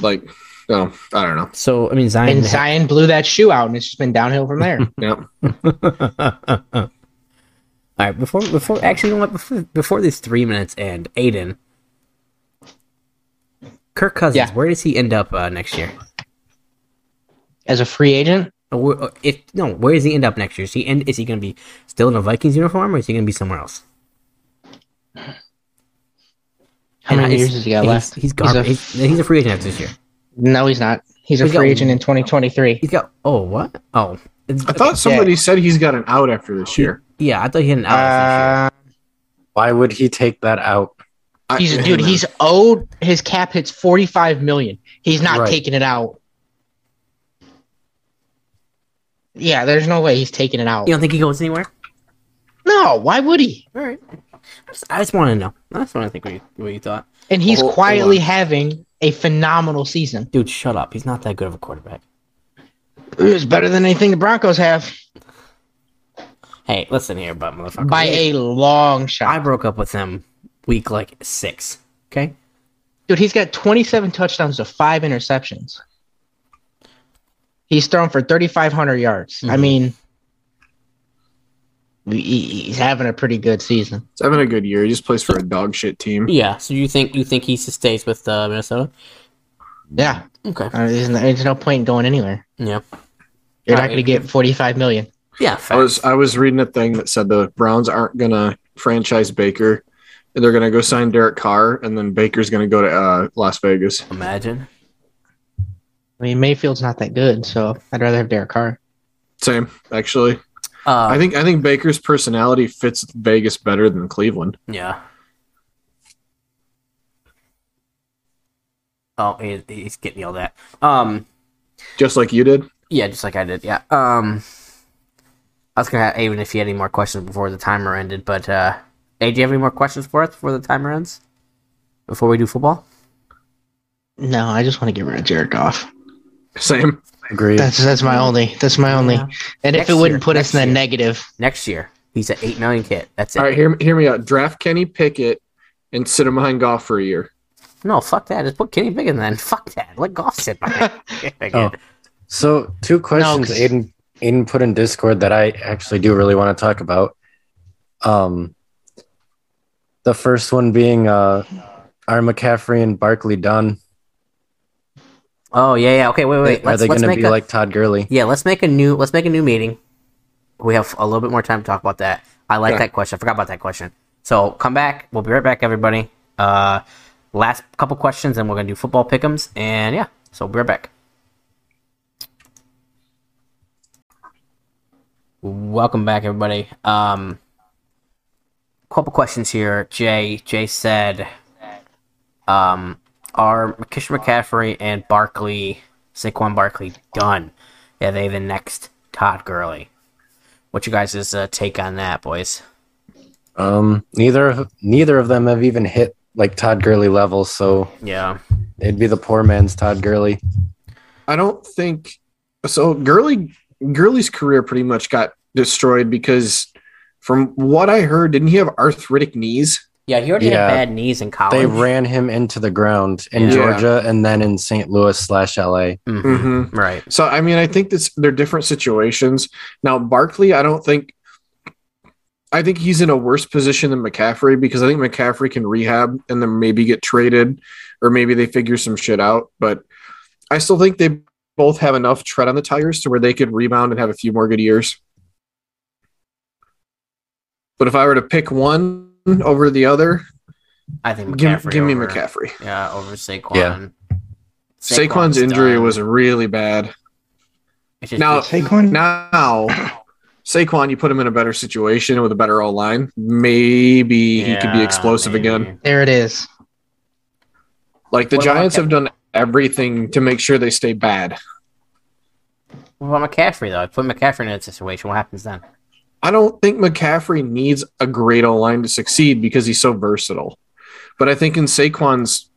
Speaker 2: Like, oh, I don't know.
Speaker 1: So I mean, Zion.
Speaker 3: And Zion blew that shoe out, and it's just been downhill from there.
Speaker 2: Yeah.
Speaker 1: All right. Before before actually, you know what? Before, before these three minutes end, Aiden. Kirk Cousins.
Speaker 3: Yeah.
Speaker 1: Where does he end up uh, next year?
Speaker 3: As a free agent,
Speaker 1: Uh, where- uh, If no, where does he end up next year? Is he end? Is he going to be still in a Vikings uniform, or is he going to be somewhere else?
Speaker 3: how many
Speaker 1: And
Speaker 3: years
Speaker 1: he's-
Speaker 3: has he got
Speaker 1: and
Speaker 3: left?
Speaker 1: He's, he's, gone,
Speaker 3: a-
Speaker 1: he's, he's a free agent after this year.
Speaker 3: no, he's not. He's a
Speaker 1: He's got-
Speaker 3: free agent in 2023.
Speaker 1: He's got oh what oh it's,
Speaker 2: I thought somebody said he's got an out after this year.
Speaker 1: yeah I thought he had an out. this year.
Speaker 3: Uh,
Speaker 4: Why would he take that out?
Speaker 2: I-
Speaker 3: he's dude. He's owed his cap hits 45 million. He's not
Speaker 4: Right.
Speaker 3: taking it out. Yeah, there's no way he's taking it out.
Speaker 1: You don't think he goes anywhere?
Speaker 3: No, why would he?
Speaker 1: All right. I just, I just want to know. That's what I think. What you, what you thought,
Speaker 3: And he's
Speaker 2: Hold- hold
Speaker 3: quietly
Speaker 2: on.
Speaker 3: having a phenomenal season.
Speaker 1: dude? Shut up. He's not that good of a quarterback.
Speaker 3: It's better than anything the Broncos have
Speaker 1: Hey, listen here, but motherfucker.
Speaker 3: by a long
Speaker 1: I
Speaker 3: shot.
Speaker 1: broke up with him week like six. Okay.
Speaker 3: Dude, he's got 27 touchdowns to five interceptions. He's thrown for 3,500 yards. I
Speaker 1: Mhm.
Speaker 3: mean, he- he- he's having a pretty good season.
Speaker 2: He's having a good year. He just plays for a dog shit team.
Speaker 1: Yeah. So you think you think he stays with uh, Minnesota?
Speaker 3: Yeah,
Speaker 1: Okay.
Speaker 3: I mean, there's, no, there's no point in going anywhere.
Speaker 1: Yeah.
Speaker 3: You're
Speaker 1: Alright.
Speaker 3: not going to get 45 million.
Speaker 1: Yeah.
Speaker 2: I was I was reading a thing that said the Browns aren't gonna franchise Baker. They're gonna go sign Derek Carr, and then Baker's gonna go to uh, Las Vegas.
Speaker 1: Imagine.
Speaker 3: I mean, Mayfield's not that good, so I'd rather have Derek Carr.
Speaker 2: Same, actually.
Speaker 1: Uh,
Speaker 2: I think I think Baker's personality fits Vegas better than Cleveland.
Speaker 1: Yeah. Oh, he, he's getting yelled at. Um.
Speaker 2: Just like you did.
Speaker 1: Yeah, just like I did. Yeah. Um, I was gonna even if you had any more questions before the timer ended, but uh, hey, do you have any more questions for us before the timer ends? Before we do football,
Speaker 3: No, I just want to get rid of Jared Goff.
Speaker 2: Same.
Speaker 4: Agreed.
Speaker 3: That's that's my only. That's my only.
Speaker 1: Yeah.
Speaker 3: And
Speaker 1: Next
Speaker 3: if it
Speaker 1: year,
Speaker 3: wouldn't put us in
Speaker 1: next
Speaker 3: the
Speaker 1: year.
Speaker 3: negative,
Speaker 1: next year he's an eight million kid. That's it.
Speaker 2: All right, hear hear me out. Draft Kenny Pickett and sit him behind golf for a year.
Speaker 1: No, fuck that. Just put Kenny Pickett then. Fuck that. Let golf sit by.
Speaker 4: Oh. So two questions
Speaker 3: 'cause-
Speaker 4: Aiden Aiden put in Discord that I actually do really want to talk about. Um the first one being uh are McCaffrey and Barkley done?
Speaker 1: Oh yeah, yeah. Okay, wait, wait.
Speaker 4: are
Speaker 1: let's,
Speaker 4: they
Speaker 1: let's
Speaker 4: gonna
Speaker 1: make
Speaker 4: be
Speaker 1: a,
Speaker 4: like Todd Gurley?
Speaker 1: Yeah, let's make a new let's make a new meeting. We have a little bit more time to talk about that. I like
Speaker 2: Okay.
Speaker 1: that question. I forgot about that question. So come back. We'll be right back, everybody. Uh, last couple questions, and we're gonna do football pickums. And yeah, so we'll be right back. Welcome back, everybody. Um, couple questions here. Jay Jay said, um, are Kishan McCaffrey and Barkley Saquon Barkley done? Are they the next Todd Gurley? What you guys' uh, take on that, boys?
Speaker 4: Um neither of- neither of them have even hit like Todd Gurley level, so
Speaker 1: Yeah.
Speaker 4: it'd be the poor man's Todd Gurley.
Speaker 2: I don't think so. Gurley Gurley's career pretty much got destroyed because, from what I heard, didn't he have arthritic knees?
Speaker 1: Yeah, he already
Speaker 4: Yeah.
Speaker 1: had bad knees in college.
Speaker 4: They ran him into the ground in
Speaker 1: Yeah.
Speaker 4: Georgia and then in St. Louis slash LA.
Speaker 1: Mhm.
Speaker 2: Mm-hmm.
Speaker 1: Right.
Speaker 2: So I mean, I think this they're different situations. Now Barkley, I don't think. I think he's in a worse position than McCaffrey because I think McCaffrey can rehab and then maybe get traded, or maybe they figure some shit out. But I still think they both have enough tread on the tires to where they could rebound and have a few more good years. But if I were to pick one over the other,
Speaker 1: I think
Speaker 2: give,
Speaker 1: McCaffrey.
Speaker 2: give me
Speaker 1: over-
Speaker 2: McCaffrey.
Speaker 1: Yeah, over Saquon.
Speaker 4: Yeah.
Speaker 2: Saquon's, injury was really bad. now-
Speaker 5: Saquon.
Speaker 2: now Saquon, you put him in a better situation with a better O line. Maybe he could be explosive again.
Speaker 3: There it is.
Speaker 2: Like the
Speaker 1: What about
Speaker 2: Giants
Speaker 1: Kev-
Speaker 2: have done everything to make sure they stay bad.
Speaker 1: What about McCaffrey though? Put McCaffrey in that situation. What happens then?
Speaker 2: I don't think McCaffrey needs a great O line to succeed because he's so versatile. But I think in Saquon's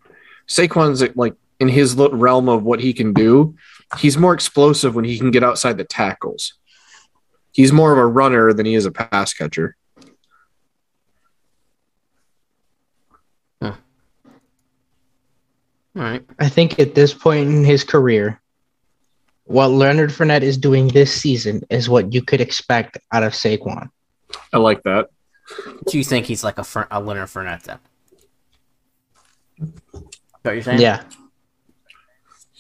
Speaker 2: Saquon's like in his little realm of what he can do, he's more explosive when he can get outside the tackles. He's more of a runner than he is a pass catcher.
Speaker 1: All right.
Speaker 3: I think at this point in his career, what Leonard Fournette is doing this season is what you could expect out of Saquon.
Speaker 2: I like that.
Speaker 1: Do you think he's like a, Fer- a Leonard Fournette then? Is that what you're saying?
Speaker 3: Yeah.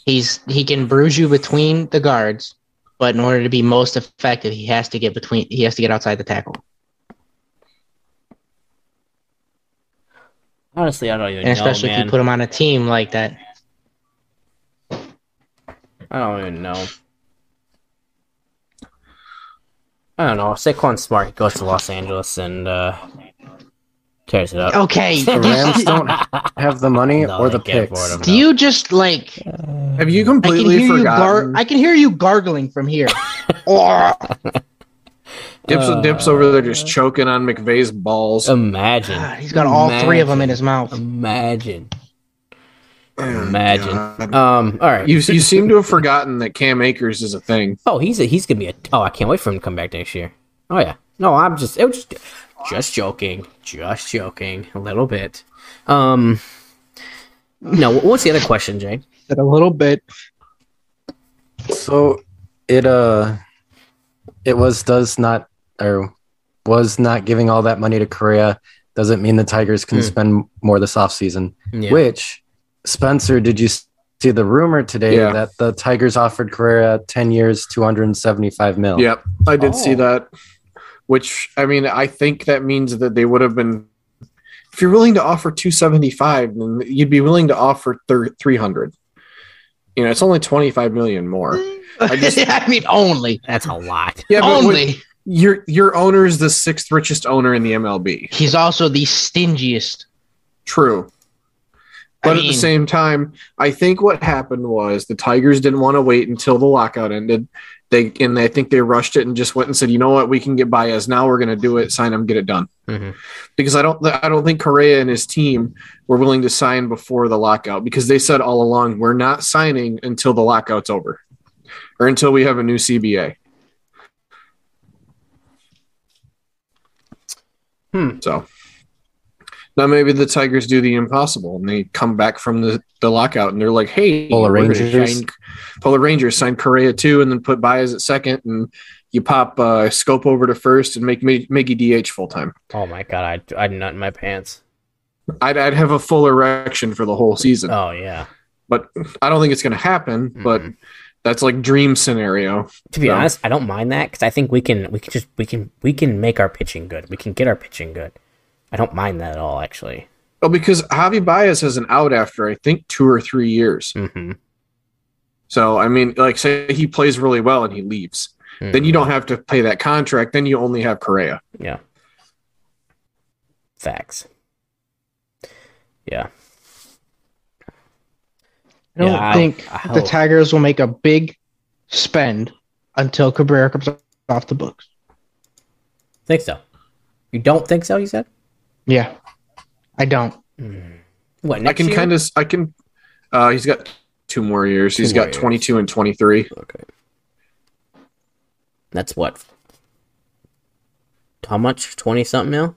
Speaker 3: He's he can bruise you between the guards, but in order to be most effective, he has to get between he has to get outside the tackle.
Speaker 1: Honestly, I don't even
Speaker 3: And especially
Speaker 1: know,
Speaker 3: if
Speaker 1: man.
Speaker 3: you put him on a team like that.
Speaker 1: I don't even know. I don't know. Saquon's smart. He goes to Los Angeles and uh, tears it up.
Speaker 3: Okay.
Speaker 4: The Rams don't have the money
Speaker 1: No,
Speaker 4: or
Speaker 1: they
Speaker 4: the
Speaker 1: can't
Speaker 4: picks.
Speaker 1: afford him.
Speaker 3: Do you just like
Speaker 2: Have you
Speaker 3: I can
Speaker 2: completely
Speaker 3: hear you
Speaker 2: forgotten?
Speaker 3: gar- I can hear you gargling from here.
Speaker 2: Dips
Speaker 1: Uh, Oh,
Speaker 2: dips over there just choking on McVeigh's balls.
Speaker 1: Imagine.
Speaker 3: God, he's got all three of them in his mouth.
Speaker 1: Imagine.
Speaker 2: Oh,
Speaker 1: Imagine.
Speaker 2: God.
Speaker 1: Um. All right.
Speaker 2: You you seem to have forgotten that Cam Akers is a thing.
Speaker 1: Oh, he's a, he's gonna be a. Oh, I can't wait for him to come back next year. Oh yeah. No, I'm just it was just, just joking, just joking a little bit. Um. No, what- what's the other question, Jane?
Speaker 3: A little bit.
Speaker 4: So it uh it was does not or was not giving all that money to Korea doesn't mean the Tigers can
Speaker 1: Hmm.
Speaker 4: spend more this offseason.
Speaker 1: Yeah.
Speaker 4: Which Spencer, did you s- see the rumor today
Speaker 2: Yeah.
Speaker 4: that the Tigers offered Korea 10 years 275 mil?
Speaker 2: Yep, I did see
Speaker 1: Oh.
Speaker 2: that. Which I mean, I think that means that they would have been. If you're willing to offer 275, then you'd be willing to offer thir- 300. You know, it's only 25 million more.
Speaker 3: I,
Speaker 2: just-
Speaker 3: mean, only,
Speaker 1: That's a lot.
Speaker 2: Yeah, but
Speaker 3: only.
Speaker 2: when- your your owner is the sixth richest owner in the MLB.
Speaker 3: He's also the stingiest.
Speaker 2: True.
Speaker 3: I
Speaker 2: But at
Speaker 3: mean-
Speaker 2: the same time, I think what happened was the Tigers didn't want to wait until the lockout ended. They and I think they rushed it and just went and said, you know what, we can get Baez now. We're going to do it. Sign him, get it done.
Speaker 3: Mm-hmm.
Speaker 1: Mhm.
Speaker 2: Because I don't, I don't think Correa and his team were willing to sign before the lockout because they said all along we're not signing until the lockout's over, or until we have a new CBA.
Speaker 1: Hmm.
Speaker 2: So now maybe the Tigers do the impossible and they come back from the, the lockout and they're like, hey,
Speaker 4: Polar
Speaker 2: we're gonna
Speaker 4: Rangers.
Speaker 2: sign- Polar Rangers signed Correa too, and then put Baez at second, and you pop uh, Scope over to first and make E Mi- Miggy DH full time.
Speaker 1: Oh my god, I'd, I'd nut in my pants.
Speaker 2: I'd, I'd have a full erection for the whole season.
Speaker 1: Oh yeah.
Speaker 2: But I don't think it's going to happen. But
Speaker 1: Mhm.
Speaker 2: that's like dream scenario.
Speaker 1: To be
Speaker 2: So-
Speaker 1: honest, I don't mind that because I think we can we can just we can we can make our pitching good. We can get our pitching good. I don't mind that at all, actually.
Speaker 2: Well, Oh, because Javi Baez has an out after I think two or three years.
Speaker 1: Mm-hmm.
Speaker 2: So I mean, like say he plays really well and he leaves, then
Speaker 1: Mm-hmm.
Speaker 2: you don't have to pay that contract. Then you only have Correa.
Speaker 1: Yeah. Facts. Yeah.
Speaker 3: I don't
Speaker 1: Yeah, I-
Speaker 3: think
Speaker 1: I
Speaker 3: the
Speaker 1: hope.
Speaker 3: Tigers will make a big spend until Cabrera comes off the books.
Speaker 1: Think so. You don't think so, you said?
Speaker 2: Uh,
Speaker 3: Yeah, I don't.
Speaker 1: Mm. What
Speaker 2: I
Speaker 1: next
Speaker 2: can kind of I can. Uh, he's got two more years.
Speaker 1: Two
Speaker 2: He's
Speaker 1: more
Speaker 2: got
Speaker 1: years.
Speaker 2: 22 and 23.
Speaker 1: Okay. That's what. How much? Twenty something mil?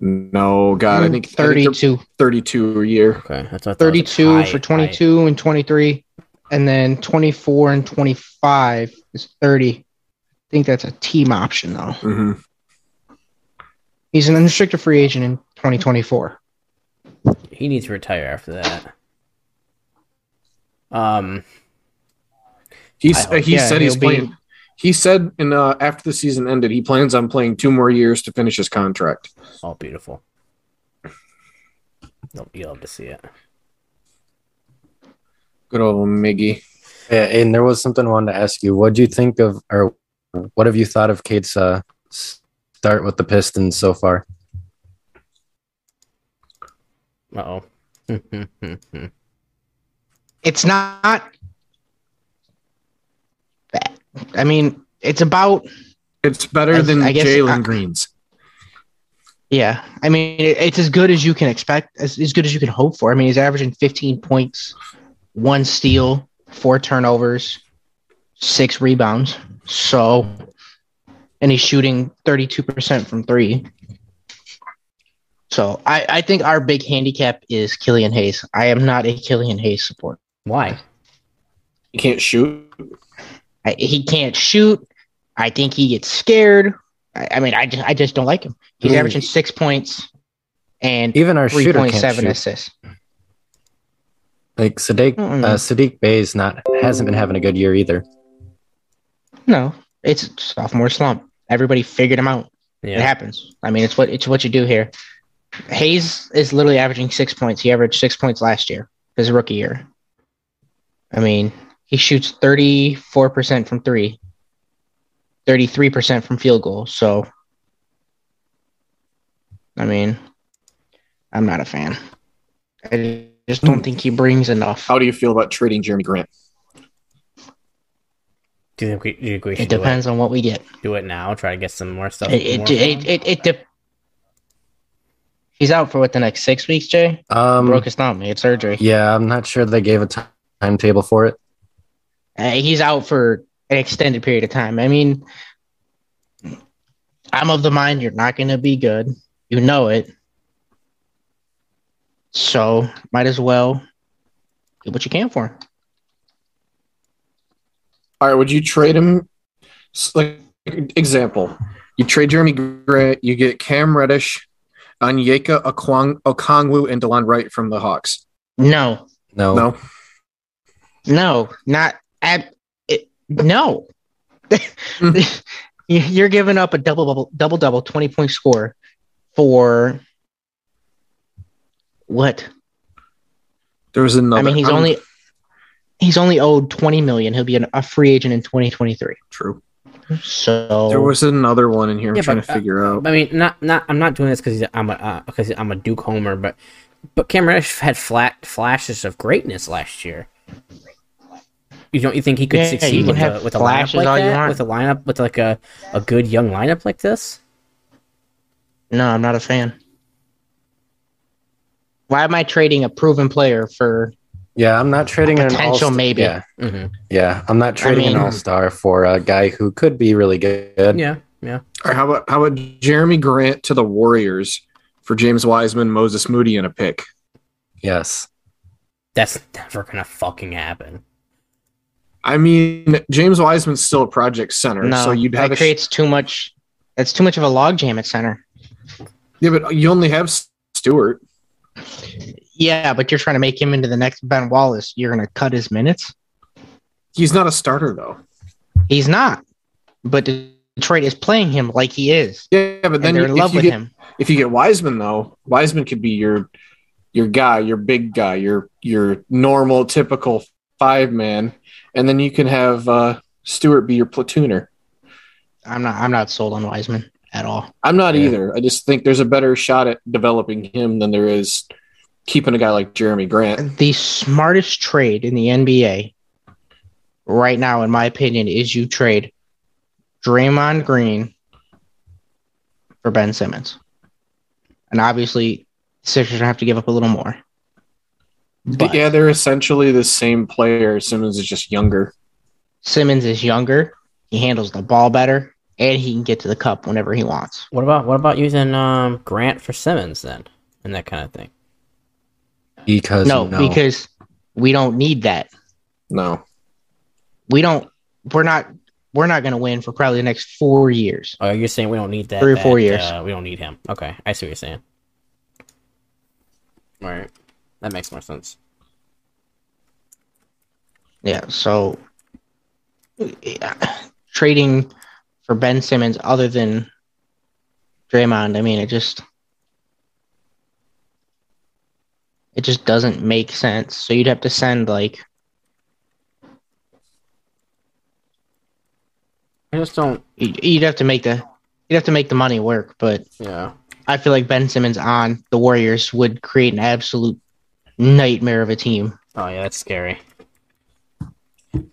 Speaker 2: No, God,
Speaker 1: Mm,
Speaker 2: I think I think they're
Speaker 3: 32.
Speaker 2: 32 a year.
Speaker 1: Okay, that's what. I thought.
Speaker 3: 32
Speaker 1: High,
Speaker 3: for 22 and 23. And then 24 and 25 is 30. I think that's a team option, though.
Speaker 2: hmm
Speaker 3: He's an unrestricted free agent in 2024.
Speaker 1: high. He needs to retire after that. Um.
Speaker 2: He's
Speaker 1: I-
Speaker 2: uh, he
Speaker 3: yeah,
Speaker 2: said he's
Speaker 3: he'll be-
Speaker 2: playing. He said in uh, after the season ended, he plans on playing two more years to finish his contract.
Speaker 1: All Oh, beautiful. Nope, you love to see it.
Speaker 2: Good old Miggy.
Speaker 4: Yeah, and there was something I wanted to ask you. What do you think of, or what have you thought of Kate's uh, start with the Pistons so far?
Speaker 1: Uh oh.
Speaker 3: It's not bad. I mean, it's about
Speaker 2: It's better
Speaker 3: I-
Speaker 2: than
Speaker 3: I guess-
Speaker 2: Jalen
Speaker 3: I-
Speaker 2: Green's.
Speaker 3: Yeah, I mean it, it's as good as you can expect, as, as good as you can hope for. I mean he's averaging 15 points, one steal, four turnovers, six rebounds. So, and he's shooting 32 percent from three. So I, I think our big handicap is Killian Hayes. I am not a Killian Hayes supporter.
Speaker 1: Why?
Speaker 2: He can't shoot.
Speaker 3: I, he can't shoot. I think he gets scared. I, I mean I just I just don't like him. He's
Speaker 4: Mm.
Speaker 3: averaging six points and
Speaker 4: Even our
Speaker 3: three
Speaker 4: shooter
Speaker 3: point
Speaker 4: can't
Speaker 3: seven
Speaker 4: shoot.
Speaker 3: assists.
Speaker 4: Like Sadiq,
Speaker 3: Mm-mm.
Speaker 4: uh, Sadiq Bay's not hasn't been having a good year either.
Speaker 3: No, it's sophomore slump. Everybody figured him out. It
Speaker 1: Yeah.
Speaker 3: happens. I mean, it's what it's what you do here. Hayes is literally averaging six points. He averaged six points last year, his rookie year. I mean, he shoots thirty four percent from three, 33 percent from field goal. So, I mean, I'm not a fan. I just don't think he brings enough.
Speaker 2: How do you feel about trading Jeremy Grant?
Speaker 1: Do you think we, do you think we
Speaker 3: It
Speaker 1: should do it,
Speaker 3: depends on what we get.
Speaker 1: do it now? Try to get some more stuff.
Speaker 3: It,
Speaker 1: uh, more
Speaker 3: it, it,
Speaker 1: from
Speaker 3: it, it dep- He's out for what the next six weeks, Jay?
Speaker 1: Mm-hmm.
Speaker 4: Um,
Speaker 3: Broke his thumb. He had surgery.
Speaker 4: yeah, I'm not sure they gave a ti- timetable for it.
Speaker 3: Uh, he's out for an extended period of time. I mean, I'm of the mind you're not going to be good. You know it. So might as well get what you can for. him.
Speaker 2: All right, would you trade him? s- Like example, you trade Jeremy Grant, you get Cam Reddish, Onyeka Okwong- Okongwu, and Delon Wright from the Hawks.
Speaker 3: No,
Speaker 4: No,
Speaker 2: No,
Speaker 3: no, not ab- it, no. You- you're giving up a double double double double 20 point score for what?
Speaker 2: there was another.
Speaker 3: I mean, he's
Speaker 2: I'm-
Speaker 3: only he's only owed 20 million. He'll be an, a free agent in 2023.
Speaker 2: true.
Speaker 3: So
Speaker 2: There was another one in here. I'm
Speaker 1: Yeah,
Speaker 2: trying
Speaker 1: but,
Speaker 2: to
Speaker 1: uh,
Speaker 2: figure out.
Speaker 1: I mean, not not. I'm not doing this because I'm a uh, because I'm a Duke homer, but but Cam Reddish had flat flashes of greatness last year. You don't you think he could
Speaker 3: Yeah, you
Speaker 1: succeed
Speaker 3: can
Speaker 1: with, a,
Speaker 3: have
Speaker 1: with a lineup
Speaker 3: flashes
Speaker 1: like
Speaker 3: all you
Speaker 1: that?
Speaker 3: want.
Speaker 1: With a lineup with like a, a good young lineup like this?
Speaker 3: no, I'm not a fan. Why am I trading a proven player for?
Speaker 4: yeah, I'm not trading an
Speaker 3: Potential
Speaker 4: all-star-
Speaker 3: maybe.
Speaker 4: Yeah,
Speaker 1: hmm
Speaker 3: Mm-hmm.
Speaker 4: yeah, I'm not trading
Speaker 3: mean-
Speaker 4: an all star for a guy who could be really good.
Speaker 1: Yeah, yeah.
Speaker 2: All right, how about how about Jeremy Grant to the Warriors for James Wiseman, Moses Moody, and a pick?
Speaker 4: Yes,
Speaker 1: That's never gonna fucking happen.
Speaker 2: I mean, James Wiseman's still a project center,
Speaker 3: No,
Speaker 2: so you'd have a
Speaker 3: that
Speaker 2: sh-
Speaker 3: creates too much. That's too much of a logjam at center.
Speaker 2: yeah, but you only have Stewart.
Speaker 3: Yeah, but you're trying to make him into the next Ben Wallace. You're going to cut his minutes.
Speaker 2: He's not a starter though.
Speaker 3: He's not. But Detroit is playing him like he is.
Speaker 2: Yeah, but
Speaker 3: and
Speaker 2: then
Speaker 3: they're in
Speaker 2: you, if
Speaker 3: love
Speaker 2: you
Speaker 3: with
Speaker 2: get
Speaker 3: him.
Speaker 2: if you get Wiseman though, Wiseman could be your your guy, your big guy, your your normal typical five man, and then you can have uh, Stewart be your platooner.
Speaker 3: I'm not. I'm not sold on Wiseman at all.
Speaker 2: I'm not
Speaker 4: Yeah.
Speaker 2: either. I just think there's a better shot at developing him than there is keeping a guy like Jeremy Grant.
Speaker 3: the smartest trade in the NBA right now, in my opinion, is you trade Draymond Green for Ben Simmons. And obviously, Sixers are gonna have to give up a little more. But
Speaker 2: yeah, they're essentially the same player. Simmons is just younger.
Speaker 3: Simmons is younger. He handles the ball better, and he can get to the cup whenever he wants.
Speaker 1: What about what about using um, Grant for Simmons then, and that kind of thing?
Speaker 4: Because
Speaker 3: No,
Speaker 4: no,
Speaker 3: because we don't need that.
Speaker 2: No.
Speaker 3: We don't. We're not. We're not gonna win for probably the next four years.
Speaker 1: Oh, you're saying we don't need that
Speaker 3: Three or four
Speaker 1: that,
Speaker 3: years.
Speaker 1: Uh, we don't need him. Okay, I see what you're saying. All right, that makes more sense.
Speaker 3: Yeah. So yeah, trading for Ben Simmons, other than Draymond, I mean, it just it just doesn't make sense. So you'd have to send like
Speaker 1: I just don't.
Speaker 3: you'd you'd have to make the you'd have to make the money work. But
Speaker 1: Yeah.
Speaker 3: I feel like Ben Simmons on the Warriors would create an absolute nightmare of a team.
Speaker 1: Oh yeah, that's scary.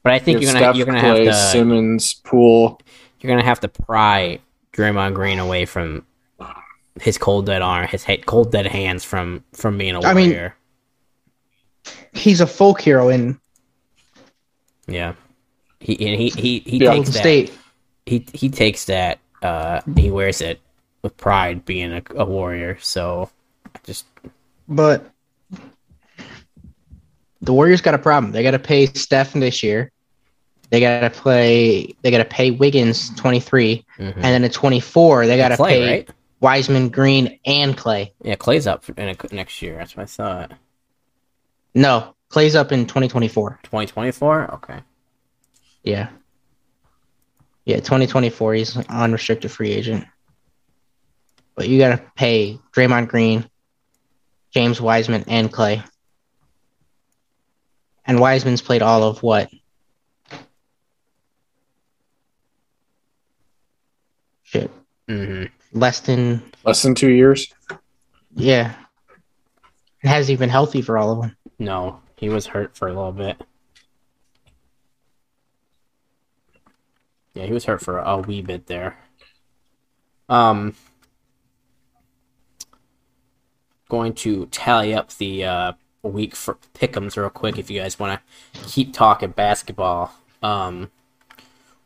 Speaker 1: But I think
Speaker 2: You
Speaker 1: you're
Speaker 2: have
Speaker 1: gonna
Speaker 2: Steph
Speaker 1: you're gonna
Speaker 2: Clay,
Speaker 1: have to
Speaker 2: Simmons, Poole.
Speaker 1: you're gonna have to pry Draymond Green away from his cold dead arm, his he- cold dead hands from from being a
Speaker 3: I mean-
Speaker 1: warrior.
Speaker 3: He's a folk hero in
Speaker 1: yeah. He and he he he
Speaker 2: Yeah.
Speaker 1: takes
Speaker 3: Golden
Speaker 1: that.
Speaker 3: State.
Speaker 1: He he takes that. Uh, he wears it with pride, being a, a warrior. So, I just
Speaker 3: But the Warriors got a problem. They got to pay Steph this year. They got to play. They got to pay Wiggins twenty three,
Speaker 1: mhm.
Speaker 3: and then at twenty four they got to
Speaker 1: Clay,
Speaker 3: pay
Speaker 1: right?
Speaker 3: Wiseman, Green, and Clay.
Speaker 1: Yeah, Clay's up in a, next year. That's what I thought.
Speaker 3: No, Clay's up in twenty twenty four.
Speaker 1: 2024. Okay.
Speaker 3: Yeah, yeah, twenty twenty four. He's an unrestricted free agent. But you got to pay Draymond Green, James Wiseman, and Clay. And Wiseman's played all of what shit
Speaker 1: hmm
Speaker 3: less than
Speaker 2: Less than two years.
Speaker 3: yeah. And hasn't even been healthy for all of them.
Speaker 1: No, he was hurt for a little bit. Yeah, he was hurt for a wee bit there. Um, going to tally up the uh, week for pickums real quick if you guys want to keep talking basketball. Um,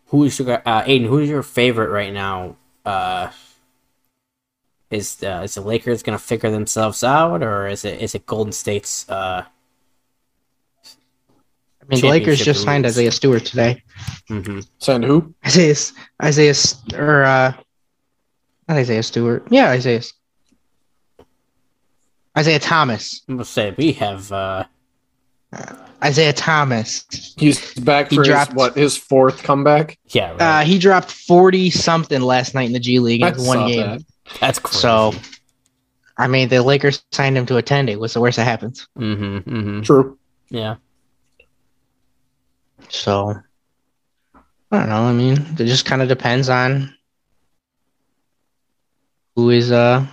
Speaker 1: who's your gu- uh, Aiden? Who's your favorite right now? Uh, is uh, is the Lakers gonna figure themselves out, or is it is it Golden State's uh?
Speaker 3: I mean, the Lakers
Speaker 1: Championship
Speaker 3: just signed
Speaker 1: rings.
Speaker 3: Isaiah Stewart today.
Speaker 1: mhm.
Speaker 2: Send who?
Speaker 3: Isaiah, Isaiah, or uh, not Isaiah Stewart. Yeah, Isaiah. Isaiah Thomas.
Speaker 1: I'm gonna say we have uh
Speaker 3: Isaiah Thomas.
Speaker 2: He's back
Speaker 3: He
Speaker 2: for his,
Speaker 3: dropped-
Speaker 2: what his fourth comeback.
Speaker 1: yeah
Speaker 3: Uh,
Speaker 1: right.
Speaker 3: he dropped forty something last night in the G League
Speaker 2: I
Speaker 3: in one
Speaker 2: saw
Speaker 3: game.
Speaker 2: that.
Speaker 1: that's crazy.
Speaker 3: Uh, So, I mean, the Lakers signed him to a ten day. What's the worst that happens?
Speaker 1: mm-hmm, mm-hmm.
Speaker 2: Hmm. True.
Speaker 1: yeah
Speaker 3: So, I don't know. I mean, it just kind of depends on who is uh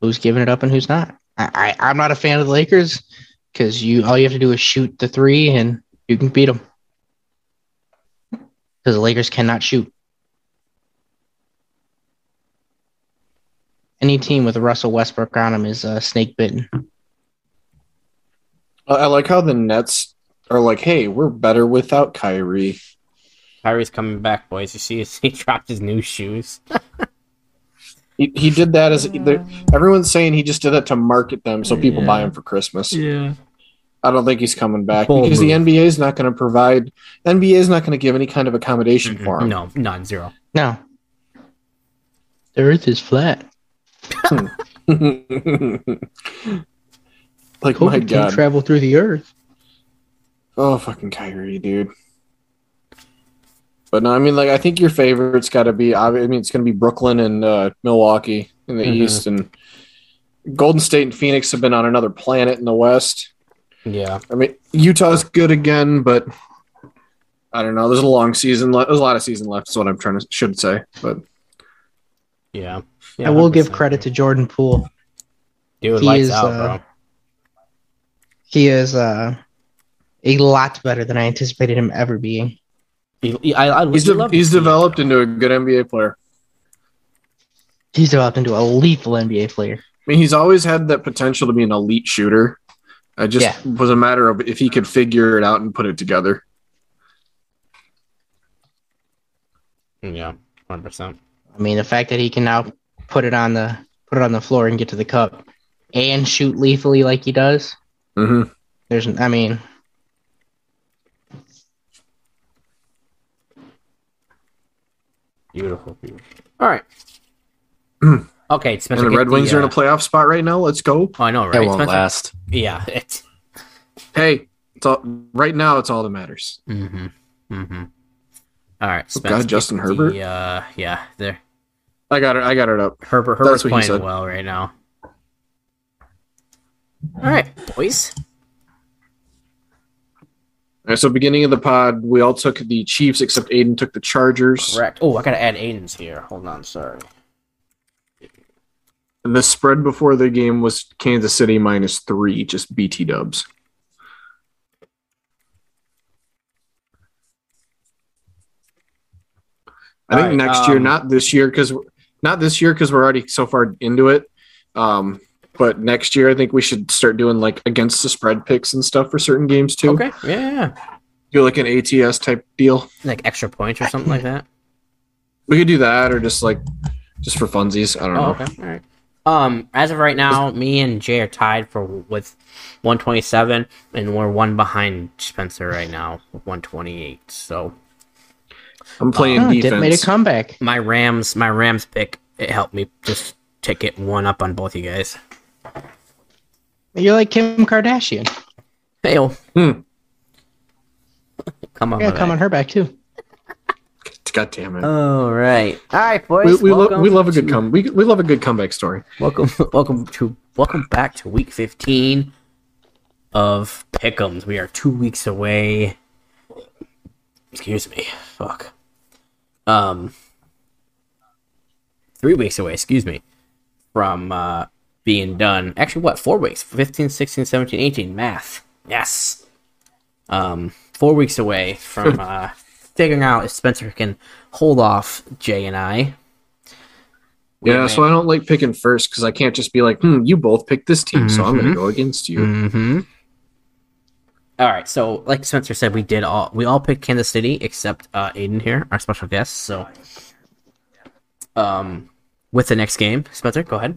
Speaker 3: who's giving it up and who's not. I, I I'm not a fan of the Lakers because you all you have to do is shoot the three and you can beat them because the Lakers cannot shoot. Any team with Russell Westbrook on him is uh, snake bitten.
Speaker 2: I I like how the Nets are like, hey, we're better without Kyrie.
Speaker 1: Kyrie's coming back boys you see he dropped his new shoes
Speaker 2: He, he did that as they're- everyone's saying he just did that to market them so people buy him for Christmas.
Speaker 1: yeah
Speaker 2: I don't think he's coming back
Speaker 1: Bold
Speaker 2: because the
Speaker 1: move.
Speaker 2: NBA is not going to provide. NBA is not going to give any kind of accommodation for him.
Speaker 1: no none zero
Speaker 3: No, the Earth is flat.
Speaker 2: like
Speaker 3: Kobe
Speaker 2: my
Speaker 3: can't
Speaker 2: god,
Speaker 3: travel through the earth.
Speaker 2: oh fucking Kyrie, dude. But no, I mean, like I think your favorite's got to be. I mean, it's going to be Brooklyn and uh, Milwaukee in the
Speaker 1: Mhm.
Speaker 2: East, and Golden State and Phoenix have been on another planet in the West.
Speaker 1: yeah
Speaker 2: I mean, Utah's good again, but I don't know. There's a long season. left. There's a lot of season left. Is what I'm trying to should say, but
Speaker 1: yeah,
Speaker 3: I will give credit to Jordan Poole.
Speaker 1: dude
Speaker 3: he
Speaker 1: lights
Speaker 3: is,
Speaker 1: out
Speaker 3: uh, He is uh, a lot better than I anticipated him ever being.
Speaker 1: bro He- he- I, I,
Speaker 2: he's
Speaker 1: I
Speaker 2: de-
Speaker 1: love
Speaker 2: he's
Speaker 1: to see it,
Speaker 2: developed
Speaker 1: though.
Speaker 2: into a good NBA player.
Speaker 3: He's developed into a lethal NBA player.
Speaker 2: mean, he's always had that potential to be an elite shooter. It just
Speaker 3: Yeah.
Speaker 2: was a matter of if he could figure it out and put it together.
Speaker 1: Yeah, one percent.
Speaker 3: I mean, the fact that he can now put it on the put it on the floor and get to the cup and shoot lethally like he does.
Speaker 2: hmm
Speaker 3: There's, I mean,
Speaker 1: Beautiful, beautiful. All right. okay, Spencer.
Speaker 2: And the
Speaker 1: get
Speaker 2: Red Wings are in a
Speaker 1: uh,
Speaker 2: playoff spot right now. Let's go.
Speaker 1: Oh, I know, right?
Speaker 4: It won't
Speaker 1: Spencer?
Speaker 4: last.
Speaker 1: Yeah, it's.
Speaker 2: Hey, it's all, right now. It's all that matters.
Speaker 1: Mm-hmm. Mm-hmm. All right,
Speaker 2: Oh, God,
Speaker 1: Spencer. get
Speaker 2: Justin
Speaker 1: the,
Speaker 2: Herbert?
Speaker 1: uh, yeah, there.
Speaker 2: I got it. I got it up.
Speaker 1: Herbert. Herbert's
Speaker 2: what he
Speaker 1: playing
Speaker 2: said.
Speaker 1: well right now. All right, boys.
Speaker 2: All right, so beginning of the pod, we all took the Chiefs except Aiden took the Chargers.
Speaker 1: Correct. Oh, I gotta add Aiden's here. Hold on, sorry.
Speaker 2: The spread before the game was Kansas City minus three, just BT dubs. I
Speaker 1: All
Speaker 2: think
Speaker 1: right,
Speaker 2: next year,
Speaker 1: um,
Speaker 2: not this year, because not this year because we're already so far into it. Um, but next year, I think we should start doing like against the spread picks and stuff for certain games too.
Speaker 1: Okay. Yeah, yeah. yeah.
Speaker 2: Do like an ATS type deal.
Speaker 1: Like extra points or something like that.
Speaker 2: We could do that, or just like just for funsies. I don't
Speaker 1: Oh,
Speaker 2: know.
Speaker 1: okay. All right. Um, as of right now, me and Jay are tied for with 127, and we're one behind Spencer right now, with 128. So
Speaker 2: I'm playing
Speaker 3: oh,
Speaker 2: defense.
Speaker 3: Dip made a comeback.
Speaker 1: my Rams, my Rams pick, it helped me just take it one up on both you guys.
Speaker 3: You're like Kim Kardashian.
Speaker 1: Fail.
Speaker 2: Hmm.
Speaker 1: Come on.
Speaker 3: Yeah, come on her back too.
Speaker 2: God damn it.
Speaker 1: All right. All right,
Speaker 2: we,
Speaker 1: boys.
Speaker 2: we, lo-
Speaker 1: welcome
Speaker 2: we love a good
Speaker 1: to-
Speaker 2: come. We, we love a good comeback story.
Speaker 1: Welcome, welcome to welcome back to week 15 of Pickums. We are two weeks away. Excuse me, fuck. Um, three weeks away. Excuse me, from uh, being done. Actually, what? Four weeks. 15, 16, 17, 18. Math. Yes. Um, four weeks away from uh, figuring out if Spencer can hold off Jay and I. We
Speaker 2: yeah,
Speaker 1: may-
Speaker 2: so I don't like picking first because I can't just be like, hmm, you both picked this team, so I'm going
Speaker 1: Mhm.
Speaker 2: to go against you.
Speaker 1: Mm-hmm. All right, so like Spencer said, we did all we all picked Kansas City except uh, Aiden here, our special guest. So, um, with the next game, Spencer, go ahead.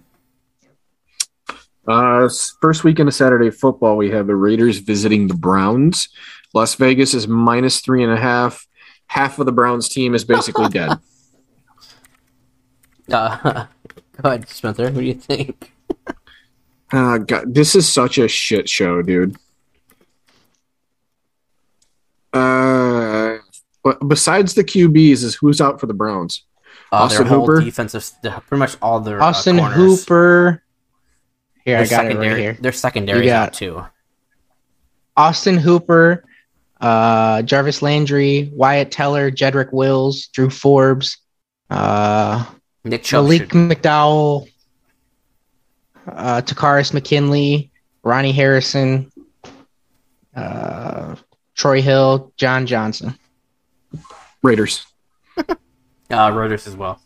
Speaker 2: Uh, s- first weekend of Saturday football, we have the Raiders visiting the Browns. Las Vegas is minus three and a half. Half of the Browns team is basically dead.
Speaker 1: Uh, go ahead, Spencer. Who do you think?
Speaker 2: Uh, God, this is such a shit show, dude. Uh, but besides the QBs, is who's out for the Browns?
Speaker 1: Uh, their
Speaker 2: Austin
Speaker 1: whole
Speaker 2: Hooper?
Speaker 1: defensive, their- pretty much all their
Speaker 3: Austin
Speaker 1: uh, corners.
Speaker 3: Hooper.
Speaker 1: Their
Speaker 3: Here, I got it
Speaker 1: secondary,
Speaker 3: right here.
Speaker 1: Their secondary
Speaker 3: You got
Speaker 1: out too.
Speaker 3: Austin Hooper, uh, Jarvis Landry, Wyatt Teller, Jedrick Wills, Drew Forbes, uh,
Speaker 1: Nick Chubb.
Speaker 3: Malik
Speaker 1: should-
Speaker 3: McDowell, uh, Takaris McKinley, Ronnie Harrison, uh, Troy Hill, John Johnson.
Speaker 2: Raiders.
Speaker 1: uh, Reuters as well.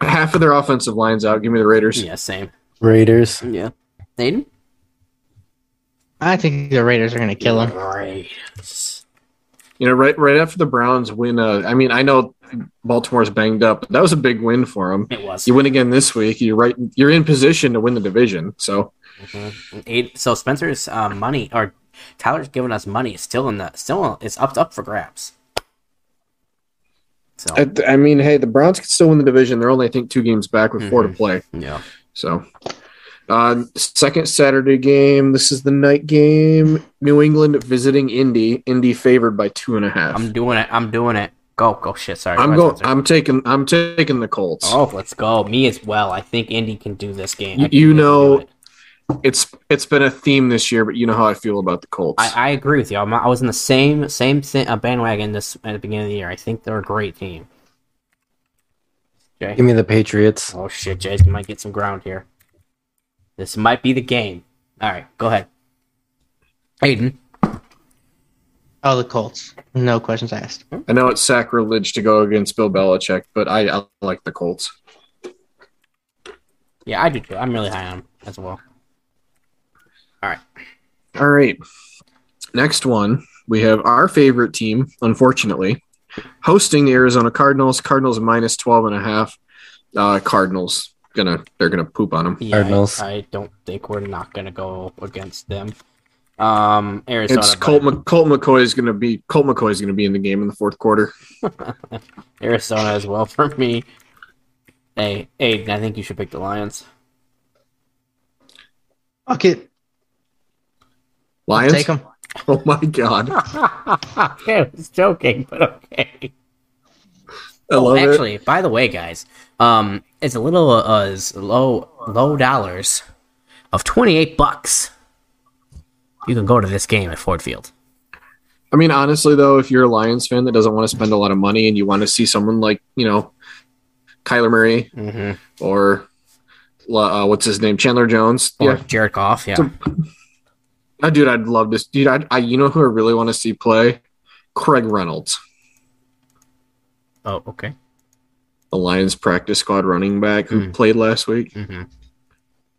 Speaker 2: Half of their offensive line's out. Give me the Raiders.
Speaker 1: Yeah, same.
Speaker 4: Raiders.
Speaker 1: Yeah, Aiden.
Speaker 3: I think the Raiders are going to kill him.
Speaker 1: Raiders.
Speaker 2: You know, right right after the Browns win, uh, I mean, I know Baltimore's banged up, but that was a big win for them.
Speaker 1: It was.
Speaker 2: You win again this week. You're right. You're in position to win the division. So
Speaker 1: Mhm. Eight, so Spencer's uh, money or Tyler's giving us money is still in the still it's up up for grabs. So
Speaker 2: I, I mean, hey, the Browns could still win the division. They're only, I think, two games back with four to
Speaker 1: Mhm.
Speaker 2: play.
Speaker 1: yeah,
Speaker 2: So, uh, second Saturday game. This is the night game. New England visiting Indy. Indy favored by two and a half.
Speaker 1: I'm doing it. I'm doing it. Go go shit. Sorry,
Speaker 2: I'm
Speaker 1: go ahead,
Speaker 2: going.
Speaker 1: Spencer.
Speaker 2: I'm taking. I'm taking the Colts.
Speaker 1: oh, let's go. Me as well. I think Indy can do this game. I
Speaker 2: You-
Speaker 1: think
Speaker 2: you
Speaker 1: they can do
Speaker 2: know-
Speaker 1: it.
Speaker 2: It's it's been a theme this year, but you know how I feel about the Colts.
Speaker 1: I, I agree with you. I'm, I was in the same same thing, uh, bandwagon this at the beginning of the year. I think they're a great team. Jay.
Speaker 4: Give me the Patriots.
Speaker 1: Oh shit, Jay's might get some ground here. This might be the game. All right, go ahead, Aiden.
Speaker 3: Oh, the Colts. No questions asked.
Speaker 2: I know it's sacrilege to go against Bill Belichick, but I, I like the Colts.
Speaker 1: Yeah, I do too. I'm really high on him as well.
Speaker 2: All right. Next one, we have our favorite team, unfortunately, hosting the Arizona Cardinals. Cardinals minus 12 and a half. Uh, Cardinals gonna they're gonna poop on them.
Speaker 1: Yeah,
Speaker 4: Cardinals.
Speaker 1: I, I don't think we're not gonna go against them. Um, Arizona.
Speaker 2: It's Colt,
Speaker 1: but
Speaker 2: Mc, Colt McCoy is gonna be Colt McCoy is gonna be in the game in the fourth quarter.
Speaker 1: Arizona as well for me. Hey, Aiden, I think you should pick the Lions.
Speaker 3: Fuck it.
Speaker 2: Lions.
Speaker 3: Take him.
Speaker 2: Oh my god,
Speaker 1: I was joking, but okay.
Speaker 2: I
Speaker 1: Oh,
Speaker 2: love it.
Speaker 1: actually, by the way, guys, um, it's a little uh, is low low dollars of twenty eight bucks. You can go to this game at Ford Field.
Speaker 2: I mean, honestly though, if you're a Lions fan that doesn't want to spend a lot of money and you want to see someone like you know Kyler Murray
Speaker 1: Mm-hmm.
Speaker 2: or uh, what's his name Chandler Jones,
Speaker 1: Or
Speaker 2: yeah,
Speaker 1: Jared Goff, yeah.
Speaker 2: Uh, dude, I'd love this. Dude, I, I you know who I really want to see play? Craig Reynolds,
Speaker 1: Oh, okay.
Speaker 2: the Lions practice squad running back who
Speaker 1: Hmm.
Speaker 2: played last week.
Speaker 1: Mm-hmm.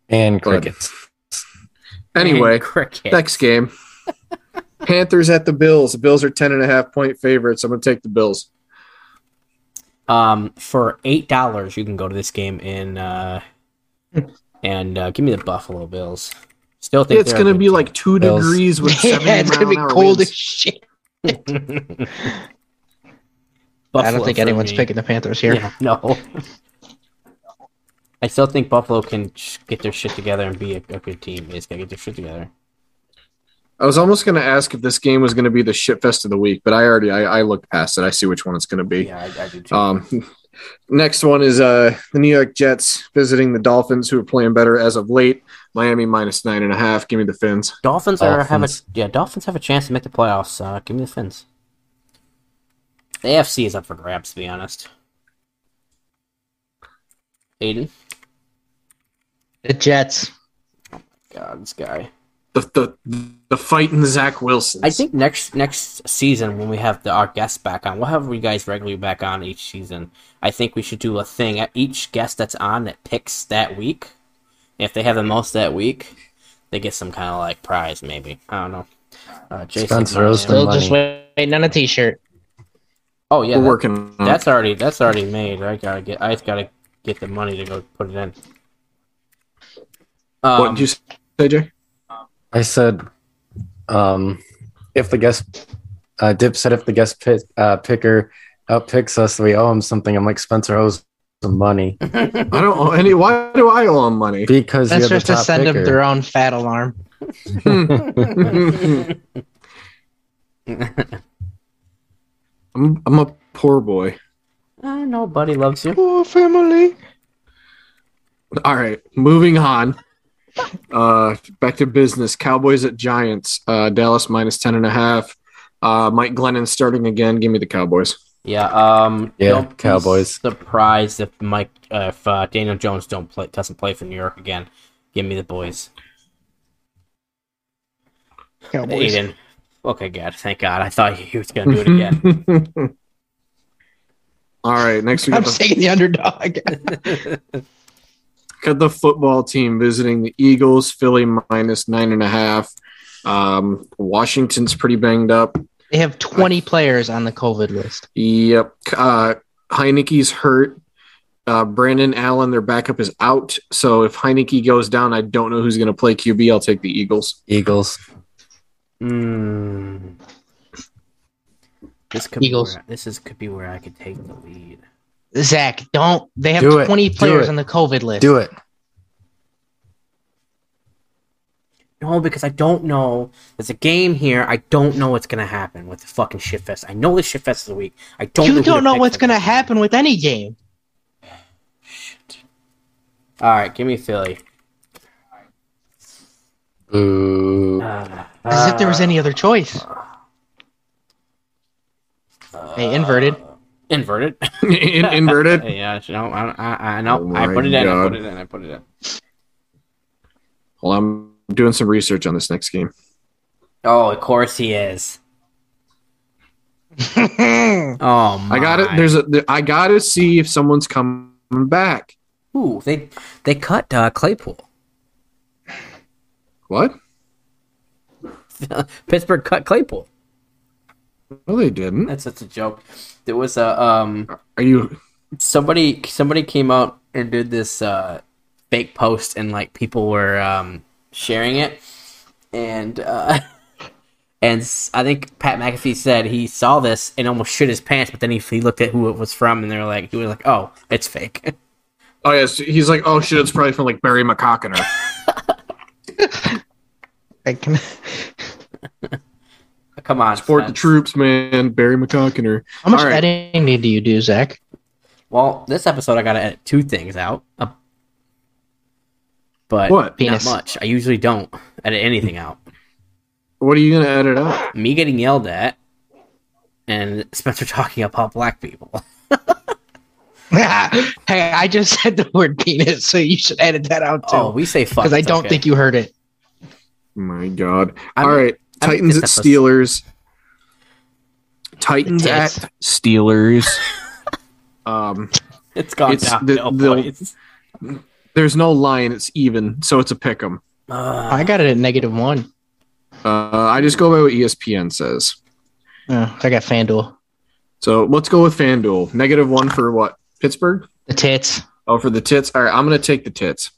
Speaker 4: and
Speaker 2: Go ahead.
Speaker 4: crickets.
Speaker 2: Anyway,
Speaker 1: cricket.
Speaker 2: next game. Panthers at the Bills. The Bills are 10 and a half point favorites. I'm going to take the Bills.
Speaker 1: Um, for eight dollars, you can go to this game in uh, and uh, give me the Buffalo Bills. Still think
Speaker 2: It's
Speaker 1: they're a
Speaker 2: going to
Speaker 1: good
Speaker 2: be
Speaker 1: team.
Speaker 2: like 2
Speaker 4: Bills.
Speaker 2: degrees with 70
Speaker 3: Yeah, it's gonna be
Speaker 2: mile an hour
Speaker 3: cold
Speaker 2: winds.
Speaker 3: as shit. I
Speaker 1: Buffalo
Speaker 3: don't think
Speaker 1: for
Speaker 3: anyone's
Speaker 1: me.
Speaker 3: picking the Panthers here.
Speaker 1: Yeah, no. I still think Buffalo can sh- get their shit together and be a, a good team. They just gotta get their shit together.
Speaker 2: I was almost going to ask if this game was going to be the shit fest of the week, but I already I, I looked past it. I see which one it's going to be.
Speaker 1: Yeah, I, I do too.
Speaker 2: Um, next one is uh, the New York Jets visiting the Dolphins, who are playing better as of late. Miami minus nine and a half. Give me the Fins.
Speaker 1: Dolphins, Are, have a
Speaker 4: Dolphins.
Speaker 1: yeah. Dolphins have a chance to make the playoffs. Uh, give me the Fins. The AFC is up for grabs, to be honest. Aiden,
Speaker 3: The Jets.
Speaker 1: God, this guy.
Speaker 2: The the the fighting Zach Wilson.
Speaker 1: I think next next season when we have the, our guests back on, we'll have you guys regularly back on each season. I think we should do a thing at each guest that's on that picks that week. If they have the most that week, they get some kind of like prize, maybe. I don't know. Uh, Jason,
Speaker 4: Spencer
Speaker 1: Graham-
Speaker 4: Rosen.
Speaker 3: Still
Speaker 4: Money.
Speaker 3: just waiting on a T-shirt.
Speaker 1: Oh yeah,
Speaker 2: we're
Speaker 1: that-
Speaker 2: working. On it.
Speaker 1: that's already that's already made. I gotta get I just gotta get the money to go put it in. Um,
Speaker 2: what did you say, Jay?
Speaker 4: I said, um, if the guest uh, Dip said if the guest pick, uh, picker outpicks us, we owe him something. I'm like Spencer owes some money
Speaker 2: I don't owe any. Why do I owe him money?
Speaker 4: because
Speaker 3: That's
Speaker 4: you're
Speaker 3: just
Speaker 4: the
Speaker 3: to
Speaker 4: top
Speaker 3: send
Speaker 4: picker.
Speaker 3: them their own fat alarm.
Speaker 2: I'm, I'm a poor boy.
Speaker 1: Uh, nobody loves you.
Speaker 3: Oh, family.
Speaker 2: All right, moving on. Uh, back to business. Cowboys at Giants. Uh, Dallas minus ten and a half. Uh, Mike Glennon starting again. Give me the Cowboys.
Speaker 1: Yeah. Um.
Speaker 4: Yeah,
Speaker 1: don't be
Speaker 4: Cowboys.
Speaker 1: Surprised if Mike, uh, if uh, Daniel Jones don't play, doesn't play for New York again. Give me the boys.
Speaker 3: Cowboys.
Speaker 1: Aiden. Okay, God, thank God. I thought he was gonna do
Speaker 2: Mm-hmm.
Speaker 1: it again.
Speaker 2: All right, next we
Speaker 3: I'm
Speaker 2: got the,
Speaker 3: taking the underdog.
Speaker 2: got the football team visiting the Eagles. Philly minus nine and a half. Um, Washington's pretty banged up.
Speaker 3: they have 20 players on the COVID list.
Speaker 2: Yep. Uh, Heineke's hurt. Uh, Brandon Allen, their backup is out. So if Heineke goes down, I don't know who's going to play QB. I'll take the Eagles.
Speaker 4: Eagles.
Speaker 1: Hmm. This could
Speaker 3: Eagles.
Speaker 1: Be where, this is could be where I could take the lead.
Speaker 3: Zach, don't. They have
Speaker 4: Do it.
Speaker 3: 20
Speaker 4: Do
Speaker 3: players
Speaker 4: it.
Speaker 3: on the COVID list.
Speaker 4: Do it.
Speaker 1: No, because I don't know. There's a game here. I don't know what's gonna happen with the fucking shitfest. I know the shitfest is a week. I don't.
Speaker 3: you
Speaker 1: know who
Speaker 3: don't
Speaker 1: to
Speaker 3: know
Speaker 1: pick
Speaker 3: what's
Speaker 1: for
Speaker 3: going to
Speaker 1: that.
Speaker 3: happen with any game.
Speaker 1: All right, give me Philly.
Speaker 4: Ooh.
Speaker 1: Uh,
Speaker 3: As if there was any other choice.
Speaker 1: Uh,
Speaker 3: They inverted.
Speaker 1: inverted.
Speaker 2: In- inverted.
Speaker 1: Yeah, no, I, I, I, no,
Speaker 2: Oh
Speaker 1: I
Speaker 2: my
Speaker 1: put it in. I
Speaker 2: God.
Speaker 1: put it in. I put it in.
Speaker 2: Well, I'm doing some research on this next game.
Speaker 1: Oh, of course he is.
Speaker 3: They're
Speaker 1: Oh, my. Oh
Speaker 2: I got it. There's a. There, I got to see if someone's coming back.
Speaker 1: Ooh, they they cut uh, Claypool.
Speaker 2: What?
Speaker 1: Pittsburgh cut Claypool.
Speaker 2: No, they didn't.
Speaker 1: That's such a joke. There was a um
Speaker 2: Are you?
Speaker 1: somebody somebody came out and did this uh, fake post and like people were um, sharing it and uh, and s- I think Pat McAfee said he saw this and almost shit his pants but then he, he looked at who it was from and they were like he was like oh it's fake
Speaker 2: Oh yes, he's like, oh shit, it's probably from like Barry McCockiner.
Speaker 3: I can,
Speaker 1: come on
Speaker 2: Support the
Speaker 1: Spence.
Speaker 2: troops, man. Barry McCockiner.
Speaker 3: how much
Speaker 2: All right.
Speaker 3: editing need do you do, Zach?
Speaker 1: well this episode I gotta edit two things out uh, but
Speaker 2: What?
Speaker 1: not
Speaker 3: Penis.
Speaker 1: much I usually don't edit anything out
Speaker 2: What are you gonna edit out?
Speaker 1: me getting yelled at and Spencer talking about black people
Speaker 3: hey, I just said the word penis, so you should edit that out
Speaker 1: Oh,
Speaker 3: too.
Speaker 1: we say fuck.
Speaker 3: Because I don't think you heard it.
Speaker 2: My God.
Speaker 1: I'm-
Speaker 2: All right,
Speaker 1: I'm-
Speaker 2: Titans at
Speaker 1: this episode-
Speaker 2: Steelers. Titans
Speaker 3: Tits.
Speaker 2: at Steelers. um,
Speaker 1: it's gone
Speaker 2: it's
Speaker 1: down.
Speaker 2: the-
Speaker 1: no
Speaker 2: the-
Speaker 1: points.
Speaker 2: there's no line. It's even, so it's a pick 'em.
Speaker 1: Uh,
Speaker 3: I got it at negative one.
Speaker 2: Uh, I just go by what ESPN says.
Speaker 3: Oh, I got FanDuel.
Speaker 2: So let's go with FanDuel. Negative one for what? Pittsburgh?
Speaker 3: The tits.
Speaker 2: Oh, for the tits. All right, I'm gonna take the tits.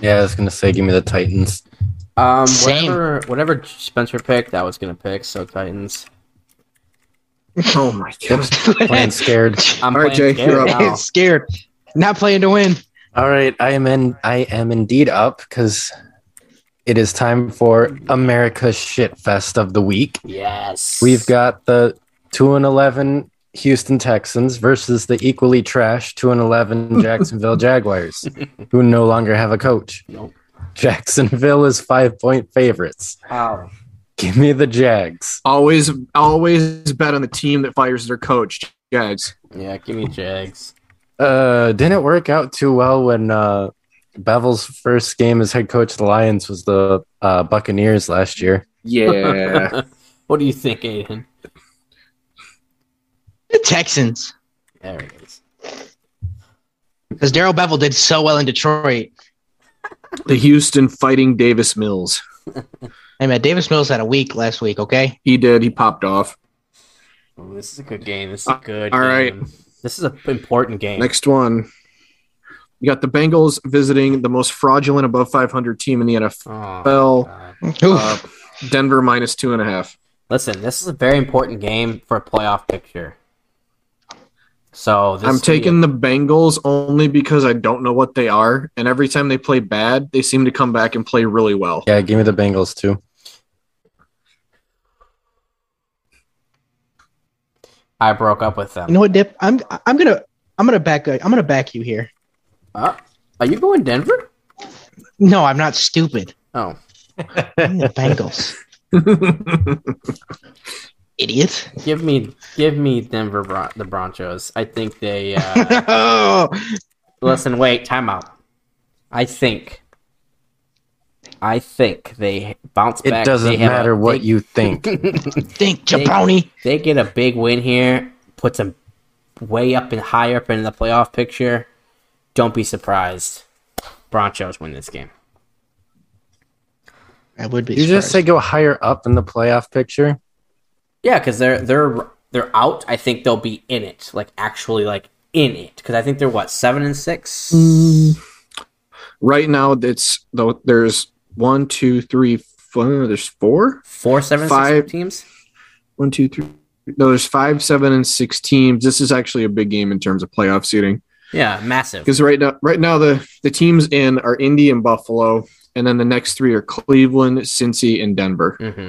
Speaker 4: Yeah, I was gonna say, give me the Titans.
Speaker 1: um,
Speaker 3: Same.
Speaker 1: whatever, whatever Spencer picked, I was gonna pick. So Titans.
Speaker 2: Oh my
Speaker 4: Yep,
Speaker 2: God.
Speaker 4: playing scared.
Speaker 1: I'm
Speaker 2: All right,
Speaker 1: playing
Speaker 2: Jay, you're
Speaker 1: scared
Speaker 2: up.
Speaker 1: now.
Speaker 3: scared. Not playing to win.
Speaker 4: All right, I am in. I am indeed up because it is time for America's shit fest of the week.
Speaker 1: Yes,
Speaker 4: We've got the two and eleven Houston Texans versus the equally trash two and eleven Jacksonville Jaguars, who no longer have a coach.
Speaker 1: Nope.
Speaker 4: Jacksonville is five point favorites.
Speaker 1: Ow.
Speaker 4: Give me the Jags.
Speaker 2: Always, always bet on the team that fires their coach. Jags.
Speaker 1: Yeah, give me Jags.
Speaker 4: Uh, didn't work out too well when uh, Bevel's first game as head coach of the Lions was the uh, Buccaneers last year.
Speaker 2: Yeah.
Speaker 1: What do you think, Aiden?
Speaker 3: The Texans.
Speaker 1: There it is.
Speaker 3: Because Daryl Bevel did so well in Detroit.
Speaker 2: the Houston fighting Davis Mills.
Speaker 3: Hey man, Davis Mills had a week last week, okay?
Speaker 2: He did. He popped off.
Speaker 1: Ooh, this is a good game. This is a good.
Speaker 2: all right.
Speaker 1: game. This is an important game.
Speaker 2: Next one. You got the Bengals visiting the most fraudulent above 500 team in the NFL.
Speaker 1: Oh, God.
Speaker 3: Mm-hmm.
Speaker 2: Uh, Denver minus two and a half.
Speaker 1: Listen, this is a very important game for a playoff picture. So this
Speaker 2: I'm
Speaker 1: will be a-
Speaker 2: taking the Bengals only because I don't know what they are, and every time they play bad, they seem to come back and play really well.
Speaker 4: Yeah, give me the Bengals too.
Speaker 1: I broke up with them.
Speaker 3: you know what, Dip? I'm I'm gonna I'm gonna back I'm gonna back you here.
Speaker 1: Uh, are you going Denver?
Speaker 3: No, I'm not stupid.
Speaker 1: Oh,
Speaker 3: I'm the Bengals. Idiot.
Speaker 1: give me, give me Denver Bron- the Broncos. I think they. Uh,
Speaker 3: oh,
Speaker 1: listen, wait, timeout. I think. I think they bounce
Speaker 4: It
Speaker 1: back. They
Speaker 4: doesn't
Speaker 1: have a
Speaker 4: matter what
Speaker 1: big-
Speaker 4: you think.
Speaker 3: think jabroni.
Speaker 1: They get a big win here, puts them way up and high up in the playoff picture. Don't be surprised. Broncos win this game.
Speaker 3: I would be
Speaker 4: You just say
Speaker 3: surprised.
Speaker 4: go higher up in the playoff picture.
Speaker 1: Yeah, because they're they're they're out. I think they'll be in it, like actually, like in it. Because I think they're what seven and six.
Speaker 2: Right now, it's though there's one, two, three, four. There's four,
Speaker 1: Four seven and six
Speaker 2: Five-
Speaker 1: teams.
Speaker 2: one, two, three. No, there's five, seven, and six teams. This is actually a big game in terms of playoff seating
Speaker 1: Yeah, massive.
Speaker 2: because right now, right now the the teams in are Indy and Buffalo, and then the next three are Cleveland, Cincy, and Denver.
Speaker 1: hmm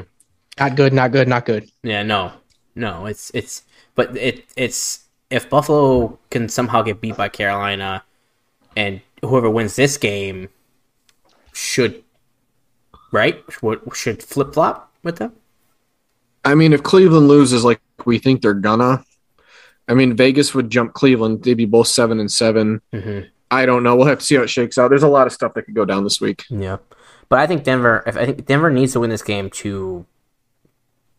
Speaker 3: not good, not good, not good.
Speaker 1: Yeah, no, no. It's it's but it it's if Buffalo can somehow get beat by Carolina, and whoever wins this game should right would should flip flop with them.
Speaker 2: I mean, if Cleveland loses like we think they're gonna, I mean Vegas would jump Cleveland. They'd be both seven and seven.
Speaker 1: hmm
Speaker 2: I don't know. We'll have to see how it shakes out. There's a lot of stuff that could go down this week.
Speaker 1: Yeah, but I think Denver. If I think Denver needs to win this game to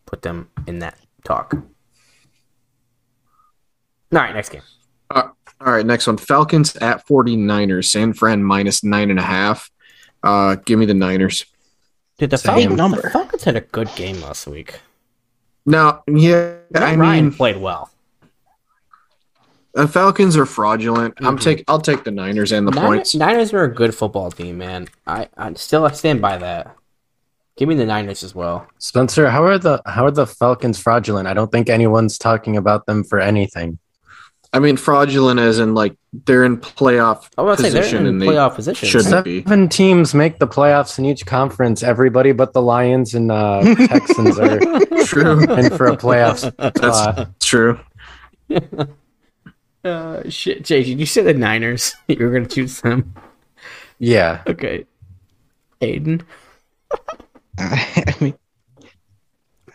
Speaker 1: put them in that talk. All right, next game.
Speaker 2: All right, next one. Falcons at 49ers. San Fran minus nine and a half. Uh, give me the Niners.
Speaker 1: Dude, the
Speaker 4: Same
Speaker 1: Falcons,
Speaker 3: number.
Speaker 1: the Falcons had a good game last week.
Speaker 2: No, yeah, I
Speaker 1: Ryan
Speaker 2: mean
Speaker 1: played well.
Speaker 2: the Falcons are fraudulent. I'm
Speaker 1: Mhm.
Speaker 2: take I'll take the Niners and the
Speaker 1: Niners,
Speaker 2: points.
Speaker 1: Niners are a good football team, man. I, I still I stand by that. Give me the Niners as well.
Speaker 4: Spencer, how are the how are the Falcons fraudulent? I don't think anyone's talking about them for anything.
Speaker 2: I mean fraudulent as in like they're in playoff
Speaker 1: I was about to say
Speaker 2: Position
Speaker 1: they're in
Speaker 2: and they
Speaker 1: playoff position.
Speaker 2: shouldn't. Wouldn't be.
Speaker 4: Seven teams make the playoffs in each conference. Everybody but the Lions and uh, Texans are
Speaker 2: True.
Speaker 4: in for a playoffs.
Speaker 2: That's
Speaker 4: Uh,
Speaker 2: true.
Speaker 1: Uh, shit, Jay, did you say the Niners? you were gonna choose them.
Speaker 4: yeah,
Speaker 1: Okay, Aiden,
Speaker 3: I mean,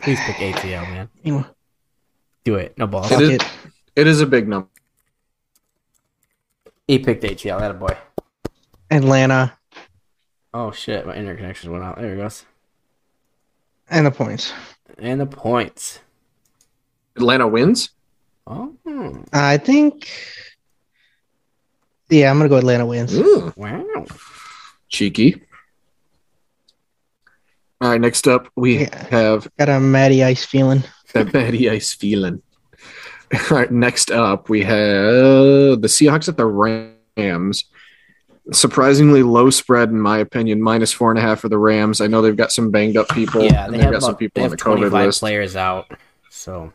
Speaker 1: please pick ATL, man.
Speaker 3: you know,
Speaker 1: Do it. No balls.
Speaker 2: It
Speaker 3: fuck
Speaker 2: is-
Speaker 3: it.
Speaker 2: It is a big number.
Speaker 1: He picked ATL. That a boy.
Speaker 3: Atlanta
Speaker 1: Oh shit, my interconnections went out. There it goes.
Speaker 3: and the points.
Speaker 1: And the points.
Speaker 2: Atlanta wins.
Speaker 1: Oh,
Speaker 3: I think. Yeah, I'm gonna go Atlanta wins.
Speaker 2: Ooh,
Speaker 1: wow.
Speaker 2: cheeky. All right, next up we
Speaker 3: Yeah.
Speaker 2: have
Speaker 3: Got a matty ice feeling.
Speaker 2: that Matty Ice feeling. All right, next up we have the Seahawks at the Rams. Surprisingly low spread, in my opinion, minus four and a half for the Rams. I know they've got some banged up people.
Speaker 1: Yeah,
Speaker 2: and
Speaker 1: they
Speaker 2: they've
Speaker 1: have,
Speaker 2: got some
Speaker 1: about, they
Speaker 2: people on the
Speaker 1: have
Speaker 2: COVID
Speaker 1: 25
Speaker 2: list.
Speaker 1: players out. So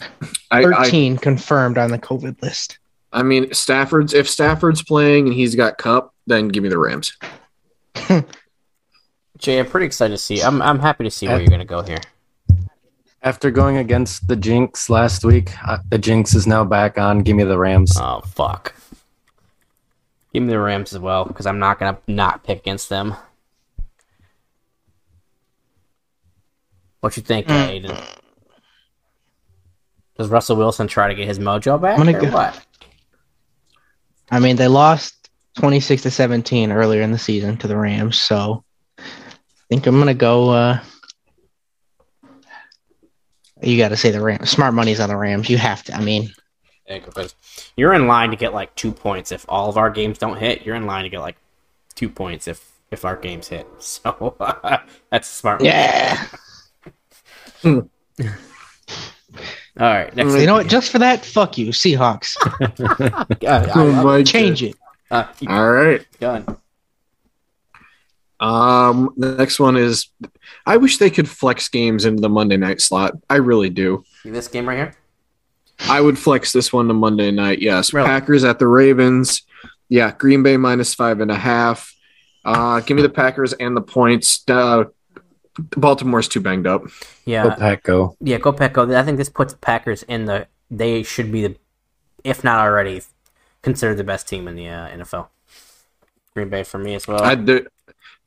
Speaker 2: I, I,
Speaker 3: Thirteen confirmed on the COVID list.
Speaker 2: I mean, Stafford's if Stafford's playing and he's got Cup, then give me the Rams.
Speaker 1: Jay, I'm pretty excited to see. I'm I'm happy to see
Speaker 3: Uh,
Speaker 1: where you're gonna go here.
Speaker 4: after going against the Jinx last week, uh, the Jinx is now back on. Give me the Rams.
Speaker 2: Uh,
Speaker 1: Oh fuck. Give me the Rams as well because I'm not gonna not pick against them. What you think, uh,
Speaker 3: Mm.
Speaker 1: Aiden? Does Russell Wilson try to get his mojo back
Speaker 3: I'm gonna
Speaker 1: or
Speaker 3: go-
Speaker 1: what?
Speaker 3: I mean, they lost twenty six to seventeen earlier in the season to the Rams, so I think I'm gonna go. uh You got to say the Rams. Smart money's on the Rams. You have to. I mean,
Speaker 1: Yeah, go ahead. You're in line to get like two points if all of our games don't hit. You're in line to get like two points if if our games hit. So that's a smart. move.
Speaker 3: yeah.
Speaker 1: All right. Next.
Speaker 3: You know what? Just for that, fuck you, Seahawks.
Speaker 1: Uh, I-
Speaker 2: my
Speaker 3: Change it.
Speaker 1: I- uh, keep
Speaker 2: All right.
Speaker 1: going.
Speaker 2: Um, the next one is I wish they could flex games into the Monday night slot. I really do.
Speaker 1: This game right here.
Speaker 2: I would flex this one to Monday night. Yes,
Speaker 1: Really?
Speaker 2: Packers at the Ravens. Yeah, Green Bay minus five and a half. Uh, give me the Packers and the points. Uh, Baltimore's too banged up.
Speaker 1: Yeah.
Speaker 4: Go Pack, go.
Speaker 1: Yeah, go Pack, go. I think this puts the Packers in the. They should be the, if not already, considered the best team in the uh, NFL. Green Bay for me as well.
Speaker 2: I'd do,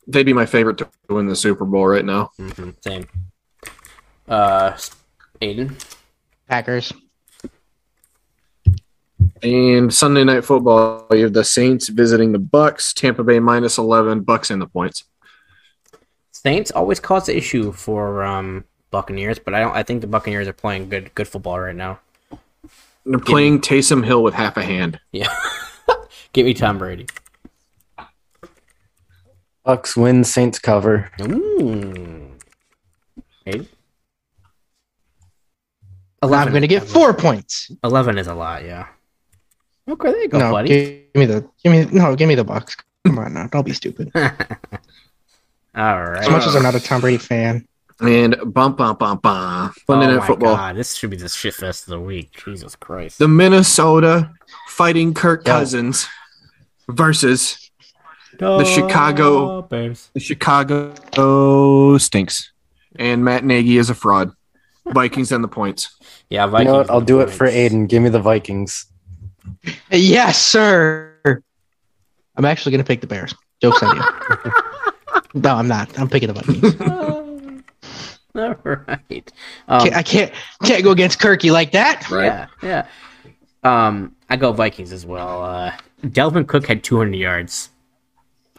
Speaker 2: they'd be my favorite to win the Super Bowl right now.
Speaker 1: hmm same. Uh, Aiden.
Speaker 3: Packers.
Speaker 2: And Sunday night football, you have the Saints visiting the Bucks. Tampa Bay minus eleven. Bucks and the points.
Speaker 1: Saints always cause the issue for um Buccaneers, but I don't. I think the Buccaneers are playing good good football right now.
Speaker 2: They're playing Taysom Hill with half a hand.
Speaker 1: Yeah. Give me Tom Brady.
Speaker 4: Bucks win. Saints cover.
Speaker 1: Ooh. Aiden.
Speaker 3: I'm gonna get four points.
Speaker 1: Eleven is a lot. Yeah. Okay, there you go,
Speaker 3: no,
Speaker 1: buddy.
Speaker 3: give me the give me no, give me the Bucks. Come on now, don't be stupid.
Speaker 1: All right.
Speaker 3: As much as I'm not a Tom Brady fan,
Speaker 2: And bum bum bum bum. Monday
Speaker 1: oh
Speaker 2: Night
Speaker 1: my
Speaker 2: Football.
Speaker 1: God, this should be the shit fest of the week. Jesus Christ.
Speaker 2: The Minnesota fighting Kirk
Speaker 4: Yeah.
Speaker 2: Cousins versus
Speaker 1: the
Speaker 2: Chicago-
Speaker 1: Bears.
Speaker 2: the Chicago Stinks. And Matt Nagy is a fraud. Vikings and the points.
Speaker 1: Yeah,
Speaker 4: You
Speaker 1: Vikings.
Speaker 4: know what? I'll do it
Speaker 1: points.
Speaker 4: for Aiden. Give me the Vikings.
Speaker 3: yes, sir. I'm actually gonna pick the Bears. Jokes on you. no, I'm not. I'm picking the Vikings.
Speaker 1: All right.
Speaker 3: Can't- I can't can't go against Kirky like that.
Speaker 1: Yeah, yeah. Um, I go Vikings as well. Uh, Delvin Cook had 200 yards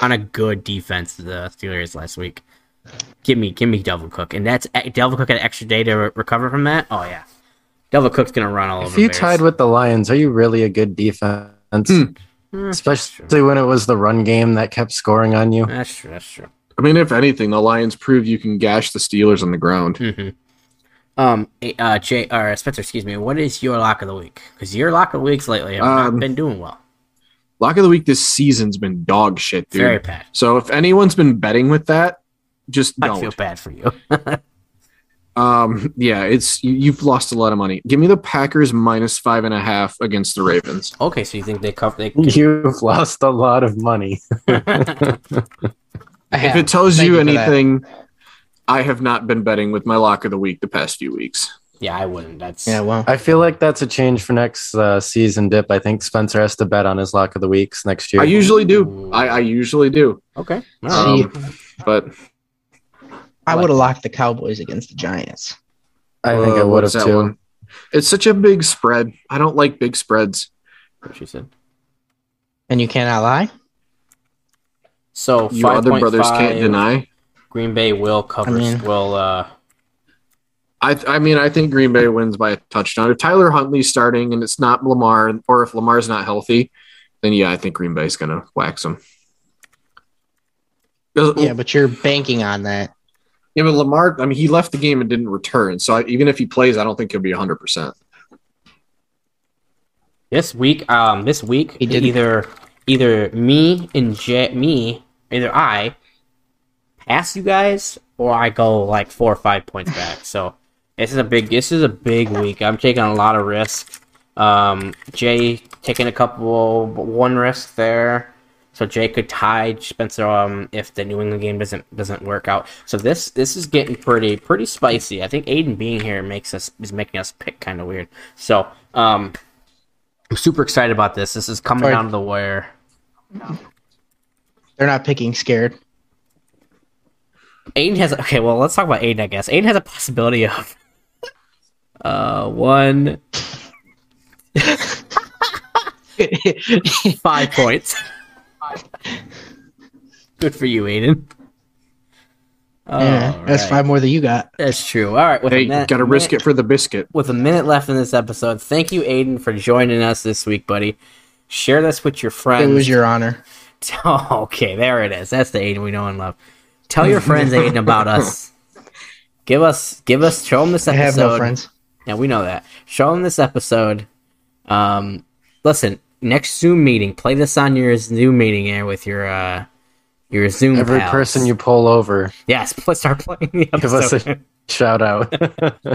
Speaker 1: on a good defense to the Steelers last week. eh, Give me, give me Delvin Cook, and that's Delvin Cook had an extra day to re- recover from that. Oh yeah, Delvin Cook's gonna run all over.
Speaker 4: If you
Speaker 1: Bears.
Speaker 4: tied with the Lions, are you really a good defense?
Speaker 2: Hmm.
Speaker 1: Hmm,
Speaker 4: Especially when it was the run game that kept scoring on you.
Speaker 1: that's true. That's true.
Speaker 2: I mean, if anything, the Lions prove you can gash the Steelers on the ground.
Speaker 1: hmm Um, eh, uh, Jay or Spencer, excuse me. What is your lock of the week? Because your lock of the weeks lately have
Speaker 2: Um,
Speaker 1: not been doing well.
Speaker 2: Lock of the week this season's been dog shit, dude.
Speaker 1: Very bad.
Speaker 2: So if anyone's been betting with that, just
Speaker 1: I feel
Speaker 2: don't.
Speaker 1: bad for you.
Speaker 2: Um, yeah, it's you, you've lost a lot of money. Give me the Packers minus five and a half against the Ravens.
Speaker 1: Okay, so you think they cover?
Speaker 2: Hmm.
Speaker 1: They
Speaker 4: You've lost a lot of money.
Speaker 3: I
Speaker 2: If
Speaker 3: have.
Speaker 2: it tells
Speaker 3: Thank
Speaker 2: you,
Speaker 3: you for that.
Speaker 2: anything, I have not been betting with my lock of the week the past few weeks.
Speaker 1: yeah, I wouldn't. That's
Speaker 3: yeah, well,
Speaker 4: I feel like that's a change for next uh, season dip. I think Spencer has to bet on his lock of the weeks next year.
Speaker 2: I usually do. I, I usually do.
Speaker 1: okay. All
Speaker 2: Um,
Speaker 1: right.
Speaker 3: see,
Speaker 2: But
Speaker 3: I would have locked the Cowboys against the Giants.
Speaker 4: I think I
Speaker 2: uh,
Speaker 4: would
Speaker 2: what's
Speaker 4: have
Speaker 2: that
Speaker 4: too.
Speaker 2: one? It's such a big spread. I don't like big spreads.
Speaker 1: What she said.
Speaker 3: And you cannot lie.
Speaker 1: So
Speaker 2: You other brothers
Speaker 1: 5.5,
Speaker 2: can't deny.
Speaker 1: Green Bay will cover.
Speaker 3: I mean-
Speaker 1: will uh,
Speaker 2: I, th- I mean, I think Green Bay wins by a touchdown. If Tyler Huntley's starting and it's not Lamar, or if Lamar's not healthy, then yeah, I think Green Bay's going to wax them.
Speaker 3: Yeah, but you're banking on that.
Speaker 2: yeah, but Lamar, I mean, he left the game and didn't return. So I, even if he plays, I don't think he'll be 100%.
Speaker 1: this week. Um, this week
Speaker 3: He didn't.
Speaker 1: either either me and J me either I pass you guys or I go like four or five points back. So this is a big this is a big week. I'm taking a lot of risk. Um, Jay taking a couple one risk there. So Jay could tie Spencer um, if the New England game doesn't doesn't work out. So this this is getting pretty pretty spicy. I think Aiden being here makes us is making us pick kind of weird. So um, I'm super excited about this. This is coming
Speaker 3: Sorry.
Speaker 1: down to the wire.
Speaker 3: They're not picking scared.
Speaker 1: Aiden has okay. Well, let's talk about Aiden. I guess Aiden has a possibility of uh one five points. Good for you, Aiden.
Speaker 3: yeah, that's
Speaker 1: Alright.
Speaker 3: five more than you got.
Speaker 1: That's true. All right. With
Speaker 2: Hey,
Speaker 1: a minute-
Speaker 2: got to risk
Speaker 1: minute-
Speaker 2: it for the biscuit.
Speaker 1: With a minute left in this episode, thank you, Aiden, for joining us this week, buddy. Share this with your
Speaker 3: It
Speaker 1: friends.
Speaker 3: was your honor.
Speaker 1: Oh, okay, there it is. That's the Aiden we know and love. Tell your friends, Aiden, about us. Give us, give us, show them this
Speaker 3: I
Speaker 1: episode.
Speaker 3: have no friends.
Speaker 1: Yeah, we know that. Show them this episode. Um, listen, next Zoom meeting, play this on your Zoom meeting here with your uh, your Zoom.
Speaker 4: Every
Speaker 1: pals.
Speaker 4: person you pull over,
Speaker 1: yes, please start playing the
Speaker 4: give us
Speaker 1: episode.
Speaker 4: a shout out.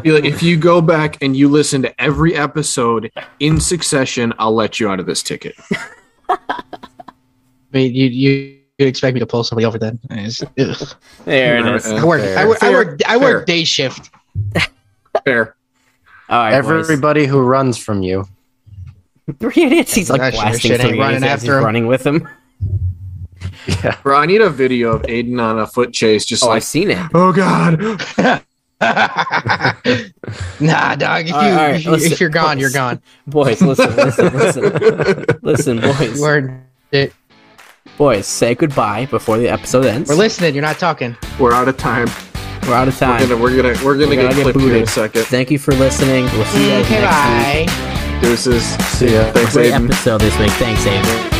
Speaker 2: Be like, if you go back and you listen to every episode in succession, I'll let you out of this ticket.
Speaker 3: I mean, you you, you expect me to pull somebody over then? It's- ugh.
Speaker 1: there it is. All
Speaker 3: I work. I work. I work. I
Speaker 2: Fair.
Speaker 3: work day shift.
Speaker 2: Fair.
Speaker 1: right, boys.
Speaker 4: Everybody who runs from you.
Speaker 1: Three idiots. He's like
Speaker 3: That's your
Speaker 1: blasting
Speaker 3: shit, ain't
Speaker 1: three
Speaker 3: running
Speaker 1: idiots as he's
Speaker 3: after him.
Speaker 1: running with him.
Speaker 4: Yeah.
Speaker 2: Bro, I need a video of Aiden on a foot chase, just
Speaker 1: Oh,
Speaker 2: like,
Speaker 1: I've seen it.
Speaker 2: oh God.
Speaker 3: nah, dog. If, you,
Speaker 1: All right, all right,
Speaker 3: if, you-
Speaker 1: listen,
Speaker 3: if you're gone, you're
Speaker 1: listen.
Speaker 3: gone.
Speaker 1: Boys, listen, listen, listen, listen, boys,
Speaker 3: You eh, are, we're
Speaker 1: boys. Say goodbye before the episode ends. We're,
Speaker 3: listening. You're not talking.
Speaker 2: We're out of time.
Speaker 1: out of time.
Speaker 2: We're gonna we're gonna we're gonna
Speaker 1: We're gonna
Speaker 2: get
Speaker 1: get
Speaker 2: clipped here in
Speaker 1: booted.
Speaker 2: a second.
Speaker 1: Thank you for listening. We'll see you guys
Speaker 3: Okay,
Speaker 1: next week.
Speaker 3: bye.
Speaker 2: Deuces.
Speaker 4: See ya.
Speaker 2: Thanks,
Speaker 1: Great
Speaker 2: Aiden.
Speaker 1: episode this week. Thanks, Aiden.